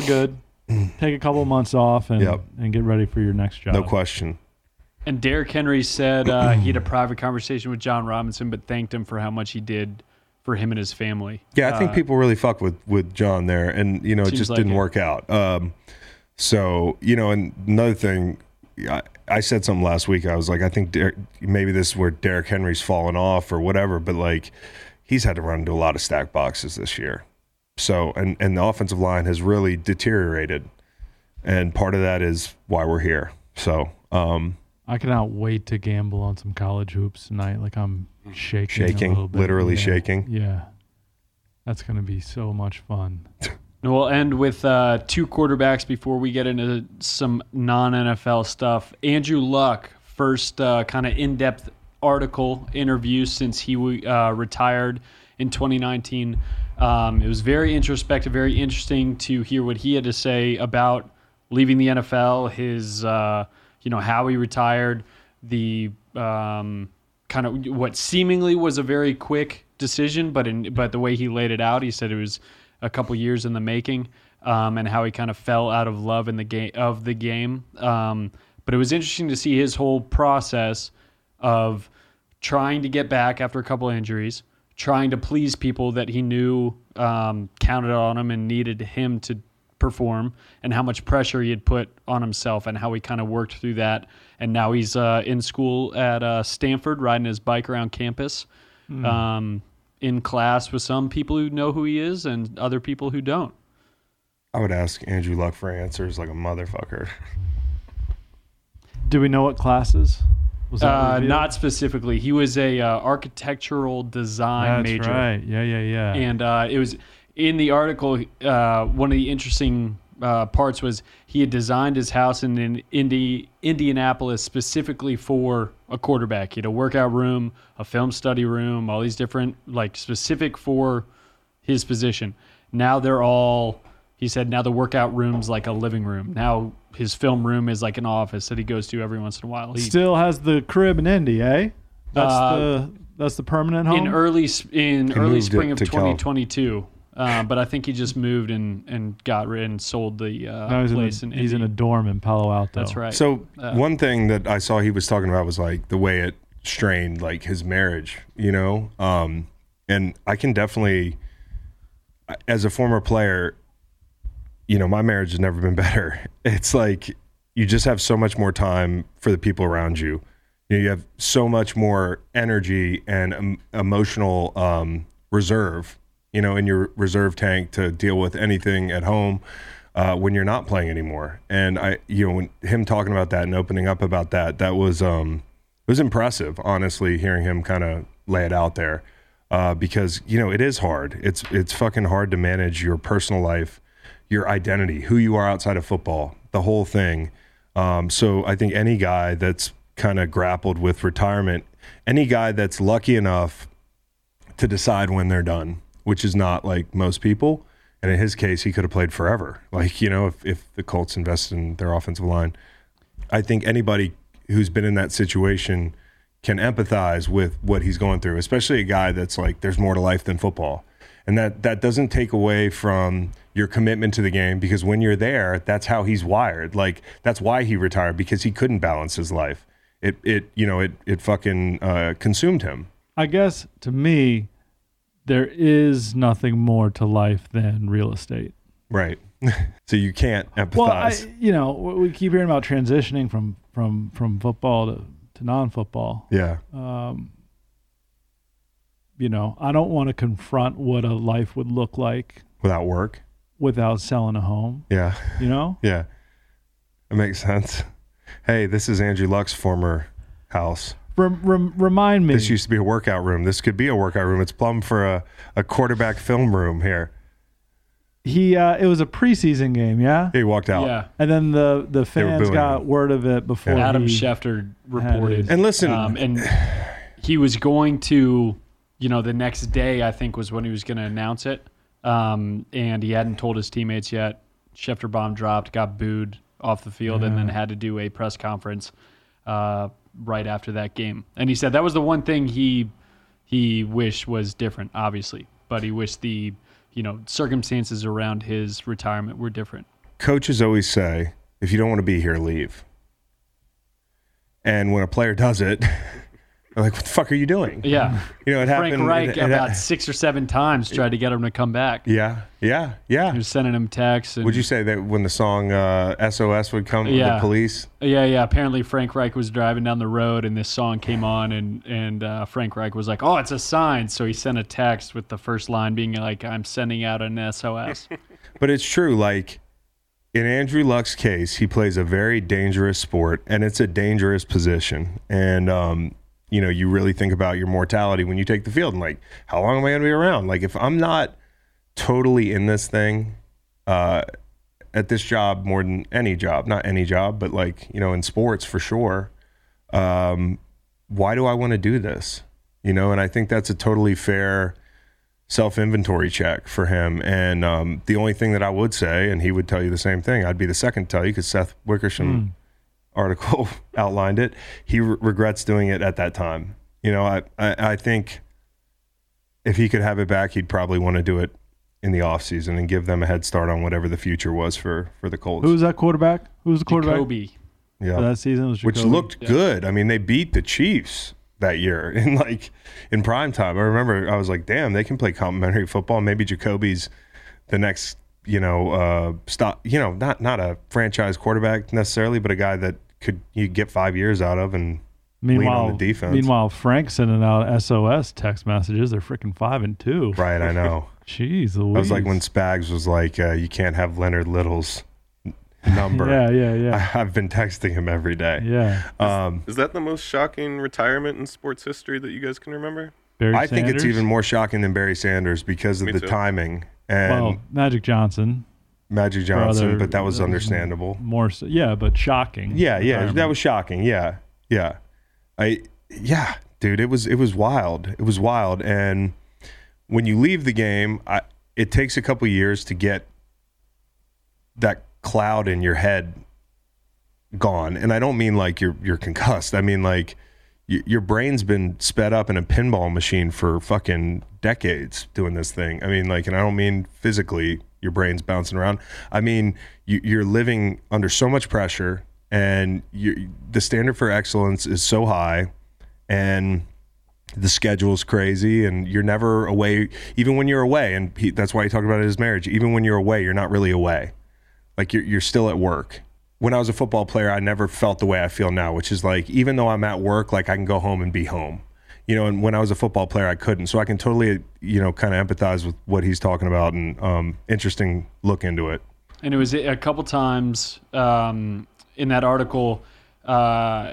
good. Take a couple months off and
Yep.
and get ready for your next job.
No question.
And Derrick Henry said uh, he had a private conversation with John Robinson, but thanked him for how much he did for him and his family.
Yeah, I think
Uh,
people really fuck with with John there, and you know it
Seems
just
like
didn't
it.
work out. Um, so you know, and another thing, I, I said something last week. I was like, I think Der- maybe this is where Derrick Henry's fallen off or whatever, but like he's had to run into a lot of stack boxes this year. So and and the offensive line has really deteriorated, and part of that is why we're here. So um,
I cannot wait to gamble on some college hoops tonight. Like I'm shaking, a
Shaking,
little bit.
literally
Yeah.
shaking.
Yeah, that's gonna be so much fun.
And we'll end with uh, two quarterbacks before we get into some non NFL stuff. Andrew Luck, first uh, kind of in depth article interview since he uh, retired in 2019. Um, it was very introspective, very interesting to hear what he had to say about leaving the NFL, his, uh, you know, how he retired, the um, kind of what seemingly was a very quick decision, but in but the way he laid it out, he said it was a couple years in the making, um, and how he kind of fell out of love in the game of the game. Um, but it was interesting to see his whole process of trying to get back after a couple injuries, trying to please people that he knew um, counted on him and needed him to perform, and how much pressure he had put on himself, and how he kind of worked through that. And now he's uh, in school at uh, Stanford, riding his bike around campus,
Hmm.
um, in class with some people who know who he is and other people who don't.
I would ask Andrew Luck for answers like a motherfucker.
Do we know what classes? Was
Uh,
revealed?
not specifically, he was a uh, architectural design
That's
major.
right. Yeah, yeah, yeah.
and uh, it was in the article. Uh, one of the interesting uh, parts was he had designed his house in, in Indi- Indianapolis specifically for a quarterback. He had a workout room, a film study room, all these different like specific for his position. Now they're all. He said now the workout room's like a living room. Now his film room is like an office that he goes to every once in a while. He,
Still has the crib in Indy, eh? That's
Uh,
the that's the permanent home.
in early s- in early
moved it
spring of
to Cal.
2022. Um, but I think he just moved and and got rid and sold the uh,
Now he's, in a,
place. in
he's in a
Indy.
dorm in Palo Alto.
That's right.
So one thing that I saw he was talking about was like the way it strained like his marriage, you know. Um, and I can definitely, as a former player, you know, my marriage has never been better. It's like you just have so much more time for the people around you. You, know, you have so much more energy and um, emotional um, reserve, you know, in your reserve tank to deal with anything at home uh, when you're not playing anymore. And I, you know, when him talking about that and opening up about that, that was um, it was impressive, honestly, hearing him kind of lay it out there uh, because you know it is hard. It's it's fucking hard to manage your personal life, your identity, who you are outside of football, the whole thing. Um, so I think any guy that's kind of grappled with retirement, any guy that's lucky enough to decide when they're done, which is not like most people. And in his case, he could have played forever. Like you know, if if the Colts invested in their offensive line, I think anybody who's been in that situation can empathize with what he's going through, especially a guy that's like, there's more to life than football. and that that doesn't take away from your commitment to the game because when you're there, that's how he's wired. Like that's why he retired because he couldn't balance his life. It it you know it it fucking uh, consumed him.
I guess to me, there is nothing more to life than real estate.
Right. so you can't empathize.
Well, I, you know, w- we keep hearing about transitioning from from from football to to non-football.
yeah.
Um, you know, I don't want to confront what a life would look like
Without work.
without selling a home.
Yeah.
You know,
Yeah. That makes sense. Hey, this is Andrew Luck's former house.
Rem- rem- remind me.
This used to be a workout room. This could be a workout room. It's plumb for a, a quarterback film room here.
he uh, it was a preseason game, yeah.
He walked out.
Yeah.
And then the the
were
fans
booing
got
him.
word of it before
Adam
he-
Schefter reported.
And listen,
um, and he was going to, you know, the next day I think was when he was going to announce it, um, and he hadn't told his teammates yet. Schefter bomb dropped, got booed off the field, and then had to do a press conference uh, right after that game. And he said that was the one thing he he wished was different, obviously, but he wished the you know circumstances around his retirement were different.
coaches always say, if you don't want to be here, leave. And when a player does it, I'm like, what the fuck are you doing?
Yeah.
You know, it
Frank
happened.
Reich
it- it-
about six or seven times tried to get him to come back.
yeah, yeah,
He
yeah.
was sending him texts. And,
Would you say that when the song uh, SOS would come, the
Yeah.
police?
Yeah, yeah. Apparently, Frank Reich was driving down the road, and this song came on, and and uh, Frank Reich was like, "Oh, it's a sign." So he sent a text with the first line being like, "I'm sending out an SOS."
But it's true. Like in Andrew Luck's case, he plays a very dangerous sport, and it's a dangerous position. And um, you know, you really think about your mortality when you take the field, and like, how long am I going to be around? Like, if I'm not totally in this thing, uh, at this job more than any job, not any job, but like you know, in sports for sure. Um, why do I want to do this? You know, and I think that's a totally fair self inventory check for him. And um, the only thing that I would say, and he would tell you the same thing, I'd be the second to tell you because Seth Wickersham article outlined it. He re- regrets doing it at that time. You know, I, I, I think if he could have it back, he'd probably want to do it in the off season and give them a head start on whatever the future was for for the Colts.
Who was that quarterback? Who was the quarterback
Kobe.
yeah.
for that season? It Was
which
Jacoby.
looked good. I mean, they beat the Chiefs that year in like in prime time. I remember I was like, damn, they can play complimentary football. Maybe Jacoby's the next, you know, uh, stop. You know, not not a franchise quarterback necessarily, but a guy that could you get five years out of and
meanwhile
lean on the defense.
Meanwhile, Frank sending out SOS text messages. They're freaking five and two.
right. I know.
Jeez,
I was like when Spags was like, uh, you can't have Leonard Little's n- number.
Yeah, yeah, yeah,
I, I've been texting him every day.
yeah.
Um,
Is that the most shocking retirement in sports history that you guys can remember?
Barry
I think it's
Sanders.
even more shocking than Barry Sanders because of
Me
the
too.
timing and
well, Magic Johnson.
Magic Johnson,
other-
but that was
that was-
understandable.
More so, yeah, but shocking.
Yeah, yeah,
retirement.
that was shocking. Yeah, yeah, I, yeah, dude, it was it was wild. It was wild. And when you leave the game, I, it takes a couple years to get that cloud in your head gone. And I don't mean like you're you're concussed. I mean like y- your brain's been sped up in a pinball machine for fucking decades doing this thing. I mean like and I don't mean physically your brain's bouncing around. I mean you, you're living under so much pressure and you the standard for excellence is so high and the schedule's crazy and you're never away even when you're away and he, that's why he talked about his marriage even when you're away you're not really away like you're, you're still at work when i was a football player i never felt the way i feel now which is like even though i'm at work like i can go home and be home you know and when i was a football player i couldn't so i can totally you know kind of empathize with what he's talking about and um, interesting look into it
and it was a couple times um, in that article. Uh,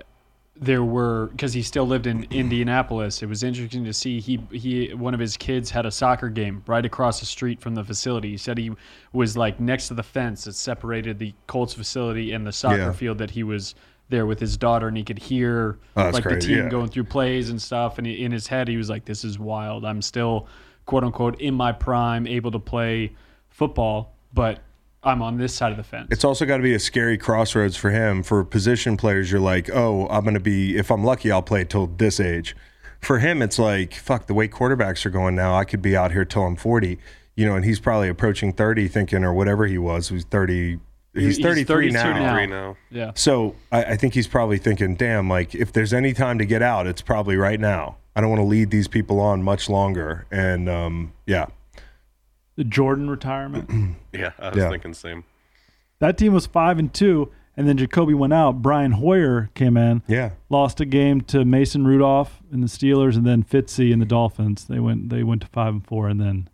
there were because he still lived in Indianapolis. It was interesting to see he he one of his kids had a soccer game right across the street from the facility. He said he was like next to the fence that separated the Colts facility and the soccer
Yeah.
field that he was there with his daughter, and he could hear
Oh, that's
like the
crazy,
team
yeah.
going through plays and stuff. And in his head, he was like, "This is wild. I'm still quote unquote in my prime, able to play football, but I'm on this side of the fence."
It's also got to be a scary crossroads for him. For position players, you're like, oh, I'm going to be, if I'm lucky, I'll play till this age. for him, it's like, fuck, the way quarterbacks are going now, I could be out here till I'm 40, you know, and he's probably approaching 30 thinking, or whatever he was, who's 30. He's, 33
32
Three now.
Yeah.
so I, I think he's probably thinking, damn, like if there's any time to get out, it's probably right now. I don't want to lead these people on much longer. And um, yeah,
The Jordan retirement.
Yeah, I was
Yeah.
thinking same.
That team was five and two, and then Jacoby went out. Brian Hoyer came in,
yeah,
lost a game to Mason Rudolph and the Steelers, and then Fitzy and the Dolphins. They went they went to five and four, and then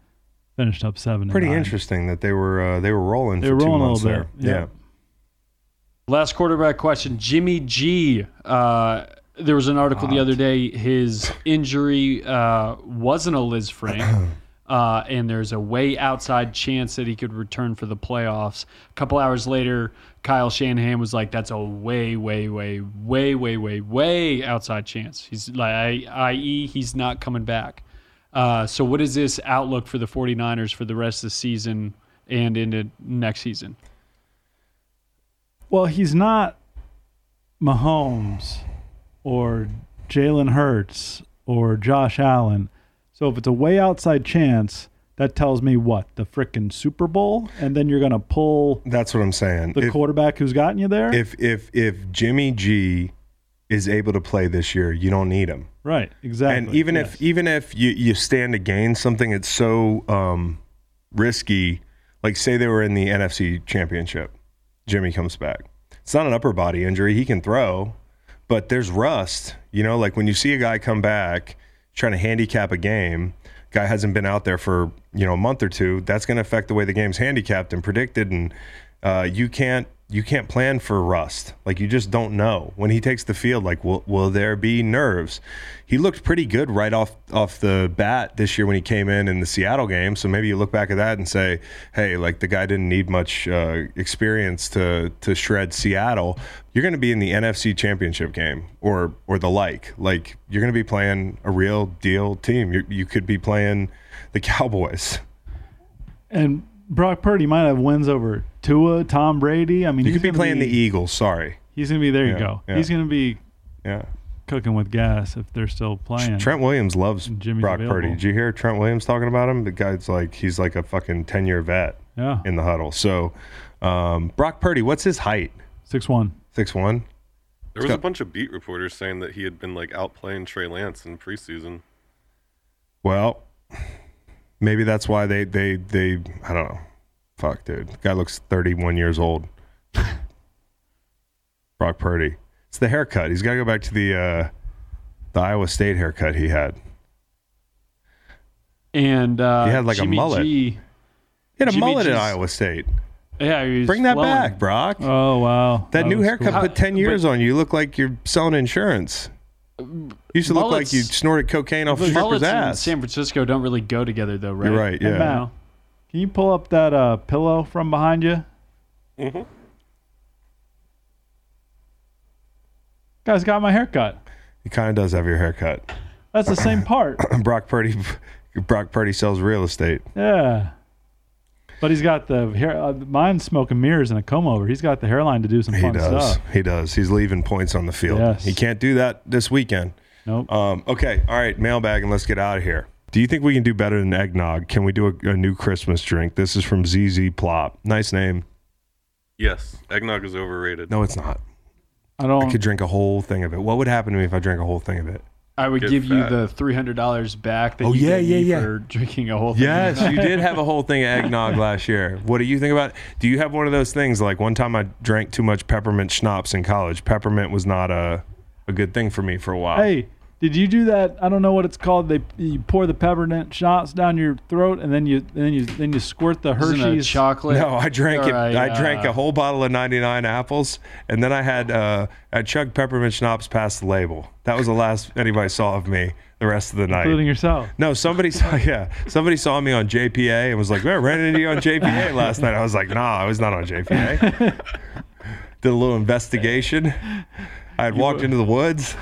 finished up seven. and
pretty
nine.
interesting that they were uh, they were rolling.
They
for
were
two
rolling a
months
little bit,
there.
yeah.
yeah.
Last quarterback question: Jimmy G. Uh, there was an article the other day. His injury uh, wasn't a Liz Frank, uh, and there's a way outside chance that he could return for the playoffs. A couple hours later, Kyle Shanahan was like, "That's a way, way, way, way, way, way, way outside chance." He's like, I- "I.e., he's not coming back." Uh, so, what is this outlook for the 49ers for the rest of the season and into next season?
Well, he's not Mahomes or Jalen Hurts or Josh Allen. So if it's a way outside chance, that tells me what? The frickin' Super Bowl? And then you're going to pull
That's what I'm saying.
the
If-
quarterback who's gotten you there?
if if if Jimmy G is able to play this year, you don't need him.
right, exactly.
And even
yes.
if even if you, you stand to gain something, it's so um, risky. Like say they were in the NFC Championship, Jimmy comes back. It's not an upper body injury; he can throw, but there's rust. You know, like when you see a guy come back trying to handicap a game, guy hasn't been out there for you know a month or two. That's going to affect the way the game's handicapped and predicted, and uh, you can't you can't plan for rust. Like you just don't know when he takes the field. Like will will there be nerves? He looked pretty good right off off the bat this year when he came in in the Seattle game. So maybe you look back at that and say, hey, like the guy didn't need much uh, experience to to shred Seattle. You're going to be in the NFC Championship game or or the like. Like you're going to be playing a real deal team. you you could be playing the Cowboys.
and Brock Purdy might have wins over Tua, Tom Brady. I mean,
You
he's
could be
gonna
playing the Eagles. Sorry.
He's going to be there. you
Yeah,
go.
yeah.
He's going to be
Yeah.
cooking with gas if they're still playing.
Trent Williams loves
Jimmy's
Brock
available.
Purdy. Did you hear Trent Williams talking about him? The guy's like he's like a fucking ten year vet
yeah,
in the huddle. So um, Brock Purdy, what's his height?
six one.
Six one.
There was
got-
a bunch of beat reporters saying that he had been like outplaying Trey Lance in preseason.
Well, maybe that's why they they they I don't know. Fuck, dude. The guy looks thirty one years old. Brock Purdy. It's the haircut. He's got to go back to the uh, the Iowa State haircut he had.
and uh,
He had, like, a
Jimmy
mullet.
G,
He had a
Jimmy
mullet at
G's-
Iowa State.
yeah, he was
Bring that
flowing.
back, Brock.
Uh,
Oh wow,
That new
was
haircut
cool.
put 10 years on you. You look like you're selling insurance. You used to look like
Uh, Mullets-
you snorted cocaine off a stripper's
Mullets in
ass.
San Francisco don't really go together, though, right?
You're right,
Hey,
yeah.
Matt, can you pull up that uh, pillow from behind you?
Mm-hmm.
Guys got my haircut.
He kind of does have your haircut.
That's the same part.
Brock Purdy Brock Purdy sells real estate.
Yeah. But he's got the hair. Uh, mine's smoking mirrors and a comb over. He's got the hairline to do some
He
fun
does.
stuff.
He does. He's leaving points on the field.
Yes.
He can't do that this weekend.
Nope.
Um, okay, all right, mailbag, and let's get out of here. Do you think we can do better than eggnog? Can we do a, a new Christmas drink? This is from ZZ Plop. Nice name.
Yes, eggnog is overrated.
No, it's not.
I don't.
I could drink a whole thing of it. What would happen to me if I drank a whole thing of it?
I would
Get
give
fat.
you the three hundred dollars back that
Oh,
you
yeah,
gave
yeah,
me
yeah.
for drinking a whole thing.
Yes, you did have a whole thing of eggnog last year. What do you think about? Do you have one of those things? Like one time I drank too much peppermint schnapps in college. Peppermint was not a a good thing for me for a while.
hey, did you do that? I don't know what it's called. They you pour the peppermint shots down your throat and then you and then you then you squirt the
Isn't it
Hershey's.
chocolate.
no, I drank it.
Or
I drank
uh,
a whole bottle of ninety nine apples, and then I had uh, I chugged peppermint schnapps past the label. That was the last anybody saw of me the rest of the night.
Including yourself.
No, somebody saw yeah. Somebody saw me on JPA and was like, "Man, I ran into you on JPA last night." I was like, "Nah, I was not on JPA." Did a little investigation. I had walked into the woods.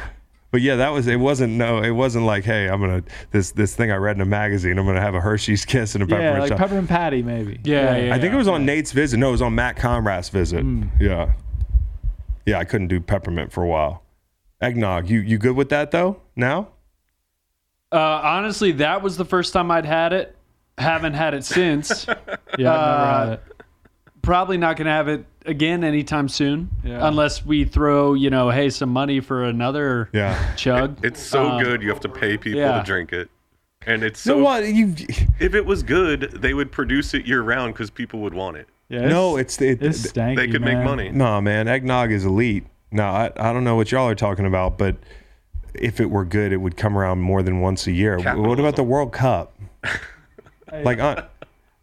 But yeah, that was it wasn't no, it wasn't like, "Hey, I'm going to this this thing I read in a magazine, I'm going to have a Hershey's kiss and a peppermint
Yeah, like
shot."
peppermint patty maybe.
Yeah, yeah.
I think it was on Nate's visit. No, it was on Matt Conrad's visit. Yeah. Yeah, I couldn't do peppermint for a while. Eggnog, you you good with that though? Now?
Uh, honestly, that was the first time I'd had it. Haven't had it since.
Yeah, I've never
Uh,
had it.
Probably not going to have it again anytime soon, unless we throw you know, hey, some money for another
Yeah.
chug.
It's so
Um,
good you have to pay people
yeah.
to drink it. And it's
You
so
know what? You,
if it was good, they would produce it year round because people would want it.
Yeah,
no, it's it,
it's stanky.
They could make
man.
money.
Nah, man, eggnog is elite. No, I, I don't know what y'all are talking about, but if it were good, it would come around more than once a year. What about the
Capitalism.
World Cup? like, uh,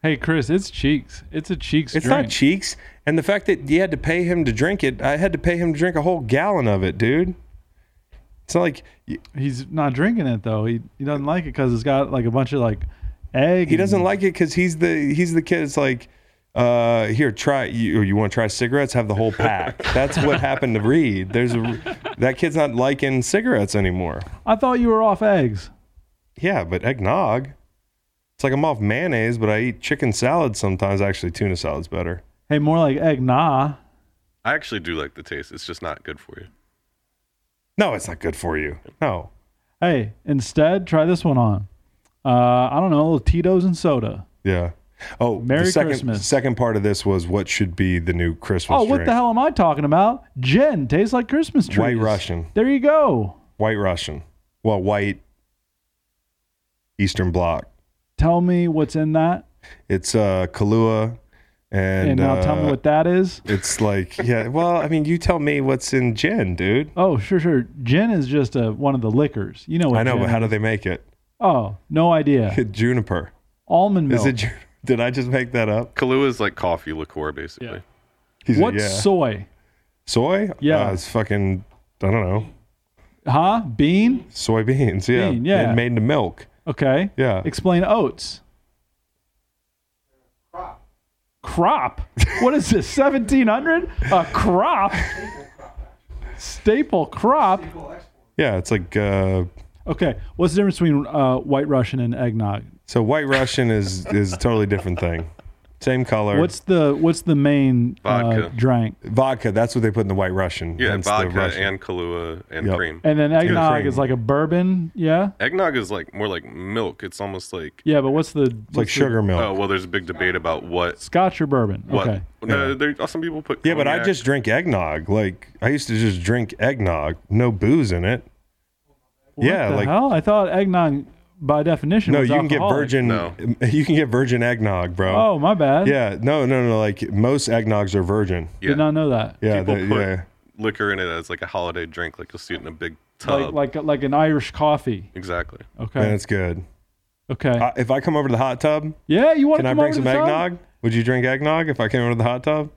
Hey, Chris, it's cheeks. It's a cheeks
it's
drink.
not cheeks. And the fact that you had to pay him to drink it, I had to pay him to drink a whole gallon of it, dude. It's not like y-
He's not drinking it though. He he doesn't like it because it's got like a bunch of like egg.
he doesn't like it because he's the he's the kid. It's like, uh, here, try you. You want to try cigarettes? Have the whole pack. That's what happened to Reed. There's a that kid's not liking cigarettes anymore.
I thought you were off eggs.
Yeah, but eggnog. It's like I'm off mayonnaise, but I eat chicken salad sometimes. Actually, tuna salad's better.
Hey, more like egg nah.
I actually do like the taste. It's just not good for you.
No, it's not good for you. No.
Hey, instead try this one on. Uh, I don't know, little Tito's and soda.
Yeah. Oh,
Merry
the second,
Christmas.
Second part of this was what should be the new Christmas.
Oh, what
drink.
the hell am I talking about? Gin tastes like Christmas trees.
White Russian.
There you go.
White Russian. Well, white Eastern Bloc.
Tell me what's in that,
It's uh Kahlua, and,
and, now tell me
uh,
what that is.
It's like yeah. Well, I mean, you tell me what's in gin, dude.
Oh, sure, sure. Gin is just a, one of the liquors. You know what?
I know,
gin
but how do
is.
they make it?
Oh, no idea.
Juniper.
Almond milk.
Is it? ju- Did I just make that up?
Kahlua is like coffee liqueur, basically.
Yeah.
He's
What's
yeah.
soy?
Soy?
Yeah.
Uh, it's fucking, I don't know,
Huh? Bean?
soybeans. Yeah.
Bean, yeah.
And made into milk.
Okay.
Yeah.
Explain oats. Crop. What is this? 1700? A crop? Staple crop?
Yeah. It's like, uh,
Okay. What's the difference between uh, white Russian and eggnog?
so white Russian is, is a totally different thing. Same color.
What's the what's the main uh,
Vodka.
drink?
vodka? That's what they put in the white Russian.
Yeah,
hence the
vodka
Russian.
and Kahlua and
Yep.
cream.
And then eggnog
cream.
is like a bourbon, yeah?
Eggnog is like more like milk. It's almost like
Yeah, but what's the
it's like sugar milk.
oh well, there's a big debate about what
Scotch or bourbon?
what.
Okay.
No, there, oh, some people put
yeah, but I
cognac.
just drink eggnog. Like I used to just drink eggnog, no booze in it. yeah,
the
like
hell? I thought eggnog by definition
no,
was
you can get
alcoholic.
virgin.
No.
You can get virgin eggnog, bro.
Oh, my bad.
Yeah, no, no, no. Like most eggnogs are virgin.
yeah.
Did not know that.
Yeah,
people
the-
put
yeah.
liquor in it as like a holiday drink. Like you'll see it in a big tub.
Like like like an Irish coffee.
exactly.
Okay.
Man, it's good.
okay.
I, if I come over to the hot tub,
yeah, you want
Uh, can I
to come
bring
over
some
to the
eggnog?
tub?
Would you drink eggnog if I came over to the hot tub?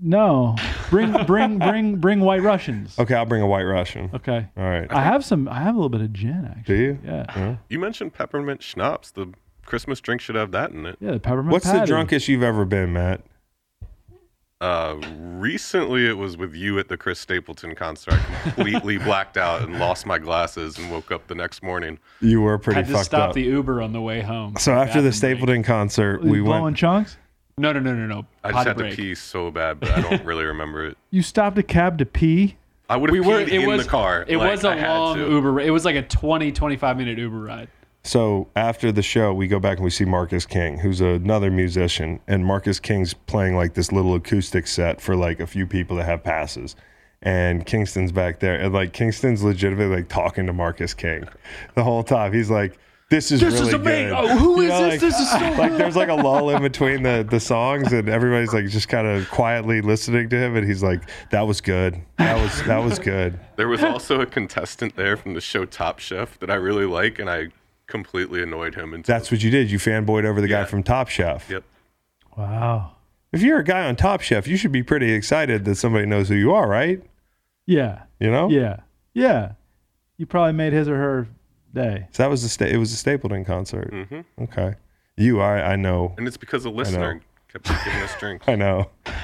No. Bring bring bring bring white Russians.
Okay, I'll bring a white Russian.
Okay.
All right.
I have some I have a little bit of gin
Do
actually.
you?
Yeah.
You mentioned peppermint schnapps. The Christmas drink should have that in it.
Yeah, the peppermint
What's the
patty.
drunkest you've ever been, Matt?
Uh, recently, it was with you at the Chris Stapleton concert. I completely blacked out and lost my glasses and woke up the next morning.
You were pretty
had to
fucked
stop
up.
the Uber on the way home.
uh, so after the
Bathroom break.
Stapleton concert,
You
we
blowing
went.
chunks?
No, no, no, no, no.
I
Potty
just had
break.
to pee so bad, but I don't really remember it.
You stopped a cab to pee?
I would
We
have
were.
peed
It
in
was
the car.
It
like,
was a
I had
long
to.
Uber. It was like a 20, 25 minute Uber ride.
So after the show, we go back and we see Marcus King, who's another musician, and Marcus King's playing like this little acoustic set for like a few people that have passes. And Kingston's back there, and like Kingston's legitimately like talking to Marcus King the whole time. He's like, "This is really good."
oh,
Oh,
who
You know, like-
"Ah."
like there's like a lull in between the the songs and everybody's like just kind of quietly listening to him and he's like that was good that was that was good
There was also a contestant there from the show Top Chef that I really like, and I completely annoyed him. And
that's what you did you fanboyed over the guy
Yeah.
from top chef
yep.
Wow.
if you're a guy on top chef you should be pretty excited that somebody knows who you are right
Yeah.
you know
Yeah. Yeah. You probably made his or her day.
so that was the sta- it was a stapleton concert
Mm-hmm.
okay you are i know
And it's because a listener kept giving us drinks.
i know
All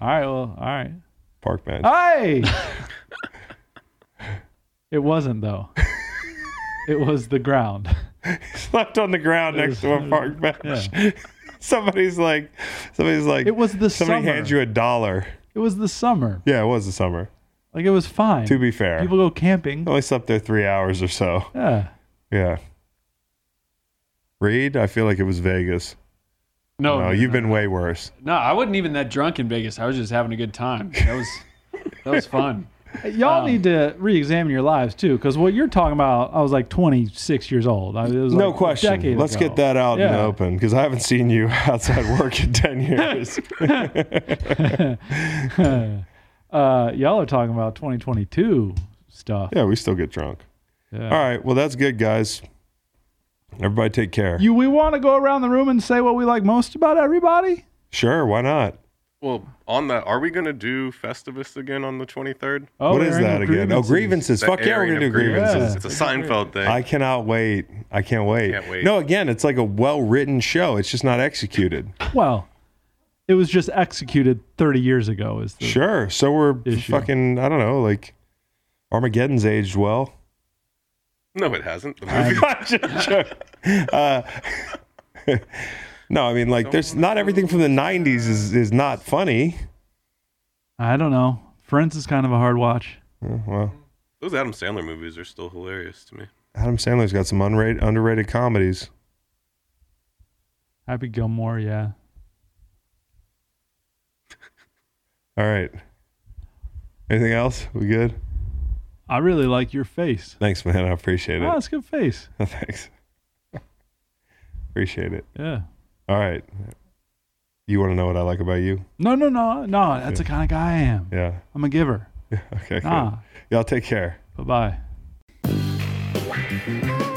right, well, all right.
parkman
Hey! it wasn't though. It was the ground.
slept on the ground next to a park bench somebody's like somebody's like
It was the
somebody
summer.
hands you a dollar
It was the summer.
yeah it was the summer
Like it was fine.
To be fair, Oh.
People go camping.
only slept there three hours or so.
Yeah.
Yeah. Reed, I feel like it was Vegas.
Oh,
No,
no, you've been way worse.
No, I wasn't even that drunk in Vegas. I was just having a good time. That was that was fun.
Y'all need to re-examine your lives too, because what you're talking about, I was like 26 years old. I, it was
No
like a
question.
decade
Let's
ago.
get that out in the
Yeah.
open because I haven't seen you outside work in 10 years.
uh, y'all are talking about 2022 stuff.
yeah, we still get drunk.
Yeah.
All right. Well, that's good, guys. Everybody take care.
You, we want to go around the room and say what we like most about everybody.
sure. Why not?
Well, on that, are we going to do Festivus again on the 23rd?
Oh,
what is
airing
that
of
again? Oh, grievances.
The
Fuck yeah, we're
airing
going to do
of grievances.
grievances.
It's a Seinfeld thing.
I cannot wait. I can't wait.
Can't wait.
No, again, it's like a well written show. It's just not executed.
Well, it was just executed 30 years ago. Is the,
Sure. So we're
Issue.
fucking, I don't know, like Armageddon's aged well.
no, it hasn't. The movie.
No, I mean, like, there's not everything from the 90s is, is not funny.
I don't know. Friends is kind of a hard watch.
Yeah, Well,
Those Adam Sandler movies are still hilarious to me.
Adam Sandler's got some unrated, underrated comedies.
Happy Gilmore, yeah.
All right. Anything else? We good?
I really like your face.
Thanks, man. I appreciate
Oh,
it.
that's a good face.
Thanks. appreciate it.
Yeah.
All right. You want to know what I like about you?
No, no, no, no. That's the kind of guy I am.
Yeah.
I'm a giver.
Okay. Good.
Ah.
Y'all take care.
Bye bye.